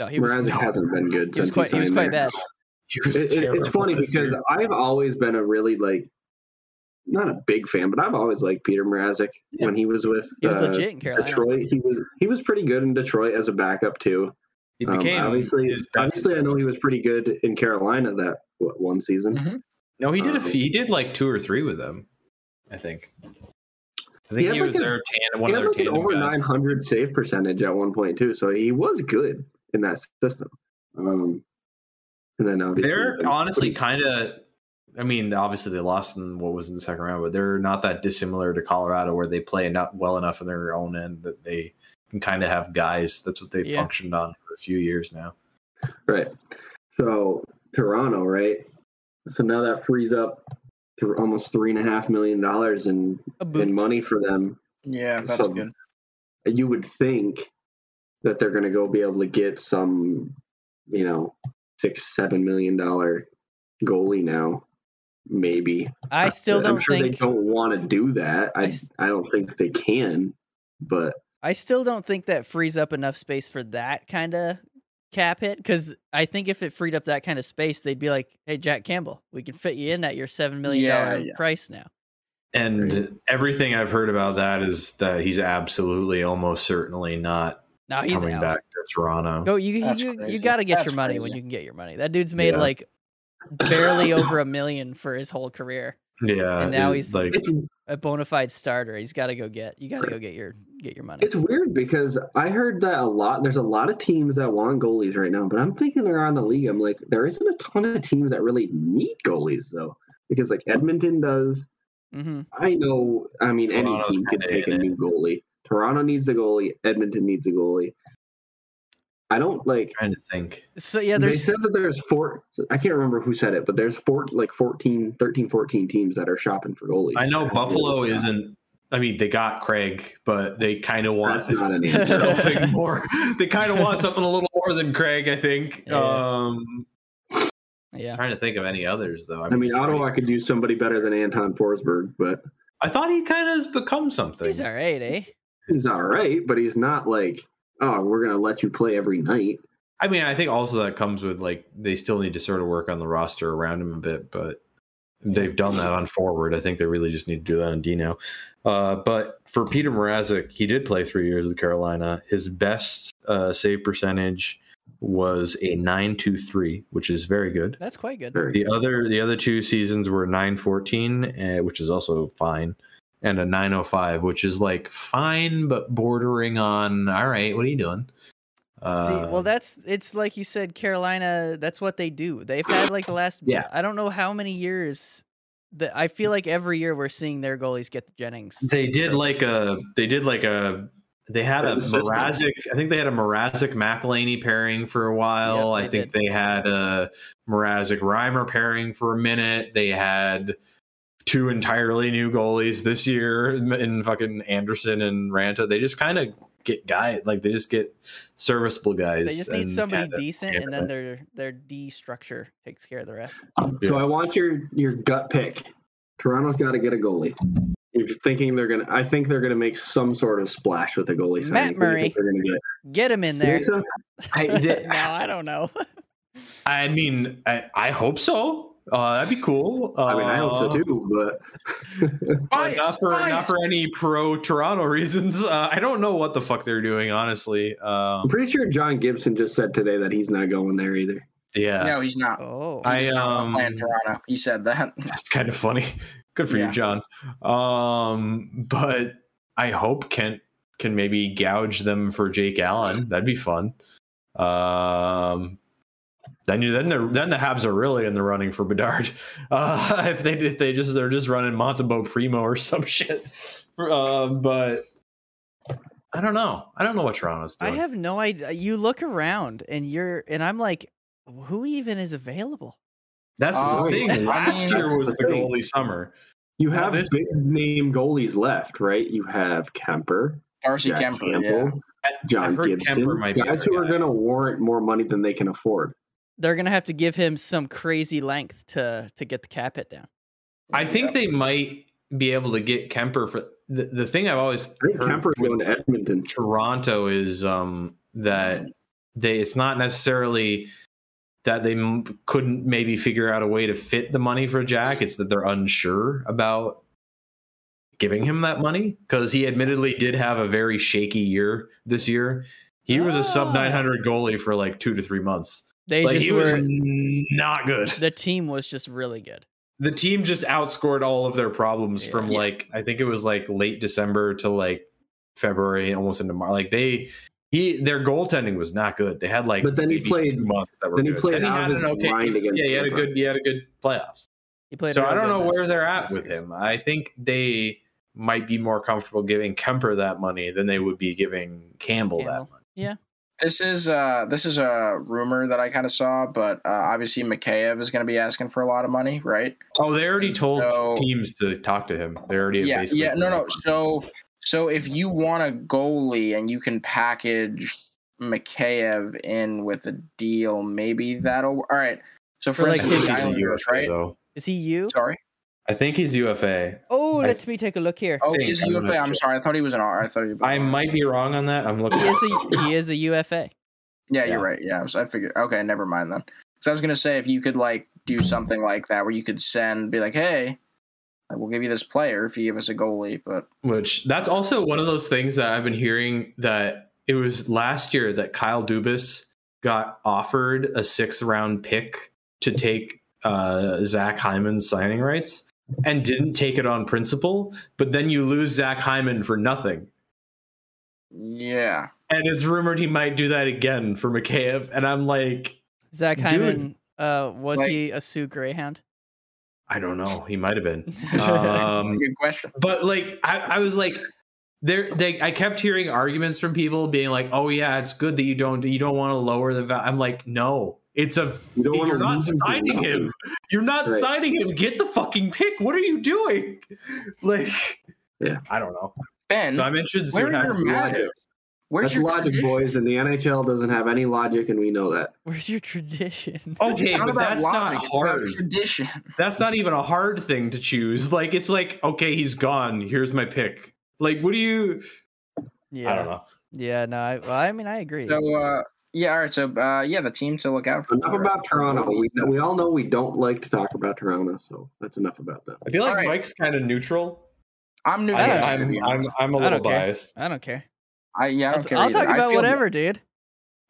Speaker 3: no, he was,
Speaker 6: Mrazek
Speaker 3: no,
Speaker 6: hasn't been good
Speaker 3: he was
Speaker 6: since
Speaker 3: quite, he was
Speaker 6: signed
Speaker 3: quite
Speaker 6: there.
Speaker 3: bad.
Speaker 2: he was
Speaker 6: It- it-
Speaker 2: terrible
Speaker 6: it's funny
Speaker 2: this
Speaker 6: because
Speaker 2: year.
Speaker 6: I've always been a really like not a big fan, but I've always liked Peter Mrazek
Speaker 3: Yeah.
Speaker 6: when he was with
Speaker 3: He was
Speaker 6: uh,
Speaker 3: legit in Carolina.
Speaker 6: Detroit. He was he was pretty good in Detroit as a backup too.
Speaker 2: it
Speaker 6: Um,
Speaker 2: became
Speaker 6: obviously,
Speaker 2: his best-
Speaker 6: obviously, I know he was pretty good in Carolina that what, one season.
Speaker 1: Mhm.
Speaker 2: No, he did a
Speaker 6: um,
Speaker 2: f- he did like two or three with them, I think. I
Speaker 6: He
Speaker 2: think
Speaker 6: had,
Speaker 2: he
Speaker 6: like,
Speaker 2: was
Speaker 6: a-
Speaker 2: their tan one
Speaker 6: he
Speaker 2: of
Speaker 6: had
Speaker 2: their
Speaker 6: like an
Speaker 2: tandem
Speaker 6: over
Speaker 2: guys.
Speaker 6: 900 save percentage at one point too, so he was good in that system. Um, and then obviously,
Speaker 2: They're
Speaker 6: like,
Speaker 2: honestly
Speaker 6: pretty-
Speaker 2: kind of. I mean, obviously they lost in what was in the second round, but they're not that dissimilar to Colorado, where they play not well enough in their own end that they can kind of have guys. That's what they've
Speaker 3: Yeah.
Speaker 2: functioned on for a few years now.
Speaker 6: Right. So Toronto, right? So now that frees up to almost three and a half million dollars in
Speaker 3: A boot.
Speaker 6: in money for them.
Speaker 1: yeah that's
Speaker 6: Some-
Speaker 1: good
Speaker 6: You would think that they're going to go be able to get some, you know, six seven million dollar goalie now. Maybe
Speaker 3: I still
Speaker 6: I'm
Speaker 3: don't
Speaker 6: sure
Speaker 3: think.
Speaker 6: they don't want to do that.
Speaker 3: I
Speaker 6: I
Speaker 3: s-
Speaker 6: I don't think they can, but
Speaker 3: I still don't think that frees up enough space for that kind of cap hit because I think if it freed up that kind of space, they'd be like, "Hey, Jack Campbell, we can fit you in at your seven million
Speaker 1: Yeah,
Speaker 3: dollar price now."
Speaker 2: And everything I've heard about that is that he's absolutely almost certainly not
Speaker 3: No, Uh, he's
Speaker 2: coming
Speaker 3: out.
Speaker 2: back to Toronto.
Speaker 3: Go, you
Speaker 5: That's
Speaker 3: you, you
Speaker 5: crazy.
Speaker 3: got to get your
Speaker 5: That's
Speaker 3: money when
Speaker 5: crazy.
Speaker 3: you can get your money. That dude's made
Speaker 2: Yeah.
Speaker 3: like barely over a million for his whole career.
Speaker 2: Yeah.
Speaker 3: And now
Speaker 2: it-
Speaker 3: he's-
Speaker 2: like
Speaker 6: It's
Speaker 3: A bona fide starter. He's got to go get. You got to go get your get your money.
Speaker 6: it's weird because I heard that a lot. There's a lot of teams that want goalies right now, but I'm thinking around the league, I'm like, there isn't a ton of teams that really need goalies though, because like Edmonton does.
Speaker 3: Mm-hmm.
Speaker 6: I know. I mean,
Speaker 2: Toronto's
Speaker 6: any team can
Speaker 2: kinda
Speaker 6: take a
Speaker 2: in
Speaker 6: new goalie. Toronto needs a goalie. Edmonton needs a goalie. I don't like.
Speaker 2: trying to think.
Speaker 3: So yeah,
Speaker 6: they
Speaker 3: there's
Speaker 6: said that there's four. I can't remember who said it, but there's four, like 14, 13, 14 teams that are shopping for goalies.
Speaker 2: I know
Speaker 6: That's
Speaker 2: Buffalo
Speaker 6: really-
Speaker 2: isn't I mean they got Craig, but they kind of want
Speaker 6: That's not an answer.
Speaker 2: something more. They kind of want something a little more than Craig, I think.
Speaker 3: Yeah.
Speaker 2: Um
Speaker 3: yeah.
Speaker 2: trying to think of any others though.
Speaker 6: I mean,
Speaker 2: Detroit-
Speaker 6: Ottawa could do somebody better than Anton Forsberg, but
Speaker 2: I thought he kind of has become something.
Speaker 3: He's all right, eh?
Speaker 6: he's all right. But he's not like, oh, we're gonna let you play every night.
Speaker 2: I mean, I think also that comes with like they still need to sort of work on the roster around him a bit, but they've done that on forward. I think they really just need to do that on Dino. Uh, but for Peter Mrazek, he did play three years with Carolina. His best uh, save percentage was a nine two three, which is very good.
Speaker 3: That's quite good.
Speaker 6: Very-
Speaker 2: The other the other two seasons were nine fourteen, uh, which is also fine, and a nine oh five, which is like fine but bordering on all right. What are you doing?
Speaker 3: See, well,
Speaker 2: Uh,
Speaker 3: that's it's like you said, Carolina. That's what they do. They've had like the last,
Speaker 2: Yeah.
Speaker 3: I don't know how many years. That I feel like every year we're seeing their goalies get the Jennings.
Speaker 2: They did like a. They did like a. They had a
Speaker 6: That was so
Speaker 2: Mrazek. I think they had a Mrazek McElhaney pairing for a while.
Speaker 3: Yep,
Speaker 2: I
Speaker 3: they
Speaker 2: think they had a Mrazek Reimer pairing for a minute. They had two entirely new goalies this year in fucking Anderson and Ranta. They just kind of get guy like they just get serviceable guys.
Speaker 3: They just need
Speaker 2: and
Speaker 3: somebody
Speaker 2: kinda-
Speaker 3: decent, and then
Speaker 2: yeah.
Speaker 3: their their D structure takes care of the rest.
Speaker 6: So I want your your gut pick. Toronto's got to get a goalie. If you're thinking they're gonna, I think they're gonna make some sort of splash with a goalie.
Speaker 3: Matt
Speaker 6: signing. Who do you
Speaker 3: Murray.
Speaker 6: think They're gonna get.
Speaker 3: Get him in
Speaker 6: You
Speaker 3: there.
Speaker 6: think so?
Speaker 2: I, did,
Speaker 3: no, I don't know.
Speaker 2: I mean, I, I hope so. Uh, that'd be cool. Uh,
Speaker 6: I mean, I hope so too, but
Speaker 2: Uh, not for not for any pro Toronto reasons. Uh, I don't know what the fuck they're doing, honestly. Um,
Speaker 6: I'm pretty sure John Gibson just said today that he's not going there either.
Speaker 2: yeah,
Speaker 1: No, he's not.
Speaker 3: Oh,
Speaker 2: I-
Speaker 1: He's not
Speaker 2: um,
Speaker 1: playing Toronto. He said that.
Speaker 2: that's kind of funny. Good for
Speaker 1: Yeah.
Speaker 2: you, John. Um, but I hope Kent can maybe gouge them for Jake Allen. That'd be fun. Um, then you then the then the Habs are really in the running for Bedard. Uh, if they if they just they're just running Montebo Primo or some shit. Uh, but I don't know. I don't know what Toronto's
Speaker 3: I
Speaker 2: doing.
Speaker 3: have no idea. You look around, and you're, and I'm like, who even is available?
Speaker 2: That's
Speaker 1: Oh,
Speaker 2: the thing.
Speaker 1: yeah.
Speaker 2: Last year
Speaker 6: um, That's
Speaker 2: was
Speaker 6: the
Speaker 2: the
Speaker 6: thing.
Speaker 2: goalie summer.
Speaker 6: You
Speaker 2: Now
Speaker 6: have
Speaker 2: this-
Speaker 6: big name goalies left, right? You have Kemper,
Speaker 1: Darcy
Speaker 6: Jack
Speaker 1: Kemper. Yeah.
Speaker 6: Campbell,
Speaker 2: I-
Speaker 6: John
Speaker 2: I've heard
Speaker 6: Gibson,
Speaker 2: Kemper might be
Speaker 6: guys
Speaker 2: our
Speaker 6: who are
Speaker 2: guy.
Speaker 6: going to warrant more money than they can afford.
Speaker 3: They're gonna have to give him some crazy length to to get the cap hit down.
Speaker 2: I think they might be able to get Kemper for the, the thing I've always
Speaker 6: I think
Speaker 2: heard
Speaker 6: Kemper's
Speaker 2: with
Speaker 6: going to Edmonton.
Speaker 2: Toronto is um, that they it's not necessarily that they m- couldn't maybe figure out a way to fit the money for Jack. It's that they're unsure about giving him that money because he admittedly did have a very shaky year this year. He was a
Speaker 3: Ah.
Speaker 2: sub 900 goalie for like two to three months.
Speaker 3: They
Speaker 2: like
Speaker 3: just
Speaker 2: he was
Speaker 3: were.
Speaker 2: not good.
Speaker 3: the team was just really good.
Speaker 2: The team just outscored all of their problems from
Speaker 1: Yeah.
Speaker 2: like I think it was like late December to like February, almost into March. Like they, he, their goaltending was not good. They had like
Speaker 6: But then he
Speaker 2: maybe
Speaker 6: played-
Speaker 2: two months that were
Speaker 6: then he
Speaker 2: good.
Speaker 6: played
Speaker 2: Then
Speaker 6: out of
Speaker 2: had
Speaker 6: his
Speaker 2: an okay.
Speaker 6: mind against
Speaker 2: yeah, he had a
Speaker 6: Denver.
Speaker 2: good. He had a good playoffs.
Speaker 3: He played.
Speaker 2: So
Speaker 3: real
Speaker 2: I don't
Speaker 3: good
Speaker 2: know
Speaker 3: last-
Speaker 2: where they're at
Speaker 3: last
Speaker 2: with
Speaker 3: season.
Speaker 2: him. I think they might be more comfortable giving Kemper that money than they would be giving Campbell,
Speaker 3: Campbell.
Speaker 2: that money.
Speaker 1: This is uh this is a rumor that I kind of saw, but uh, obviously Mikheyev is going to be asking for a lot of money, right?
Speaker 2: Oh, they already told
Speaker 1: So-
Speaker 2: teams to talk to him. They already
Speaker 1: yeah,
Speaker 2: basically
Speaker 1: yeah, no, no.
Speaker 2: told
Speaker 1: So
Speaker 2: him.
Speaker 1: so if you want a goalie and you can package Mikheyev in with a deal, maybe that'll all right. So for
Speaker 3: Or like
Speaker 1: instance,
Speaker 3: his-
Speaker 1: the
Speaker 2: He's a
Speaker 1: Islanders,
Speaker 2: UFA,
Speaker 1: right?
Speaker 2: though.
Speaker 3: Is he you?
Speaker 1: Sorry,
Speaker 2: I think he's UFA.
Speaker 3: Oh,
Speaker 2: I-
Speaker 3: let me take a look here.
Speaker 1: Oh,
Speaker 2: Think,
Speaker 1: he's
Speaker 2: I'm
Speaker 1: a UFA.
Speaker 2: not
Speaker 1: I'm
Speaker 2: sure.
Speaker 1: sorry. I thought he was an R. I thought he was.
Speaker 2: I might be wrong on that. I'm looking.
Speaker 3: He is a he is a UFA.
Speaker 1: Yeah, you're
Speaker 2: Yeah.
Speaker 1: right. Yeah, I, was, I figured. Okay, never mind then. Because I was gonna say if you could like do something like that where you could send, be like, hey, like, we'll give you this player if you give us a goalie. But
Speaker 2: Which that's also one of those things that I've been hearing that it was last year that Kyle Dubas got offered a sixth round pick to take uh, Zach Hyman's signing rights and didn't take it on principle, but then you lose Zach Hyman for nothing.
Speaker 1: yeah,
Speaker 2: And it's rumored he might do that again for Mikheyev. And I'm like,
Speaker 3: Zach
Speaker 2: Dude.
Speaker 3: Hyman. Uh, was
Speaker 1: Like-
Speaker 3: he a Sioux Greyhound?
Speaker 2: I don't know. He might have been. Um,
Speaker 1: good question.
Speaker 2: but like I, I was like there they I kept hearing arguments from people being like, "Oh yeah, it's good that you don't you don't want to lower the value." I'm like, "No. It's a
Speaker 6: You don't wanna
Speaker 2: you're not
Speaker 6: lose him for
Speaker 2: signing him.
Speaker 6: nothing.
Speaker 2: You're not
Speaker 6: Right.
Speaker 2: signing him. Get the fucking pick. What are you doing?" Like
Speaker 6: Yeah.
Speaker 2: I don't know.
Speaker 1: Ben,
Speaker 2: So I'm interested to see
Speaker 1: where
Speaker 2: what
Speaker 1: are your
Speaker 2: happens.
Speaker 1: magic? Where's
Speaker 6: That's
Speaker 1: your
Speaker 6: logic,
Speaker 1: tradition?
Speaker 6: boys, and the NHL doesn't have any logic, and we know that.
Speaker 3: Where's your tradition?
Speaker 2: Okay,
Speaker 1: It's not
Speaker 2: but
Speaker 1: about
Speaker 2: that's
Speaker 1: logic.
Speaker 2: not
Speaker 1: it's about
Speaker 2: hard.
Speaker 1: tradition.
Speaker 2: That's not even a hard thing to choose. Like it's like, okay, he's gone. Here's my pick. Like, what do you?
Speaker 3: yeah,
Speaker 2: I don't know.
Speaker 3: yeah. No, I, well, I mean, I agree.
Speaker 1: So uh, yeah, all right. So uh, yeah, the team to look out for.
Speaker 6: Enough about Toronto. We, we all know we don't like to talk about Toronto, so that's enough about that.
Speaker 2: I feel like
Speaker 1: All right.
Speaker 2: Mike's kind of neutral.
Speaker 1: I'm new. to
Speaker 2: I,
Speaker 3: don't
Speaker 1: it,
Speaker 3: know.
Speaker 1: to be
Speaker 2: I'm, I'm,
Speaker 1: honest.
Speaker 2: I'm a
Speaker 3: I
Speaker 2: little
Speaker 3: don't care.
Speaker 2: biased.
Speaker 3: I don't care.
Speaker 1: I, yeah, I
Speaker 3: I'll,
Speaker 1: don't care.
Speaker 3: I'll
Speaker 1: either.
Speaker 3: talk
Speaker 1: I
Speaker 3: about
Speaker 1: feel-
Speaker 3: whatever, dude.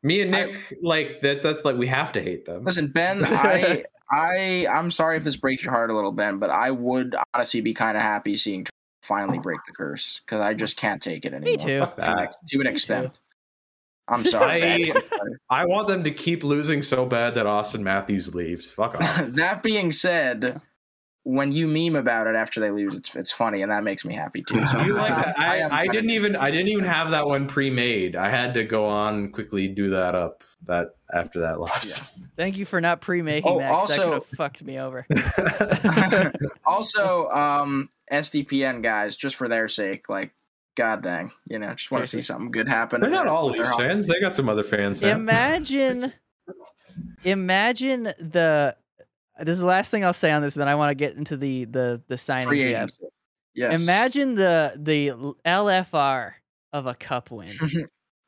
Speaker 2: Me and
Speaker 1: I-
Speaker 2: Nick, like that. That's like we have to hate them.
Speaker 1: Listen, Ben, I, I, I'm sorry if this breaks your heart a little, Ben, but I would honestly be kind of happy seeing Toronto finally break the curse because I just can't take it anymore.
Speaker 3: Me too.
Speaker 2: Fuck
Speaker 1: To an,
Speaker 2: that.
Speaker 1: ex- to an
Speaker 3: Me too.
Speaker 1: extent. I'm sorry.
Speaker 2: I-
Speaker 1: Ben.
Speaker 2: I want them to keep losing so bad that Austin Matthews leaves. Fuck off.
Speaker 1: that being said, when you meme about it after they lose, it's, it's funny, and that makes me happy too. So
Speaker 2: Do you like that?
Speaker 1: am
Speaker 2: I, I
Speaker 1: kinda-
Speaker 2: didn't even I didn't even have that one pre-made. I had to go on and quickly do that up that after that loss.
Speaker 3: Thank you for not pre-making
Speaker 1: Oh,
Speaker 3: that. 'cause that
Speaker 1: also-
Speaker 3: could have fucked me over.
Speaker 1: also, um, SDPN guys, just for their sake, like, god dang, you know, just want to see
Speaker 3: Seriously.
Speaker 1: something good happen.
Speaker 2: They're not all
Speaker 1: With their
Speaker 2: Leafs
Speaker 1: hol-
Speaker 2: fans. They got some other fans. now.
Speaker 3: Imagine, imagine the. This is the last thing I'll say on this. Then I want to get into the the the signing.
Speaker 1: Free
Speaker 3: we have.
Speaker 1: agency. Yes.
Speaker 3: Imagine the the l- LFR of a cup win.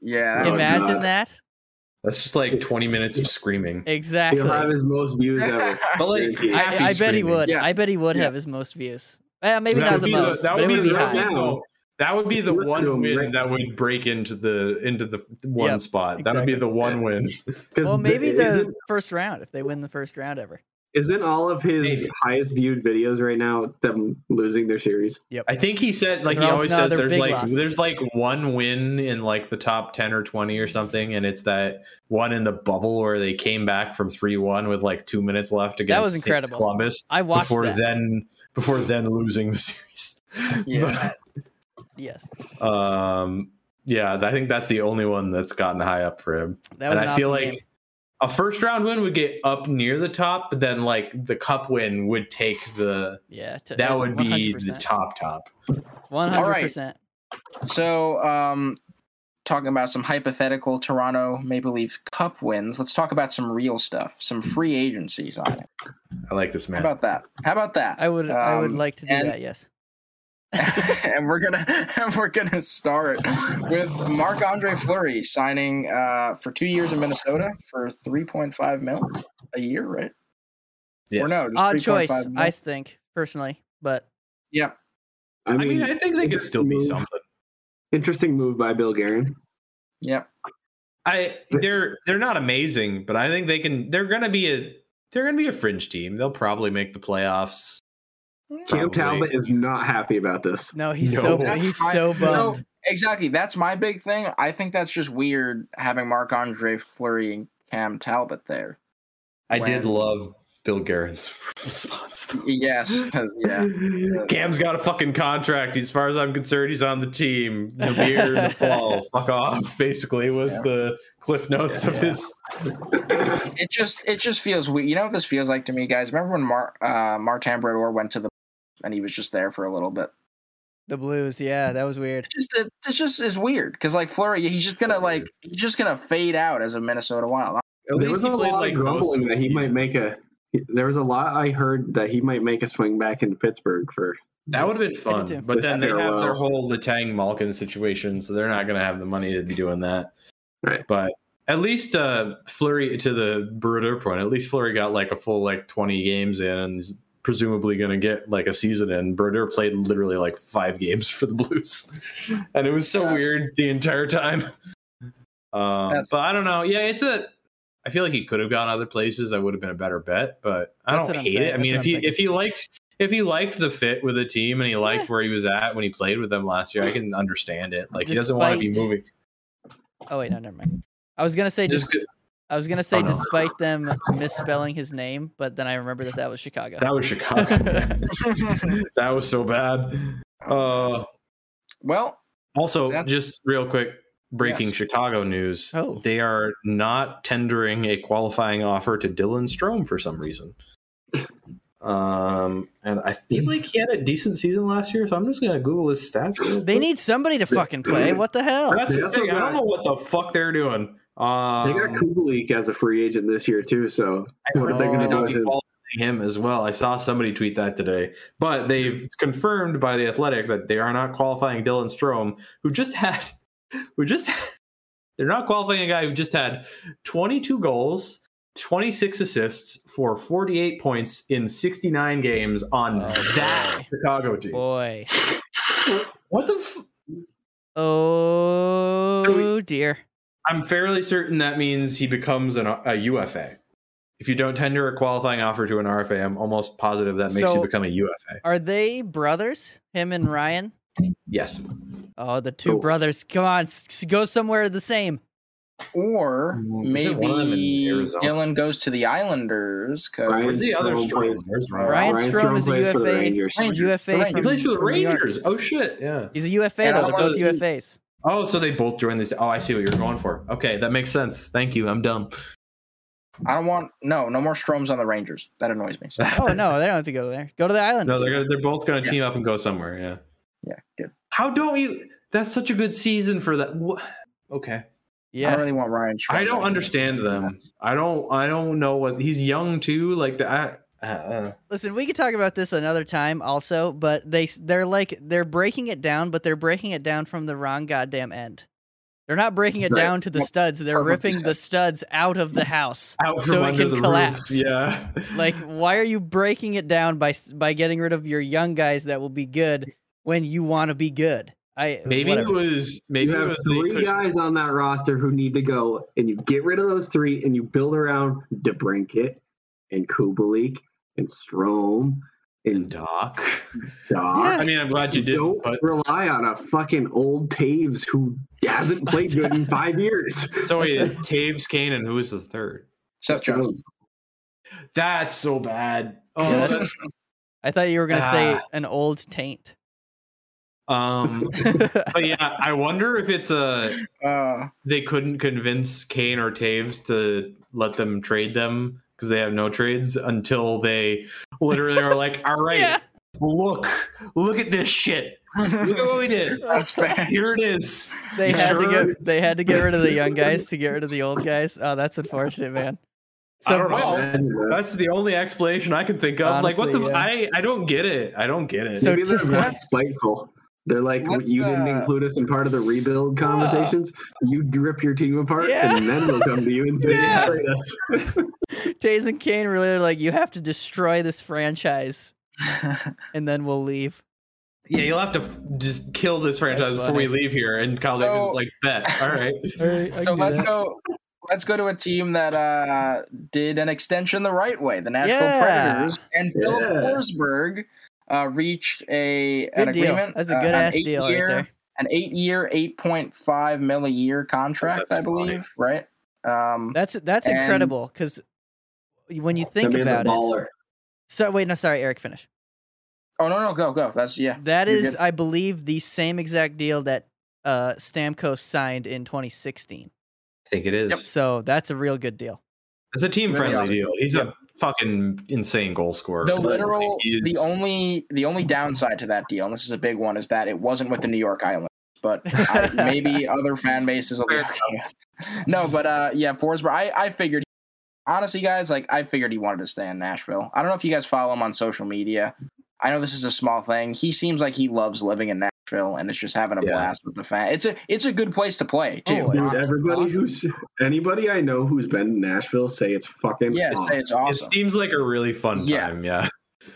Speaker 1: Yeah. that would be-
Speaker 3: Imagine
Speaker 6: God.
Speaker 3: that.
Speaker 2: That's just like 20 minutes of screaming.
Speaker 3: Exactly.
Speaker 6: He'll have his most views ever.
Speaker 2: But like,
Speaker 6: Guaranteed.
Speaker 3: I,
Speaker 2: happy
Speaker 3: I bet he
Speaker 2: screaming.
Speaker 3: would.
Speaker 1: Yeah.
Speaker 3: I bet he would
Speaker 1: Yeah.
Speaker 3: have his most views. Eh, maybe
Speaker 2: That
Speaker 3: not
Speaker 2: would
Speaker 3: the
Speaker 2: be
Speaker 3: most,
Speaker 2: that
Speaker 3: but it would be
Speaker 2: the-
Speaker 3: high.
Speaker 6: high.
Speaker 2: no, that would be the
Speaker 6: Let's do
Speaker 2: one
Speaker 6: him
Speaker 2: win
Speaker 6: right-
Speaker 2: that would break into the into the one
Speaker 3: Yep,
Speaker 2: spot. That would be
Speaker 3: exactly.
Speaker 2: the one win.
Speaker 6: 'Cause
Speaker 3: Well, maybe
Speaker 6: isn't,
Speaker 3: the first round if they win the first round ever.
Speaker 6: isn't all of his
Speaker 2: Maybe.
Speaker 6: highest viewed videos right now them losing their series.
Speaker 2: I think he said like he
Speaker 3: They're all-
Speaker 2: always
Speaker 3: no,
Speaker 2: says
Speaker 3: they're
Speaker 2: there's
Speaker 3: big
Speaker 2: like
Speaker 3: losses.
Speaker 2: there's like one win in like the top 10 or 20 or something and it's that one in the bubble where they came back from 3-1 with like 2 minutes left against
Speaker 3: was
Speaker 2: St.
Speaker 3: incredible.
Speaker 2: Columbus
Speaker 3: I watched
Speaker 2: before
Speaker 3: that.
Speaker 2: then before then losing the series.
Speaker 1: Yeah.
Speaker 3: Yes,
Speaker 2: But, um yeah, I think that's the only one that's gotten high up for him.
Speaker 3: that
Speaker 2: and
Speaker 3: was an
Speaker 2: I
Speaker 3: awesome
Speaker 2: feel like
Speaker 3: game.
Speaker 2: a first round win would get up near the top, but then like the cup win would take the
Speaker 3: Yeah, t-
Speaker 2: that would be the
Speaker 3: 100%.
Speaker 2: top top.
Speaker 3: One
Speaker 1: All
Speaker 3: hundred
Speaker 1: right.
Speaker 3: percent.
Speaker 1: So, um, talking about some hypothetical Toronto Maple Leaf Cup wins, let's talk about some real stuff, some free agencies on it.
Speaker 2: I like this
Speaker 1: How
Speaker 2: man.
Speaker 1: about that? How about that?
Speaker 3: I would. I would
Speaker 1: Um,
Speaker 3: like to do
Speaker 1: and-
Speaker 3: that. Yes.
Speaker 1: and we're gonna and we're gonna start with Marc Andre Fleury signing uh, for two years in Minnesota for three point five mil a year, right? Or
Speaker 2: Yes.
Speaker 1: no, just
Speaker 3: Odd
Speaker 1: 3.5
Speaker 3: choice,
Speaker 1: mil?
Speaker 3: I think personally, but
Speaker 1: yeah,
Speaker 6: I
Speaker 2: I mean,
Speaker 6: mean,
Speaker 2: I think they could still be something.
Speaker 6: interesting move by Bill Guerin.
Speaker 1: yeah.
Speaker 2: I they're they're not amazing, but I think they can. They're gonna be a they're gonna be a fringe team. They'll probably make the playoffs.
Speaker 6: Cam
Speaker 2: Probably.
Speaker 6: Talbot is not happy about this.
Speaker 3: no, he's
Speaker 2: No.
Speaker 3: so he's
Speaker 1: I-
Speaker 3: so
Speaker 1: no,
Speaker 3: bummed.
Speaker 1: exactly. That's my big thing. I think that's just weird having Marc Andre Fleury and Cam Talbot there.
Speaker 2: I did
Speaker 1: Wow.
Speaker 2: love Bill Guerin's response. though.
Speaker 1: Yes. yeah.
Speaker 2: Cam's got a fucking contract. As far as I'm concerned, he's on the team. The beer in the fall. Fuck off. Basically, was
Speaker 1: Yeah.
Speaker 2: the cliff notes of
Speaker 1: Yeah.
Speaker 2: his.
Speaker 1: It just it just feels weird. You know what this feels like to me, guys? Remember when Mar uh Martin Brodeur went to the and he was just there for a little bit.
Speaker 3: The Blues, yeah, that was weird.
Speaker 1: It just it, it just is weird because like Flurry, he's just gonna like he's just gonna fade out as a Minnesota Wild.
Speaker 2: At
Speaker 6: there
Speaker 2: least
Speaker 6: was
Speaker 2: he
Speaker 6: a
Speaker 2: played
Speaker 6: lot
Speaker 2: like
Speaker 6: of
Speaker 2: most
Speaker 6: grumbling
Speaker 2: of the
Speaker 6: that he
Speaker 2: season.
Speaker 6: might make a there was a lot I heard that he might make a swing back into Pittsburgh for.
Speaker 2: That would have been
Speaker 3: I did
Speaker 2: fun.
Speaker 3: too.
Speaker 2: But then they have
Speaker 6: Farewell.
Speaker 2: their whole Latang Malkin situation, so they're not going to have the money to be doing that.
Speaker 6: Right.
Speaker 2: But at least uh, Flurry, to the Bruder point, at least Flurry got like a full like 20 games in and is presumably going to get like a season in. Bruder played literally like five games for the Blues. and it was so
Speaker 1: Yeah.
Speaker 2: weird the entire time. Um,
Speaker 1: That's-
Speaker 2: but I don't know. Yeah, it's a. I feel like he could have gone other places. That would have been a better bet, but I
Speaker 3: That's
Speaker 2: don't
Speaker 3: what I'm
Speaker 2: hate
Speaker 3: saying.
Speaker 2: it. I mean,
Speaker 3: That's
Speaker 2: if
Speaker 3: what I'm
Speaker 2: he if he liked if he liked the fit with the team and he liked
Speaker 3: Yeah.
Speaker 2: where he was at when he played with them last year, I can understand it. Like he doesn't want to be
Speaker 3: Despite-
Speaker 2: moving.
Speaker 3: Oh wait, no, never mind. I was gonna say
Speaker 2: Just,
Speaker 3: I was gonna say
Speaker 2: Oh, no.
Speaker 3: despite them misspelling his name, but then I remember that that was Chicago.
Speaker 2: that was Chicago. man. that was so bad. Uh,
Speaker 1: well,
Speaker 2: also,
Speaker 1: That's-
Speaker 2: just real quick, breaking
Speaker 1: Yes.
Speaker 2: Chicago news.
Speaker 3: Oh.
Speaker 2: They are not tendering a qualifying offer to Dylan Strom for some reason. Um, and I feel like he had a decent season last year, so I'm just gonna Google his stats. real
Speaker 3: They
Speaker 2: quick.
Speaker 3: need somebody to fucking play. What the hell?
Speaker 2: That's
Speaker 6: They
Speaker 2: the
Speaker 6: also
Speaker 2: thing. I
Speaker 6: got-
Speaker 2: don't know what the fuck they're doing. Um,
Speaker 6: They got Kubelik as a free agent this year too, so
Speaker 2: Oh, I
Speaker 6: what are
Speaker 2: heard
Speaker 6: they
Speaker 2: they
Speaker 6: gonna
Speaker 2: might
Speaker 6: do
Speaker 2: not
Speaker 6: with
Speaker 2: be
Speaker 6: him?
Speaker 2: qualifying him as well. I saw somebody tweet that today, but they've confirmed by the Athletic that they are not qualifying Dylan Strom, who just had, who just, they're not qualifying a guy who just had 22 goals, 26 assists for 48 points in 69 games on
Speaker 3: Oh,
Speaker 2: that
Speaker 3: boy.
Speaker 2: Chicago team.
Speaker 3: Boy.
Speaker 2: What the? F-
Speaker 3: Oh
Speaker 2: we-
Speaker 3: dear.
Speaker 2: I'm fairly certain that means he becomes an, a UFA. If you don't tender a qualifying offer to an RFA, I'm almost positive that makes
Speaker 3: So-
Speaker 2: you become a UFA.
Speaker 3: Are they brothers? Him and Ryan?
Speaker 2: Yes.
Speaker 3: Oh, the two
Speaker 6: Cool.
Speaker 3: brothers. Come on, s- s- go somewhere the same.
Speaker 1: or
Speaker 2: Isn't one of them in
Speaker 1: maybe
Speaker 2: Arizona?
Speaker 1: Dylan goes to the Islanders. 'cause-
Speaker 6: Right.
Speaker 2: Where's the other
Speaker 6: Strom
Speaker 2: Strom?
Speaker 6: plays-
Speaker 2: There's Ryan.
Speaker 3: Ryan,
Speaker 6: Ryan
Speaker 3: Strom
Speaker 6: Strom
Speaker 3: is a
Speaker 6: plays for the
Speaker 3: UFA.
Speaker 6: Rangers.
Speaker 3: From UFA.
Speaker 1: Rangers.
Speaker 2: He
Speaker 3: From,
Speaker 2: plays for the
Speaker 3: from New York.
Speaker 2: Rangers. Oh shit, yeah.
Speaker 3: He's a UFA
Speaker 1: And
Speaker 3: though. They're
Speaker 1: also-
Speaker 3: both UFAs.
Speaker 2: Oh, so they both joined this. Oh, I see what you're going for. Okay, that makes sense. Thank you. I'm dumb.
Speaker 1: I don't want no, no more Stroms on the Rangers. That annoys me.
Speaker 3: Oh no, they don't have to go there. Go to the island.
Speaker 2: No, they're gonna, they're both going to team up and go somewhere. Yeah.
Speaker 1: yeah, good.
Speaker 2: How don't you? That's such a good season for that. Wha- Okay.
Speaker 1: I
Speaker 3: yeah.
Speaker 1: don't really want Ryan. Strom
Speaker 2: I don't
Speaker 1: back.
Speaker 2: understand them. I don't. I don't know what he's young too. Like the, I, uh, I don't know.
Speaker 3: Listen, we could talk about this another time also, but they s- they're like they're breaking it down, but they're breaking it down from the wrong goddamn end. They're not breaking it
Speaker 6: Right.
Speaker 3: down to the
Speaker 1: Well,
Speaker 3: studs. They're
Speaker 1: perfectly
Speaker 3: ripping the studs out of the house.
Speaker 2: out from
Speaker 3: So it
Speaker 2: under
Speaker 3: can
Speaker 2: the
Speaker 3: collapse.
Speaker 2: roof. Yeah.
Speaker 3: Like, why are you breaking it down by s- by getting rid of your young guys that will be good when you want to be good? I
Speaker 2: maybe
Speaker 3: whatever.
Speaker 2: it was maybe
Speaker 6: You
Speaker 2: it
Speaker 6: have
Speaker 2: was they
Speaker 6: three
Speaker 2: could-
Speaker 6: guys on that roster who need to go, and you get rid of those three, and you build around DeBrinket and Kubelik and Strom
Speaker 2: and
Speaker 6: and
Speaker 2: Doc.
Speaker 6: Dar.
Speaker 2: I mean, I'm glad you did,
Speaker 6: Don't
Speaker 2: but
Speaker 6: rely on a fucking old Taves who hasn't played good in five years.
Speaker 2: so wait, it's Taves, Kane, and who is the third?
Speaker 1: Seth Jones.
Speaker 2: That's so bad. Oh,
Speaker 3: Yeah, that's- I thought you were gonna say
Speaker 2: Ah.
Speaker 3: an old taint.
Speaker 2: um, but yeah, I wonder if it's a
Speaker 1: Uh,
Speaker 2: they couldn't convince Kane or Taves to let them trade them because they have no trades until they literally are like, all right,
Speaker 3: Yeah.
Speaker 2: look, look at this shit. Look at what we did.
Speaker 1: that's fair.
Speaker 2: Here it is.
Speaker 3: They
Speaker 2: You
Speaker 3: had to
Speaker 2: sure?
Speaker 3: get they had to get rid of the young guys to get rid of the old guys. Oh, that's unfortunate, man.
Speaker 2: I
Speaker 3: So
Speaker 2: don't know.
Speaker 3: Paul-
Speaker 6: That's
Speaker 2: That's the only explanation I can think of. like, what the?
Speaker 3: Honestly,
Speaker 2: f I I don't get it. I don't get it.
Speaker 3: So
Speaker 6: Maybe
Speaker 3: to-
Speaker 6: they're more spiteful. They're like,
Speaker 1: Let's,
Speaker 6: you didn't
Speaker 1: uh,
Speaker 6: include us in part of the rebuild conversations. You rip your team apart,
Speaker 3: Yeah.
Speaker 6: and then they'll come to you and say,
Speaker 3: Yeah.
Speaker 6: trade us.
Speaker 3: Tays and Kane really are like, you have to destroy this franchise and then we'll leave.
Speaker 2: yeah, you'll have to f- just kill this franchise
Speaker 3: That's
Speaker 2: before we leave here. And Kyle
Speaker 1: So-
Speaker 2: Davis is like, bet. All right.
Speaker 1: so let's go. Let's go to a team that uh, did an extension the right way. The Nashville
Speaker 3: Yeah.
Speaker 1: Predators and Philip
Speaker 6: Yeah.
Speaker 1: Forsberg uh, reached a an
Speaker 3: Good deal.
Speaker 1: agreement.
Speaker 3: That's a
Speaker 1: uh,
Speaker 3: good
Speaker 1: an
Speaker 3: ass deal right
Speaker 1: eight-year-
Speaker 3: there.
Speaker 1: An eight-year, eight point five mil a year contract,
Speaker 2: That's
Speaker 1: I believe. Right. Um,
Speaker 3: That's that's
Speaker 1: And-
Speaker 3: incredible because when you think
Speaker 6: That man's a
Speaker 3: about it.
Speaker 6: baller.
Speaker 3: So wait, no, sorry, Eric, finish.
Speaker 1: oh no, no, go, go. That's yeah.
Speaker 3: That
Speaker 1: You're
Speaker 3: is,
Speaker 1: good.
Speaker 3: I believe, the same exact deal that uh, Stamkos signed in 2016.
Speaker 2: I think it is.
Speaker 3: So that's a real good deal.
Speaker 2: It's a team friendly
Speaker 1: Really?
Speaker 2: deal. He's a fucking insane goal scorer.
Speaker 1: The
Speaker 2: Like,
Speaker 1: literal,
Speaker 2: he's-
Speaker 1: the only, the only downside to that deal, and this is a big one, is that it wasn't with the New York Islanders, but I, maybe other fan bases will be.
Speaker 2: Fair
Speaker 1: okay. no, but uh, yeah, Forsberg. I, I figured honestly, guys, like I figured he wanted to stay in Nashville. I don't know if you guys follow him on social media. I know this is a small thing. He seems like he loves living in Nashville and is just having a
Speaker 2: Yeah.
Speaker 1: blast with the fan. It's a it's a good place to play too.
Speaker 3: Oh,
Speaker 6: Dude,
Speaker 3: Awesome.
Speaker 6: everybody
Speaker 1: Awesome.
Speaker 6: who's anybody I know who's been to Nashville say it's fucking
Speaker 1: yeah, it's,
Speaker 6: awesome.
Speaker 1: it's
Speaker 2: It
Speaker 1: awesome.
Speaker 2: seems like a really fun
Speaker 1: Yeah.
Speaker 2: time. Yeah.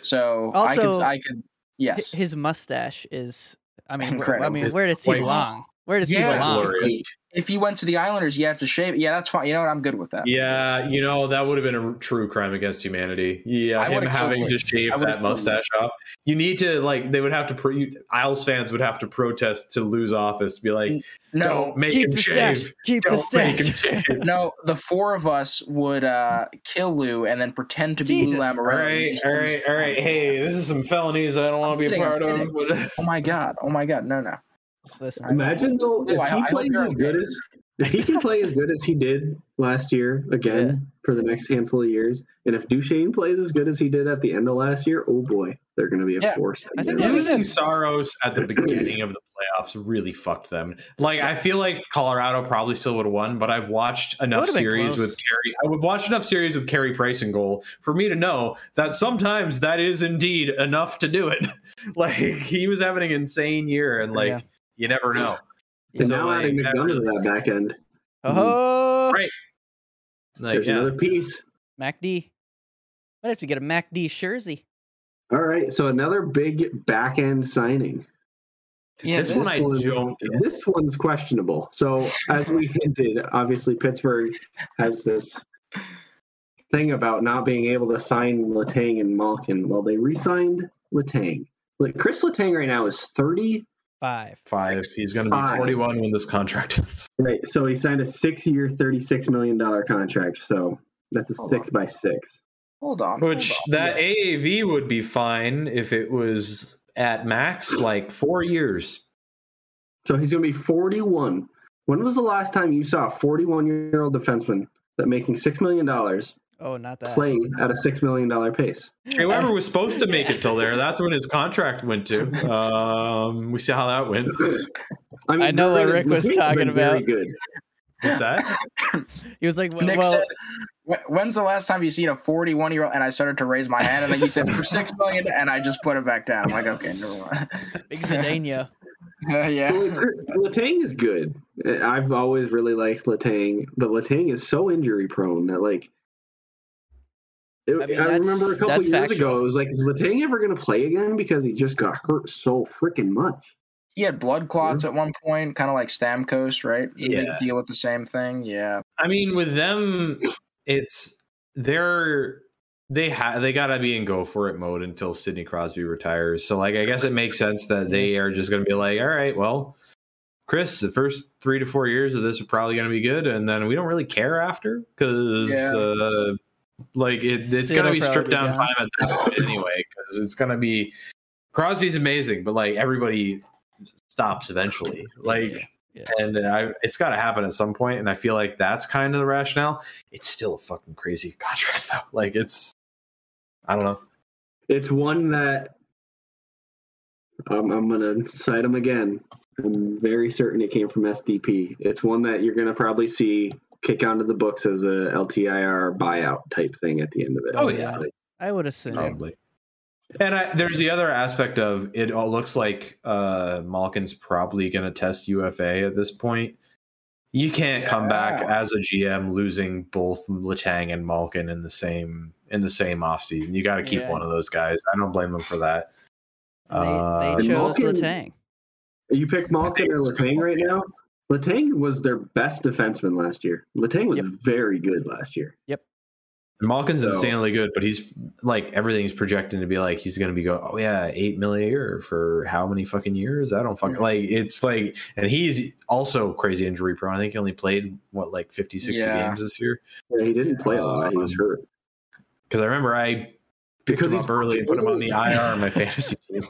Speaker 1: So
Speaker 3: Also-
Speaker 1: I could I could
Speaker 3: Hi-
Speaker 1: yes.
Speaker 3: His mustache is. I mean, wh- I
Speaker 1: Incredible.
Speaker 3: mean,
Speaker 2: It's
Speaker 3: where does he
Speaker 2: quite-
Speaker 3: belong? Where does
Speaker 1: Yeah.
Speaker 3: he belong?
Speaker 2: Glorious.
Speaker 1: If you went to the Islanders, you have to shave. Yeah, that's fine. You know what? I'm good with that.
Speaker 2: Yeah, you know that would have been a true crime against humanity. Yeah,
Speaker 1: I
Speaker 2: him
Speaker 1: would've killed
Speaker 2: having to
Speaker 1: Luke. I
Speaker 2: shave
Speaker 1: would've
Speaker 2: that
Speaker 1: killed Luke.
Speaker 2: mustache off. You need to like they would have to pro- you, Isles fans would have to protest to lose office. Be like,
Speaker 1: No,
Speaker 2: don't make
Speaker 3: Keep
Speaker 2: him
Speaker 3: the
Speaker 2: shave.
Speaker 3: stash. Keep the
Speaker 2: Don't make him
Speaker 3: stash.
Speaker 2: shave.
Speaker 1: no, the four of us would uh, kill Lou and then pretend to be Lou
Speaker 3: Jesus.
Speaker 2: All
Speaker 1: Lamoriello.
Speaker 2: right, all right, all right. Hey, this is some felonies I don't want to be a
Speaker 1: kidding, I'm
Speaker 2: part of.
Speaker 1: Oh my god. Oh my god. No, no.
Speaker 3: Listen,
Speaker 6: Imagine though if
Speaker 1: I- I
Speaker 6: he
Speaker 1: hope
Speaker 6: plays
Speaker 1: you're
Speaker 6: as
Speaker 1: okay.
Speaker 6: good as if he can play as good as he did last year again
Speaker 3: Yeah.
Speaker 6: for the next handful of years, and if Duchesne plays as good as he did at the end of last year, oh boy, they're going to be a
Speaker 1: Yeah.
Speaker 6: force.
Speaker 3: I think that was
Speaker 2: Losing Soros at the beginning of the playoffs really fucked them. Like I feel like Colorado probably still would have won, but I've watched enough
Speaker 3: would've been
Speaker 2: series
Speaker 3: close.
Speaker 2: with Carey. I would watch enough series with Carey Price in goal for me to know that sometimes that is indeed enough to do it. like he was having an insane year, and like
Speaker 3: Yeah.
Speaker 2: you never know.
Speaker 6: and
Speaker 2: So,
Speaker 6: now
Speaker 2: like,
Speaker 6: adding
Speaker 2: that
Speaker 6: McDonough
Speaker 2: really-
Speaker 6: to that back end,
Speaker 3: oh,
Speaker 2: Right. Like
Speaker 6: there's
Speaker 2: yeah.
Speaker 6: another piece.
Speaker 3: MacD. Might have to get a MacD jersey.
Speaker 6: All right, so another big back end signing.
Speaker 1: Yeah,
Speaker 2: this one I
Speaker 6: was-
Speaker 2: don't. get.
Speaker 6: This one's questionable. So, as we hinted, obviously Pittsburgh has this thing about not being able to sign Latang and Malkin. Well, they re-signed Latang. Like Chris Latang right now is thirty.
Speaker 3: Five.
Speaker 2: Five. He's going to be
Speaker 6: Five.
Speaker 2: forty-one when this contract ends.
Speaker 6: Right. So he signed a six-year, thirty-six million dollar contract. So that's a
Speaker 2: Oh,
Speaker 1: Hold
Speaker 6: six by six.
Speaker 1: Hold
Speaker 6: Oh,
Speaker 1: on.
Speaker 2: Which
Speaker 1: hold on.
Speaker 2: that
Speaker 1: Yes.
Speaker 2: AAV would be fine if it was at max like four years.
Speaker 6: So he's going to be forty-one. When was the last time you saw a forty-one-year-old defenseman that making six million dollars
Speaker 3: Oh, not that.
Speaker 6: play at a six million dollar pace?
Speaker 2: Shea Weber was supposed to make it till there. That's when his contract went to. Um, we see how that went.
Speaker 6: mean,
Speaker 3: I know what
Speaker 6: granted,
Speaker 3: Rick was
Speaker 6: Latang's
Speaker 3: talking
Speaker 6: been very
Speaker 3: about.
Speaker 6: Good.
Speaker 2: What's that?
Speaker 3: He was like,
Speaker 1: Nick
Speaker 3: well,
Speaker 1: said, "Wh- "When's the last time you seen a 41 year old?" And I started to raise my hand, and then you said for six million, and I just put it back down. I'm like, okay, never mind.
Speaker 3: Big Zdeno.
Speaker 1: Uh,
Speaker 6: Well,
Speaker 1: yeah.
Speaker 6: Cr- Letang is good. I've always really liked Letang, but Letang is so injury prone that like. It,
Speaker 3: I
Speaker 6: I,
Speaker 3: mean, that's-
Speaker 6: remember a couple
Speaker 3: that's
Speaker 6: years
Speaker 3: factual.
Speaker 6: ago, it was like, is Letang ever going to play again? Because he just got hurt so freaking much.
Speaker 1: He had blood clots at one point, kind of like Stamkos, right? Did they
Speaker 2: Yeah.
Speaker 1: Deal with the same thing. Yeah.
Speaker 2: I mean, with them, it's they're they ha- they gotta be in go for it mode until Sidney Crosby retires. So like, I guess it makes sense that they are just gonna be like, all right, well, Chris, the first three to four years of this are probably gonna be good, and then we don't really care after because.
Speaker 1: Yeah.
Speaker 2: Uh, like it, it's
Speaker 3: Sid'll
Speaker 2: gonna be
Speaker 3: probably
Speaker 2: stripped
Speaker 3: be
Speaker 2: down
Speaker 3: gone.
Speaker 2: time at that point anyway because it's gonna be Crosby's amazing, but like everybody stops eventually. Like
Speaker 3: Yeah.
Speaker 2: and uh, I, it's got to happen at some point, and I feel like that's kind of the rationale. It's still a fucking crazy contract, though. Like it's, I don't know.
Speaker 6: It's one that um, I'm going to cite him again. I'm very certain it came from SDP. It's one that you're going to probably see kick onto the books as a LTIR buyout type thing at the end of it.
Speaker 3: Oh,
Speaker 2: yeah.
Speaker 6: Like,
Speaker 3: I would assume.
Speaker 2: Probably. And I, there's the other aspect of it. All looks like uh, Malkin's probably going to test UFA at this point. You can't come back
Speaker 1: Yeah.
Speaker 2: as a GM losing both Latang and Malkin in the same in the same offseason. You got to keep
Speaker 3: Yeah.
Speaker 2: one of those guys. I don't blame him for that.
Speaker 3: And
Speaker 2: Uh,
Speaker 3: they, they
Speaker 6: and
Speaker 3: chose
Speaker 6: Malkin-
Speaker 3: Latang.
Speaker 6: You pick Malkin or Latang right now? Latang was their best defenseman last year. Latang was
Speaker 3: Yep.
Speaker 6: very good last year.
Speaker 2: Malkin's
Speaker 6: So-
Speaker 2: insanely good, but he's like everything's projecting to be like he's going to be going. Oh yeah, eight million a year for how many fucking years? I don't fucking like. It's like, and he's also crazy injury prone. I think he only played what like 50, 60
Speaker 1: Yeah.
Speaker 2: games this year.
Speaker 6: And he didn't play a lot. He was hurt.
Speaker 2: Because I remember I picked
Speaker 6: Because
Speaker 2: him
Speaker 6: he's
Speaker 2: up early and put him on the IR in my fantasy team.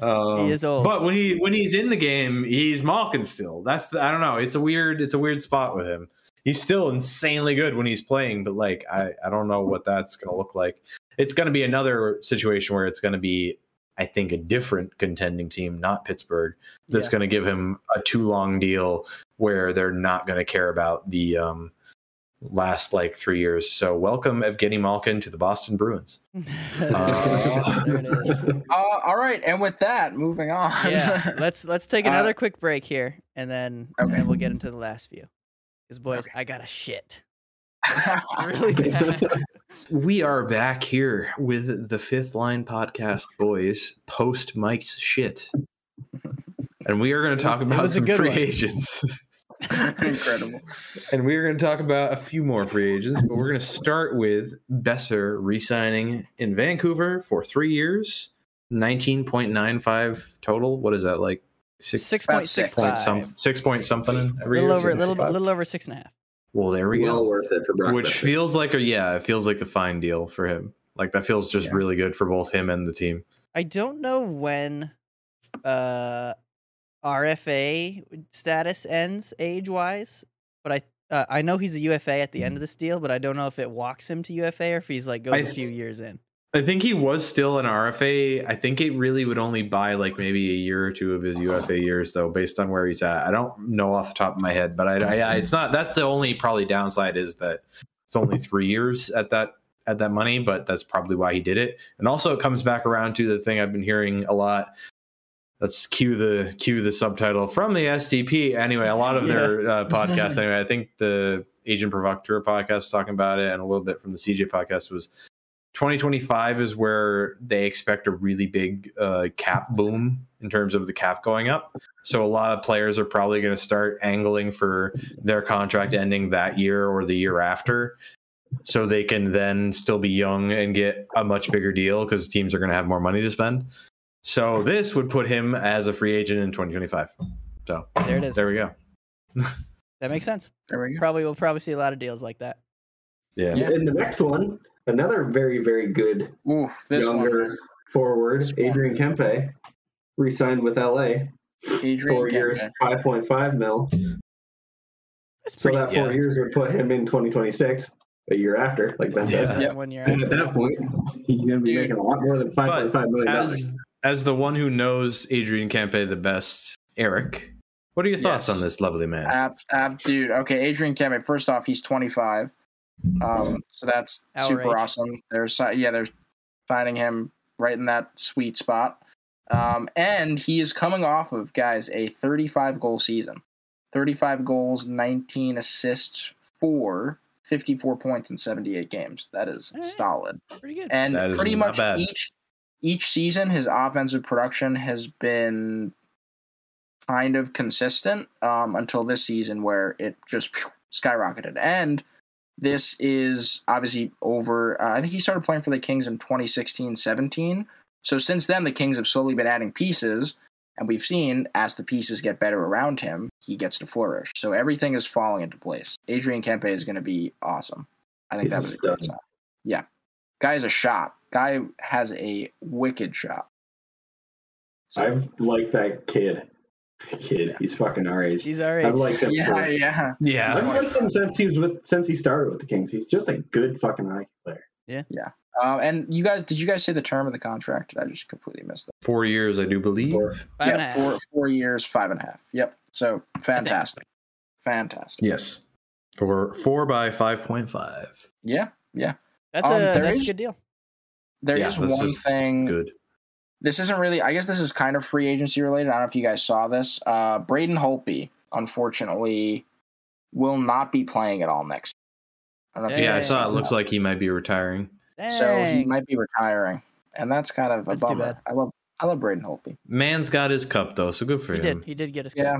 Speaker 2: Um,
Speaker 3: He is old.
Speaker 2: but when he when he's in the game, he's Malkin still. That's the, I don't know. It's a weird it's a weird spot with him. He's still insanely good when he's playing, but like I I don't know what that's going to look like. It's going to be another situation where it's going to be I think a different contending team, not Pittsburgh, that's
Speaker 3: Yeah.
Speaker 2: going to give him a too long deal where they're not going to care about the um last like three years. So welcome Evgeny Malkin to the Boston Bruins.
Speaker 3: Yes, there it is.
Speaker 1: Uh, all right, and with that, moving on.
Speaker 3: Yeah, let's let's take
Speaker 1: Uh,
Speaker 3: another quick break here, and then and
Speaker 1: Okay.
Speaker 3: then we'll get into the last few. Because boys, I got a shit really bad.
Speaker 6: That
Speaker 2: We are back here with the Fifth Line Podcast boys post Mike's shit. And we are going to talk
Speaker 3: was- it
Speaker 2: about
Speaker 3: was a
Speaker 2: some
Speaker 3: good
Speaker 2: free
Speaker 3: one.
Speaker 2: agents.
Speaker 1: Incredible.
Speaker 2: and we are going to talk about a few more free agents, but we're going to start with Besser re signing in Vancouver for three years, 19.95 total. What is that, like six,
Speaker 3: Six
Speaker 1: about
Speaker 3: point six
Speaker 1: six.
Speaker 2: point
Speaker 3: five.
Speaker 2: some- six point something every
Speaker 3: little
Speaker 2: year?
Speaker 3: over, little,
Speaker 2: 65?
Speaker 3: little over six and a half.
Speaker 2: Well, there we
Speaker 6: well
Speaker 2: go.
Speaker 6: worth it for Brock.
Speaker 2: Which
Speaker 6: Besser.
Speaker 2: feels like a, yeah, it feels like a fine deal for him. Like that feels just
Speaker 1: Yeah.
Speaker 2: really good for both him and the team.
Speaker 3: I don't know when uh RFA status ends age wise, but I uh, I know he's a UFA at the end of this deal, but I don't know if it walks him to UFA or if he's like
Speaker 2: I
Speaker 3: goes a
Speaker 2: th-
Speaker 3: few years in.
Speaker 2: I think he was still an RFA. I think it really would only buy like maybe a year or two of his UFA years, though, based on where he's at. I don't know off the top of my head, but I, I, I it's not. That's the only probably downside is that it's only three years at that at that money, but that's probably why he did it. And also, it comes back around to the thing I've been hearing a lot. Let's cue the cue the subtitle from the SDP. Anyway, a lot of their uh, podcasts. Anyway, I think the Agent Provocateur podcast was talking about it, and a little bit from the CJ podcast was 2025 is where they expect a really big uh, cap boom in terms of the cap going up. So a lot of players are probably going to start angling for their contract ending that year or the year after, so they can then still be young and get a much bigger deal because teams are going to have more money to spend. So this would put him as a free agent in 2025. So
Speaker 3: There it is.
Speaker 2: there we go.
Speaker 3: That makes sense.
Speaker 1: There we go.
Speaker 3: Probably we'll probably see a lot of deals like that.
Speaker 2: Yeah.
Speaker 1: Yeah.
Speaker 6: And the next one, another very, very good
Speaker 1: Ooh, this
Speaker 6: younger forward,
Speaker 1: This one.
Speaker 6: Adrian Kempe, re-signed with LA.
Speaker 1: one, Adrian
Speaker 6: Four years,
Speaker 1: Kempe.
Speaker 6: five point five mil.
Speaker 3: That's
Speaker 6: So
Speaker 3: pretty
Speaker 6: that
Speaker 2: yeah.
Speaker 6: four years would put him in twenty twenty six, a year after, like Ben
Speaker 2: Yeah.
Speaker 6: said.
Speaker 3: good
Speaker 1: Yep.
Speaker 3: one year.
Speaker 6: And
Speaker 3: after.
Speaker 6: at that point, he's going to be
Speaker 1: Dude.
Speaker 6: making a lot more than five point five million dollars.
Speaker 2: As as the one who knows Adrian Campe the best, Eric, what are your
Speaker 1: Yes.
Speaker 2: thoughts
Speaker 1: Uh,
Speaker 2: on this lovely man?
Speaker 1: Ab, ab, dude. Okay, Adrian Kempe. First off, he's 25. Um, so that's
Speaker 3: Our
Speaker 1: super
Speaker 3: age.
Speaker 1: awesome. They're si- yeah, they're finding him right in that sweet spot. Um, and he is coming off of guys a 35 goal season, 35 goals, 19 assists for 54 points in 78 games. That is
Speaker 3: All right.
Speaker 1: solid.
Speaker 3: Pretty good.
Speaker 1: And
Speaker 2: That is
Speaker 1: pretty
Speaker 2: not
Speaker 1: much
Speaker 2: bad.
Speaker 1: each each season, his offensive production has been kind of consistent um, until this season, where it just phew, skyrocketed. And this is obviously over. Uh, I think he started playing for the Kings in 2016-17. So since then, the Kings have slowly been adding pieces. And we've seen as the pieces get better around him, he gets to flourish. So everything is falling into place. Adrian Kempe is going to be awesome. I think
Speaker 6: He's
Speaker 1: that
Speaker 6: a
Speaker 1: was a great
Speaker 6: stud.
Speaker 1: sign. Yeah. Guy is a shot. Guy has a wicked shot. So,
Speaker 6: I've liked that kid. Kid, he's fucking our age.
Speaker 3: He's our age.
Speaker 6: I've liked him.
Speaker 1: yeah,
Speaker 6: for-
Speaker 1: yeah,
Speaker 2: yeah.
Speaker 6: I've liked him since he was with since he started with the Kings. He's just a good fucking hockey player.
Speaker 1: Uh, and you guys, did you guys say the term of the contract? Did I just completely missed that?
Speaker 2: Four years, I do believe.
Speaker 6: Four.
Speaker 3: Five and a
Speaker 1: yeah,
Speaker 3: half.
Speaker 1: four, four years, five and a half. Yep. So fantastic, fantastic.
Speaker 2: Yes. Four four by five point five.
Speaker 1: Yeah,
Speaker 3: That's
Speaker 1: Um,
Speaker 3: a
Speaker 1: there
Speaker 3: that's a
Speaker 1: is-
Speaker 3: good deal.
Speaker 1: There is
Speaker 2: Yeah, that's
Speaker 1: one
Speaker 2: just
Speaker 1: thing.
Speaker 2: Good.
Speaker 1: This isn't really. I guess this is kind of free agency related. I don't know if you guys saw this. Uh, Braden Holtby, unfortunately, will not be playing at all next. I don't know if you
Speaker 2: Yeah, I
Speaker 1: guys
Speaker 2: saw it looks like he might be retiring.
Speaker 1: So he
Speaker 3: Dang.
Speaker 1: might be retiring, and that's kind of a
Speaker 3: That's too bad.
Speaker 1: bummer. I love I love Braden Holtby.
Speaker 2: Man's got his cup though, so good for
Speaker 3: He
Speaker 2: him.
Speaker 3: did. He did get us.
Speaker 1: Yeah,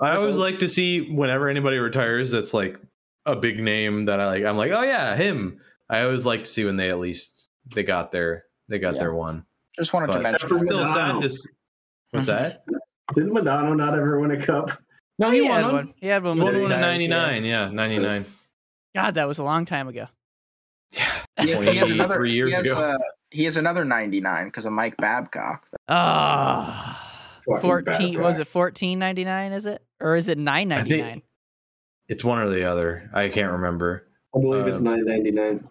Speaker 2: I always like to see whenever anybody retires that's like a big name that I like I'm like, oh yeah, him. I always like to see when they at least they got their they got
Speaker 1: Yeah.
Speaker 2: their one.
Speaker 1: just wanted to
Speaker 2: But
Speaker 1: mention.
Speaker 6: Except
Speaker 1: that.
Speaker 6: for
Speaker 2: still sad to s- What's that?
Speaker 6: Didn't Madonna not ever win a cup?
Speaker 2: No,
Speaker 3: he,
Speaker 2: he
Speaker 3: had
Speaker 2: won one.
Speaker 3: one. He had one.
Speaker 2: He won
Speaker 3: with the
Speaker 2: one in
Speaker 3: Stars,
Speaker 2: ninety
Speaker 3: yeah.
Speaker 2: nine, yeah, ninety nine.
Speaker 3: God, that was a long time ago.
Speaker 2: Yeah.
Speaker 1: Yeah, he has another
Speaker 2: 23 years
Speaker 1: he has,
Speaker 2: ago.
Speaker 1: uh, he has another 99 because of Mike Babcock.
Speaker 3: Ah,
Speaker 6: Fucking
Speaker 3: fourteen.
Speaker 6: bad
Speaker 3: what Was
Speaker 6: guy.
Speaker 3: it fourteen ninety nine? Is it or is it nine ninety nine?
Speaker 2: It's one or the other. I can't remember.
Speaker 6: I believe it's
Speaker 2: Um,
Speaker 6: nine ninety nine.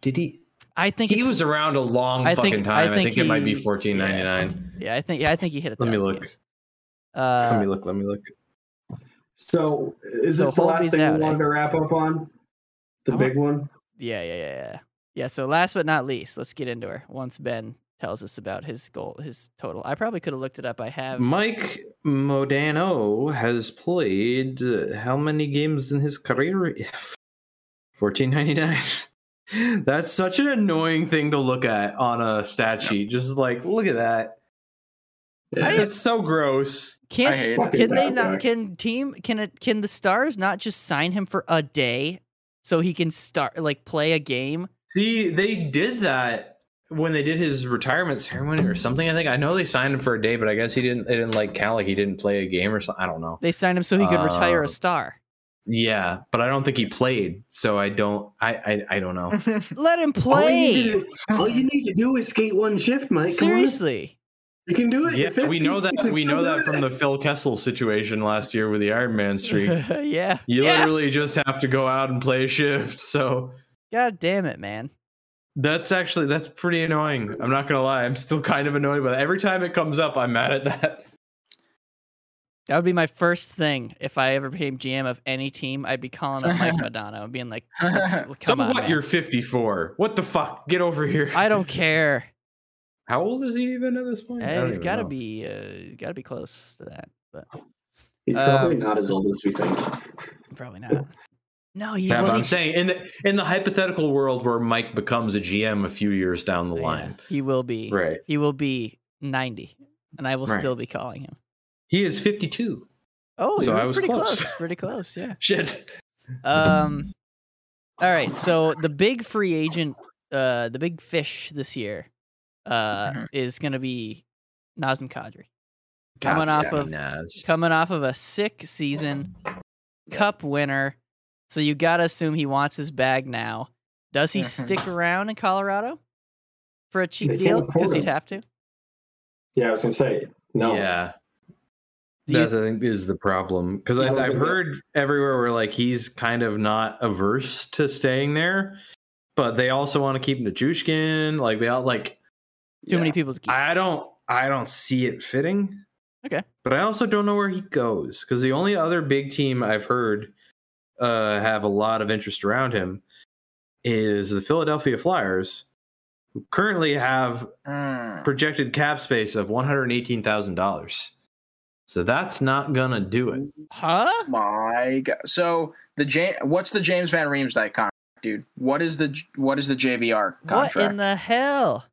Speaker 2: Did he
Speaker 3: I think
Speaker 2: he
Speaker 3: it's,
Speaker 2: was around a long
Speaker 3: I
Speaker 2: fucking
Speaker 3: think- I
Speaker 2: time. I think,
Speaker 3: think
Speaker 2: it might be
Speaker 3: he-
Speaker 2: fourteen ninety nine.
Speaker 3: Yeah, I think. Yeah, I think he hit it.
Speaker 2: Let me look.
Speaker 3: Uh,
Speaker 2: Let me look. Let me look.
Speaker 6: So is
Speaker 3: So
Speaker 6: this the
Speaker 3: hold
Speaker 6: last
Speaker 3: these
Speaker 6: thing you
Speaker 3: out,
Speaker 6: wanted
Speaker 3: eh?
Speaker 6: to wrap up on? The
Speaker 3: I want-
Speaker 6: big one?
Speaker 3: Yeah, yeah, yeah, yeah. Yeah, so last but not least, let's get into her once Ben tells us about his goal, his total. I probably could have looked it up. I have
Speaker 2: Mike Modano has played uh, how many games in his career? 1499. That's such an annoying thing to look at on a stat sheet. Just like, look at that.
Speaker 6: Yeah.
Speaker 2: That's so gross.
Speaker 1: I
Speaker 3: Can
Speaker 1: hate
Speaker 6: Fucking
Speaker 3: can they
Speaker 6: bad
Speaker 3: not?
Speaker 6: guy.
Speaker 3: Can team? Can it? Can the stars not just sign him for a day so he can start like play a game?
Speaker 2: See, they did that when they did his retirement ceremony or something. I think I know they signed him for a day, but I guess he didn't. They didn't like count like he didn't play a game or something. I don't know.
Speaker 3: They signed him so he could retire
Speaker 2: Uh,
Speaker 3: a star.
Speaker 2: Yeah, but I don't think he played, so I don't. I I, I don't know.
Speaker 3: Let him
Speaker 6: All you,
Speaker 3: play.
Speaker 6: need to, all you need to do is skate one shift, Mike. Come on.
Speaker 3: Seriously,
Speaker 6: you can do it.
Speaker 2: Yeah,
Speaker 6: You're 50.
Speaker 2: we know that.
Speaker 6: You can
Speaker 2: We
Speaker 6: still
Speaker 2: know
Speaker 6: do
Speaker 2: that from the Phil Kessel situation last year with the Iron Man streak.
Speaker 3: yeah.
Speaker 2: You
Speaker 3: yeah.
Speaker 2: literally just have to go out and play a shift. So
Speaker 3: God damn it, man.
Speaker 2: that's actually that's pretty annoying. I'm not gonna lie. I'm still kind of annoyed by that. Every time it comes up, I'm mad at that.
Speaker 3: That would be my first thing if I ever became GM of any team. I'd be calling up Mike Madonna and being like, "Let's-
Speaker 2: Come
Speaker 3: "Come on,
Speaker 2: what?
Speaker 3: man.
Speaker 2: You're 54. What the fuck? Get over here.
Speaker 3: I don't care."
Speaker 2: How old is he even at this point? I
Speaker 3: Hey,
Speaker 2: don't
Speaker 3: he's
Speaker 2: even
Speaker 3: got to
Speaker 2: know.
Speaker 3: be, uh, he's got to be close to that. But
Speaker 6: He's
Speaker 3: Um,
Speaker 6: probably not as old as we think.
Speaker 3: Probably not. No, you.
Speaker 2: Yeah,
Speaker 3: well,
Speaker 2: but
Speaker 3: he-
Speaker 2: I'm saying in the in the hypothetical world where Mike becomes a GM a few years down the
Speaker 3: yeah,
Speaker 2: line,
Speaker 3: he will be.
Speaker 2: right?
Speaker 3: He will be ninety, and I will
Speaker 2: Right.
Speaker 3: still be calling him.
Speaker 2: He is 52.
Speaker 3: Oh,
Speaker 2: So
Speaker 3: you
Speaker 2: I
Speaker 3: were
Speaker 2: was
Speaker 3: pretty
Speaker 2: close.
Speaker 3: Pretty close. Yeah.
Speaker 2: Shit.
Speaker 3: Um. All right. So the big free agent, uh, the big fish this year, uh,
Speaker 1: Mhm.
Speaker 3: is going to be Nazem Kadri.
Speaker 2: God,
Speaker 3: Coming off
Speaker 2: Sammy
Speaker 3: of-
Speaker 2: Naz.
Speaker 3: coming off of a sick season, cup winner. So you got to assume he wants his bag now. Does he
Speaker 1: Mhm.
Speaker 3: stick around in Colorado for a cheap
Speaker 6: They can't
Speaker 3: deal?
Speaker 6: afford
Speaker 3: Because he'd
Speaker 6: him.
Speaker 3: have to.
Speaker 5: Yeah, I was gonna say no.
Speaker 2: Yeah.
Speaker 3: Do you
Speaker 2: That I think is the problem because
Speaker 6: Yeah,
Speaker 2: I've
Speaker 6: yeah.
Speaker 2: heard everywhere where like he's kind of not averse to staying there, but they also want to keep Nachushkin. Like they all like
Speaker 3: Too many people to keep.
Speaker 2: I don't I don't see it fitting.
Speaker 3: Okay.
Speaker 2: But I also don't know where he goes because the only other big team I've heard uh, have a lot of interest around him is the Philadelphia Flyers, who currently have
Speaker 1: Mm.
Speaker 2: projected cap space of one hundred eighteen thousand dollars. So that's not gonna do it.
Speaker 3: huh?
Speaker 1: My God. So the J- what's the James Van Riemsdyk contract, dude? What is the what is the JVR contract?
Speaker 3: What in the hell?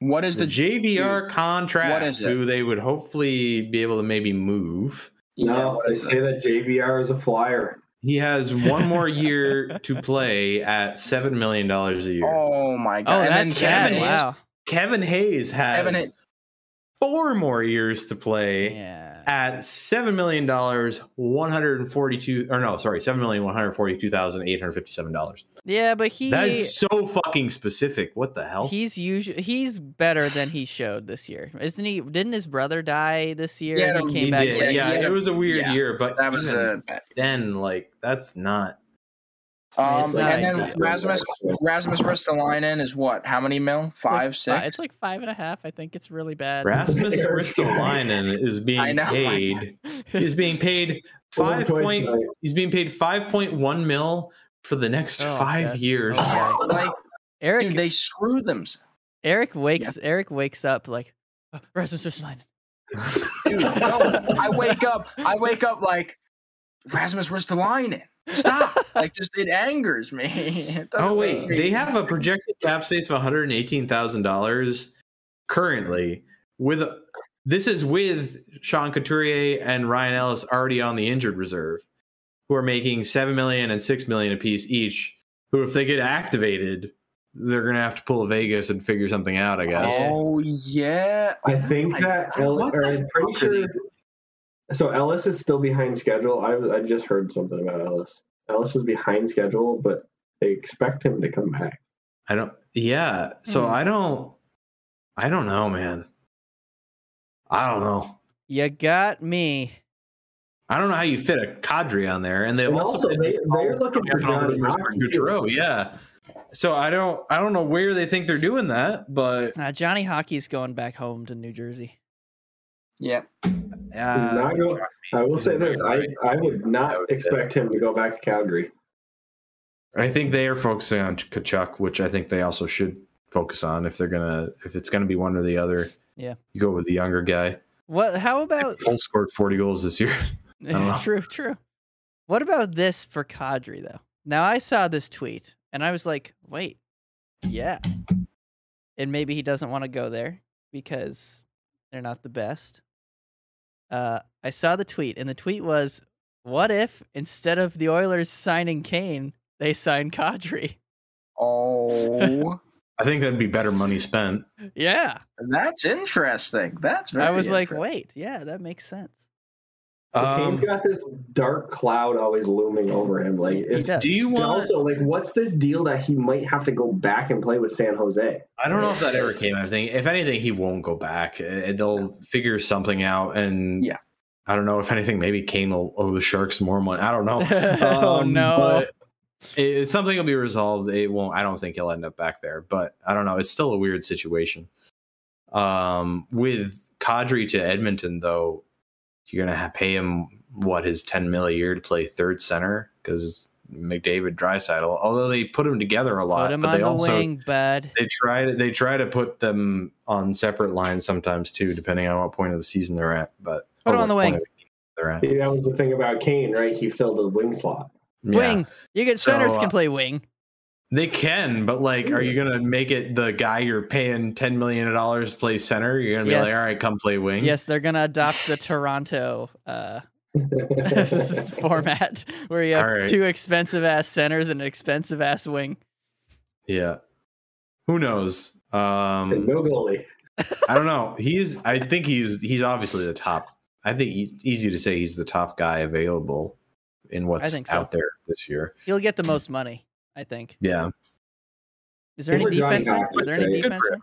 Speaker 1: what is
Speaker 2: The
Speaker 1: the,
Speaker 2: JVR contract,
Speaker 1: What is it?
Speaker 2: who they would hopefully be able to maybe move.
Speaker 1: yeah,
Speaker 5: No,
Speaker 1: what
Speaker 5: they
Speaker 1: is it?
Speaker 5: say that JVR is a flyer.
Speaker 2: He has one more year to play at seven million dollars a year.
Speaker 1: Oh my
Speaker 3: Oh,
Speaker 1: god! and
Speaker 3: that's
Speaker 1: then
Speaker 3: bad.
Speaker 1: Kevin Hayes-
Speaker 3: Wow.
Speaker 2: Kevin Hayes has
Speaker 1: Kevin Hay-
Speaker 2: four more years to play
Speaker 3: Yeah.
Speaker 2: at seven million dollars, one hundred and forty-two, or no, sorry, seven million one hundred forty-two thousand eight hundred fifty-seven dollars.
Speaker 3: Yeah, but he
Speaker 2: That's so fucking specific. What the hell?
Speaker 3: he's usually he's better than he showed this year, isn't he? Didn't his brother die this year?
Speaker 1: Yeah,
Speaker 3: and he
Speaker 1: he
Speaker 3: came
Speaker 2: He
Speaker 3: back.
Speaker 2: did.
Speaker 3: late?
Speaker 2: Yeah,
Speaker 1: Yeah.
Speaker 2: it was a weird
Speaker 1: Yeah.
Speaker 2: year, but
Speaker 1: That was
Speaker 2: even
Speaker 1: a bad.
Speaker 2: then like that's not.
Speaker 3: It's
Speaker 1: Um,
Speaker 3: not
Speaker 1: and then
Speaker 3: ideal.
Speaker 1: Rasmus Rasmus Ristolainen is what? How many mil?
Speaker 3: It's like
Speaker 1: Five,
Speaker 3: fi-
Speaker 1: six.
Speaker 3: It's like five and a half. I think it's really bad.
Speaker 2: Rasmus Ristolainen is
Speaker 1: I
Speaker 2: being
Speaker 1: know.
Speaker 2: paid. Is being paid five
Speaker 5: Four
Speaker 2: point.
Speaker 5: tonight.
Speaker 2: He's being paid five point one mil for the next
Speaker 3: Oh,
Speaker 2: five
Speaker 3: God.
Speaker 2: years.
Speaker 3: Okay.
Speaker 1: like,
Speaker 3: Eric
Speaker 1: dude, they screw themselves.
Speaker 3: Eric wakes Eric wakes up like "Oh, Rasmus Ristolainen.
Speaker 1: Dude, no. I wake up. I wake up like Rasmus Ristolainen. Stop! like, just it angers me. It doesn't
Speaker 2: Oh
Speaker 1: make
Speaker 2: wait,
Speaker 1: me-
Speaker 2: they have a projected cap space of one hundred eighteen thousand dollars currently. With this is with Sean Couturier and Ryan Ellis already on the injured reserve, who are making seven million and six million apiece each. Who, if they get activated, they're gonna have to pull a Vegas and figure something out. I guess.
Speaker 1: Oh yeah.
Speaker 5: I think
Speaker 1: my
Speaker 5: that
Speaker 1: God,
Speaker 5: Ellis,
Speaker 1: what
Speaker 5: or
Speaker 1: the
Speaker 5: I'm pretty
Speaker 1: fuck are they
Speaker 5: sure. So Ellis is still behind schedule. I I just heard something about Ellis. Ellis is behind schedule, but they expect him to come back.
Speaker 2: I don't. Yeah. So
Speaker 3: Hmm.
Speaker 2: I don't. I don't know, man. I don't know.
Speaker 3: You got me.
Speaker 2: I don't know how you fit a cadre on there, and they
Speaker 5: And
Speaker 2: also,
Speaker 5: also, they they're looking for
Speaker 2: Yeah,
Speaker 5: Johnny
Speaker 2: Robert
Speaker 5: Hockey, too.
Speaker 2: Gaudreau, yeah. So I don't I don't know where they think they're doing that, but
Speaker 3: Uh, Johnny Hockey's going back home to New Jersey.
Speaker 1: Yep.
Speaker 5: He's
Speaker 7: Uh,
Speaker 5: not going, I will
Speaker 2: He's
Speaker 5: say
Speaker 2: not
Speaker 5: this: I,
Speaker 2: right.
Speaker 5: I would
Speaker 2: I
Speaker 5: not
Speaker 2: would say-
Speaker 5: expect him to go back to Calgary.
Speaker 2: I think they are focusing on Kachuk, which I think they also should focus on if they're gonna if it's gonna be one or the other.
Speaker 3: Yeah.
Speaker 2: you go with the younger guy.
Speaker 3: What? How about?
Speaker 2: Cole scored forty goals this year. don't know.
Speaker 3: true, true. What about this for Kadri though? Now I saw this tweet and I was like, wait, yeah, and maybe he doesn't want to go there because they're not the best. Uh, I saw the tweet and the tweet was, "What if instead of the Oilers signing Kane, they sign Kadri?"
Speaker 1: Oh,
Speaker 2: I think that'd be better money spent.
Speaker 3: Yeah,
Speaker 1: that's interesting. That's very
Speaker 3: I was like,
Speaker 1: interesting.
Speaker 3: wait, yeah, that makes sense.
Speaker 5: But
Speaker 2: Um,
Speaker 5: Kane's got this dark cloud always looming over him. Like,
Speaker 3: He- he
Speaker 5: it's,
Speaker 3: does.
Speaker 2: do you
Speaker 5: and
Speaker 2: want?
Speaker 5: also like, what's this deal that he might have to go back and play with San Jose?
Speaker 2: I don't know if that ever came. I think if anything, he won't go back. Eh, They'll figure something out, and
Speaker 1: Yeah.
Speaker 2: I don't know if anything. Maybe Kane will owe the Sharks more money. I don't know.
Speaker 3: oh
Speaker 2: Um,
Speaker 3: no!
Speaker 2: but it- it's something will be resolved. It won't. I don't think he'll end up back there, but I don't know. It's still a weird situation. Um, with Kadri to Edmonton, though, you're gonna ha pay him what his 10 mil a year to play third center because McDavid Drysaddle. Although they put him together a lot,
Speaker 3: Put him
Speaker 2: but
Speaker 3: on
Speaker 2: they
Speaker 3: the
Speaker 2: also
Speaker 3: wing, bud.
Speaker 2: they try to they try to put them on separate lines sometimes too, depending on what point of the season they're at. But
Speaker 3: Put him
Speaker 2: or
Speaker 3: on the
Speaker 2: what
Speaker 3: wing.
Speaker 2: point of the game They're at.
Speaker 5: See, that was the thing about Kane, right? He filled the wing slot.
Speaker 2: Yeah.
Speaker 3: Wing. You get
Speaker 2: So,
Speaker 3: centers
Speaker 2: uh,
Speaker 3: can play wing.
Speaker 2: They can, but like, are you gonna make it the guy you're paying ten million dollars to play center? You're gonna be like,
Speaker 3: Yes.
Speaker 2: all right, come play wing.
Speaker 3: Yes, they're gonna adopt the Toronto uh, format where you have
Speaker 2: All right.
Speaker 3: two expensive ass centers and an expensive ass wing.
Speaker 2: Yeah. Who knows?
Speaker 5: And
Speaker 2: Um,
Speaker 5: no goalie.
Speaker 2: I don't know. He's. I think he's. He's obviously the top. I think it's easy to say he's the top guy available in what's
Speaker 3: think so.
Speaker 2: out there this year.
Speaker 3: He'll get the most money, I think.
Speaker 2: Yeah.
Speaker 3: Is there
Speaker 5: They
Speaker 3: any
Speaker 5: were drawing
Speaker 3: defensemen? Are
Speaker 5: doctors,
Speaker 3: there any
Speaker 5: right?
Speaker 2: Good for
Speaker 3: defensemen?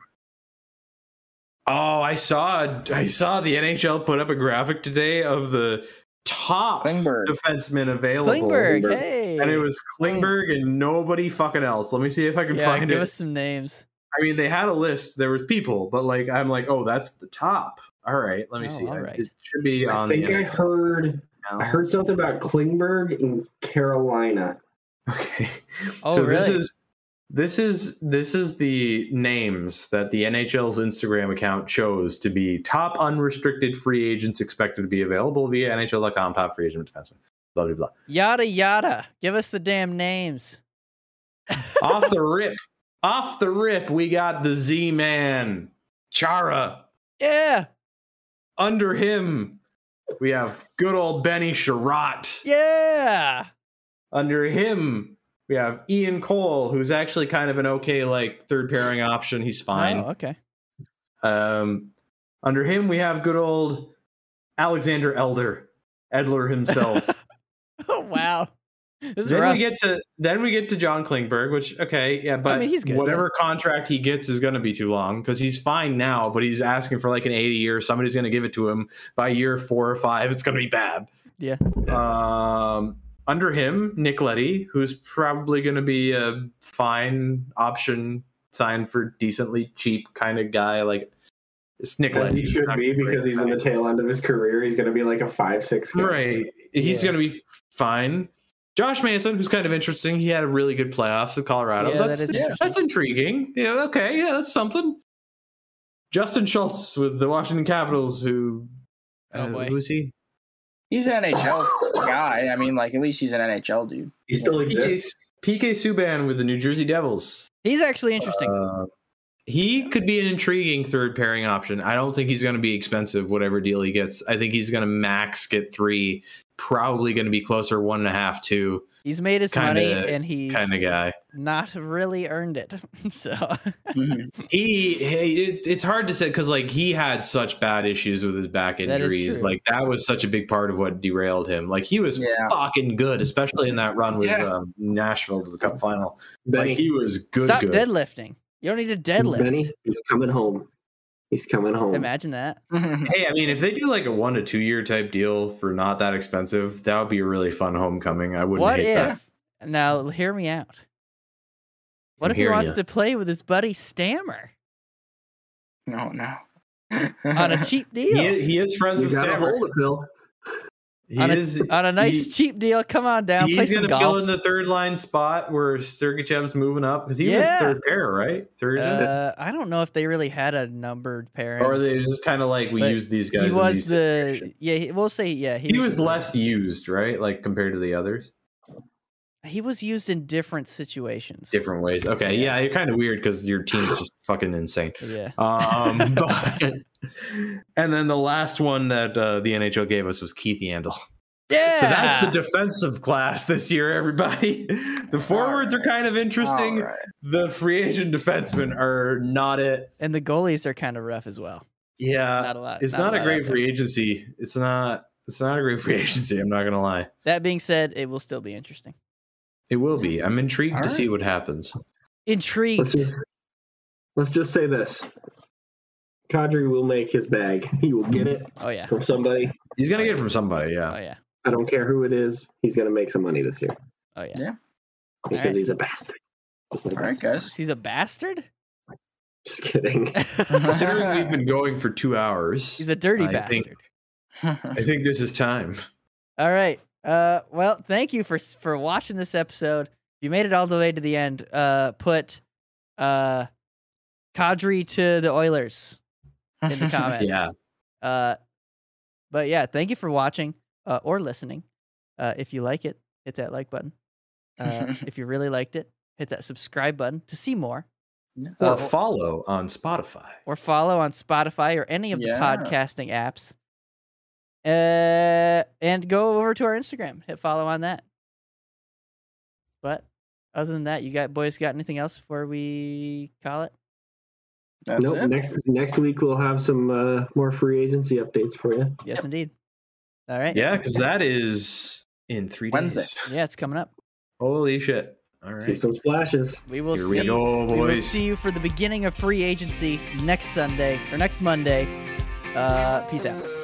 Speaker 2: Oh, I saw. I saw the NHL put up a graphic today of the top
Speaker 1: Klingberg.
Speaker 2: defensemen available.
Speaker 3: Klingberg, hey.
Speaker 2: and it was Klingberg and nobody fucking else. Let me see if I can
Speaker 3: yeah,
Speaker 2: find
Speaker 3: give
Speaker 2: it.
Speaker 3: us some names.
Speaker 2: I mean, they had a list. There was people, but like, I'm like, oh, that's the top. All right, let me
Speaker 3: Oh,
Speaker 2: see.
Speaker 3: all
Speaker 2: I-
Speaker 3: right.
Speaker 2: It should be
Speaker 5: I
Speaker 2: on.
Speaker 5: think
Speaker 2: the
Speaker 5: I heard
Speaker 2: now.
Speaker 5: I heard something about Klingberg in Carolina.
Speaker 2: Okay.
Speaker 3: Oh,
Speaker 2: so
Speaker 3: really?
Speaker 2: this is this is this is the names that the NHL's Instagram account chose to be top unrestricted free agents expected to be available via NHL.com top free agent defenseman. Blah blah blah.
Speaker 3: yada yada. Give us the damn names.
Speaker 2: off the rip, off the rip, we got the Z Man Chara.
Speaker 3: Yeah,
Speaker 2: under him we have good old Benny Sherratt.
Speaker 3: yeah.
Speaker 2: Under him we have Ian Cole, who's actually kind of an okay like third pairing option. He's fine.
Speaker 3: Oh, okay.
Speaker 2: Um, under him we have good old Alexander Elder, Edler himself.
Speaker 3: Oh wow. This is
Speaker 2: then
Speaker 3: rough.
Speaker 2: we get to then we get to John Klingberg, which okay, yeah, but
Speaker 3: mean, he's good,
Speaker 2: whatever contract he gets is going to be too long because he's fine now, but he's asking for like an eighty year. Somebody's going to give it to him by year four or five. It's going to be bad.
Speaker 3: Yeah.
Speaker 2: Um, under him, Nick Letty, who's probably going to be a fine option, signed for decently cheap kind of guy. Like it's Nick
Speaker 5: And
Speaker 2: Letty.
Speaker 5: he
Speaker 2: It's
Speaker 5: should
Speaker 2: not
Speaker 5: be
Speaker 2: great.
Speaker 5: because he's in the tail end of his career. He's going to be like a five six. guy.
Speaker 2: Right. He's
Speaker 3: Yeah.
Speaker 2: going to be fine. Josh Manson, who's kind of interesting, he had a really good playoffs with Colorado.
Speaker 3: Yeah, that
Speaker 2: that's,
Speaker 3: is interesting.
Speaker 2: that's intriguing. Yeah, okay. Yeah, that's something. Justin Schultz with the Washington Capitals, who.
Speaker 3: Oh, boy.
Speaker 2: Who's he?
Speaker 1: He's an NHL guy. I mean, like at least he's an NHL dude.
Speaker 5: He still
Speaker 2: PK,
Speaker 5: exists.
Speaker 2: PK Subban with the New Jersey Devils.
Speaker 3: He's actually interesting.
Speaker 2: Uh, he could be an intriguing third pairing option. I don't think he's going to be expensive, whatever deal he gets. I think he's going to max get three, probably going to be closer one and a half, two
Speaker 3: he's made his
Speaker 2: kinda-
Speaker 3: money and he's
Speaker 2: kind of guy.
Speaker 3: not really earned it. so
Speaker 2: he, he it, it's hard to say because like he had such bad issues with his back
Speaker 3: That is
Speaker 2: injuries
Speaker 3: true.
Speaker 2: like that was such a big part of what derailed him like he was
Speaker 1: Yeah.
Speaker 2: fucking good especially in that run with
Speaker 1: Yeah.
Speaker 2: um, nashville to the cup final
Speaker 5: Benny,
Speaker 2: like he was good
Speaker 3: stop
Speaker 2: good
Speaker 3: deadlifting. You don't need to deadlift.
Speaker 6: Benny, he's coming home. He's coming
Speaker 2: Oh.
Speaker 6: home.
Speaker 3: Imagine that.
Speaker 2: hey i mean if they do like a one to two year type deal for not that expensive that would be a really fun homecoming i wouldn't
Speaker 3: what
Speaker 2: hate that
Speaker 3: if? Now hear me out. What
Speaker 2: I'm
Speaker 3: if he
Speaker 2: hearing
Speaker 3: wants
Speaker 2: ya.
Speaker 3: to play with his buddy Stammer?
Speaker 1: no, no.
Speaker 3: on a cheap deal.
Speaker 2: He, he is friends
Speaker 6: You
Speaker 2: with
Speaker 6: got a
Speaker 2: Sammer.
Speaker 6: hold of Phil.
Speaker 2: He
Speaker 3: on, a,
Speaker 2: is.
Speaker 3: on a nice
Speaker 2: he-
Speaker 3: cheap deal. Come on down, play
Speaker 2: he's
Speaker 3: some
Speaker 2: going to fill
Speaker 3: golf.
Speaker 2: in the third line spot where Sergeyev's moving up because he
Speaker 3: Yeah.
Speaker 2: was third pair, right? Third.
Speaker 3: Uh, I don't know if they really had a numbered pairing.
Speaker 2: or they was just kind of like we
Speaker 3: But
Speaker 2: use these guys.
Speaker 3: he
Speaker 2: in
Speaker 3: was
Speaker 2: these
Speaker 3: the
Speaker 2: situations.
Speaker 3: yeah. He, we'll say yeah.
Speaker 2: He, was
Speaker 3: the-
Speaker 2: less used, right? Like compared to the others,
Speaker 3: He was used in different situations.
Speaker 2: different ways. Okay, yeah, you're kind of weird because your team's just fucking insane.
Speaker 3: Yeah.
Speaker 2: Um, but and then the last one that uh, the NHL gave us was Keith Yandel.
Speaker 3: Yeah.
Speaker 2: So that's the defensive class this year, everybody. The forwards are kind of interesting.
Speaker 1: All right.
Speaker 2: The free agent defensemen are not it.
Speaker 3: and the goalies are kind of rough as well.
Speaker 2: Yeah,
Speaker 3: not a lot.
Speaker 2: Uh, it's not,
Speaker 3: lot
Speaker 2: a
Speaker 3: out
Speaker 2: great
Speaker 3: there.
Speaker 2: free agency. It's not. It's not a great free agency. I'm not gonna lie.
Speaker 3: That being said, it will still be interesting.
Speaker 2: It will be. I'm intrigued
Speaker 1: All
Speaker 2: to
Speaker 1: right.
Speaker 2: see what happens.
Speaker 3: Intrigued.
Speaker 6: Let's just, let's just say this. Kadri will make his bag. He will get it
Speaker 3: Oh yeah.
Speaker 6: from somebody.
Speaker 2: He's gonna get it from somebody.
Speaker 3: Oh
Speaker 2: Yeah.
Speaker 3: yeah.
Speaker 6: I don't care who it is. He's going to make some money this year
Speaker 3: Oh yeah.
Speaker 1: Yeah.
Speaker 6: because
Speaker 3: right.
Speaker 6: he's a bastard. Just like
Speaker 1: All right,
Speaker 6: us.
Speaker 1: guys.
Speaker 3: He's a bastard.
Speaker 6: Just kidding.
Speaker 2: Considering we've been going for two hours,
Speaker 3: He's a dirty
Speaker 2: I
Speaker 3: bastard.
Speaker 2: think- I think this is time.
Speaker 3: All right. Uh, well, thank you for s- for watching this episode. If you made it all the way to the end, uh, put uh, Kadri to the Oilers in the comments.
Speaker 2: Yeah.
Speaker 3: Uh, but yeah, thank you for watching uh, or listening. Uh, if you like it, hit that like button. Uh, if you really liked it, hit that subscribe button to see more
Speaker 2: Or
Speaker 3: Uh,
Speaker 2: follow on Spotify.
Speaker 3: or follow on Spotify or any of
Speaker 1: Yeah.
Speaker 3: the podcasting apps. Uh, and go over to our Instagram, hit follow on that. But other than that, you got boys got anything else before we call it?
Speaker 1: That's
Speaker 6: nope.
Speaker 1: it.
Speaker 6: Next next week we'll have some uh, more free agency updates for you.
Speaker 3: Yes, indeed. All right.
Speaker 2: Yeah, because that is in three
Speaker 1: Wednesday.
Speaker 2: days.
Speaker 3: Yeah, it's coming up.
Speaker 2: Holy shit! All
Speaker 6: See
Speaker 2: right.
Speaker 6: some splashes.
Speaker 3: We will
Speaker 2: Here
Speaker 3: see.
Speaker 2: we go,
Speaker 3: we will
Speaker 2: boys.
Speaker 3: see you for the beginning of free agency next Sunday or next Monday. Uh, peace out.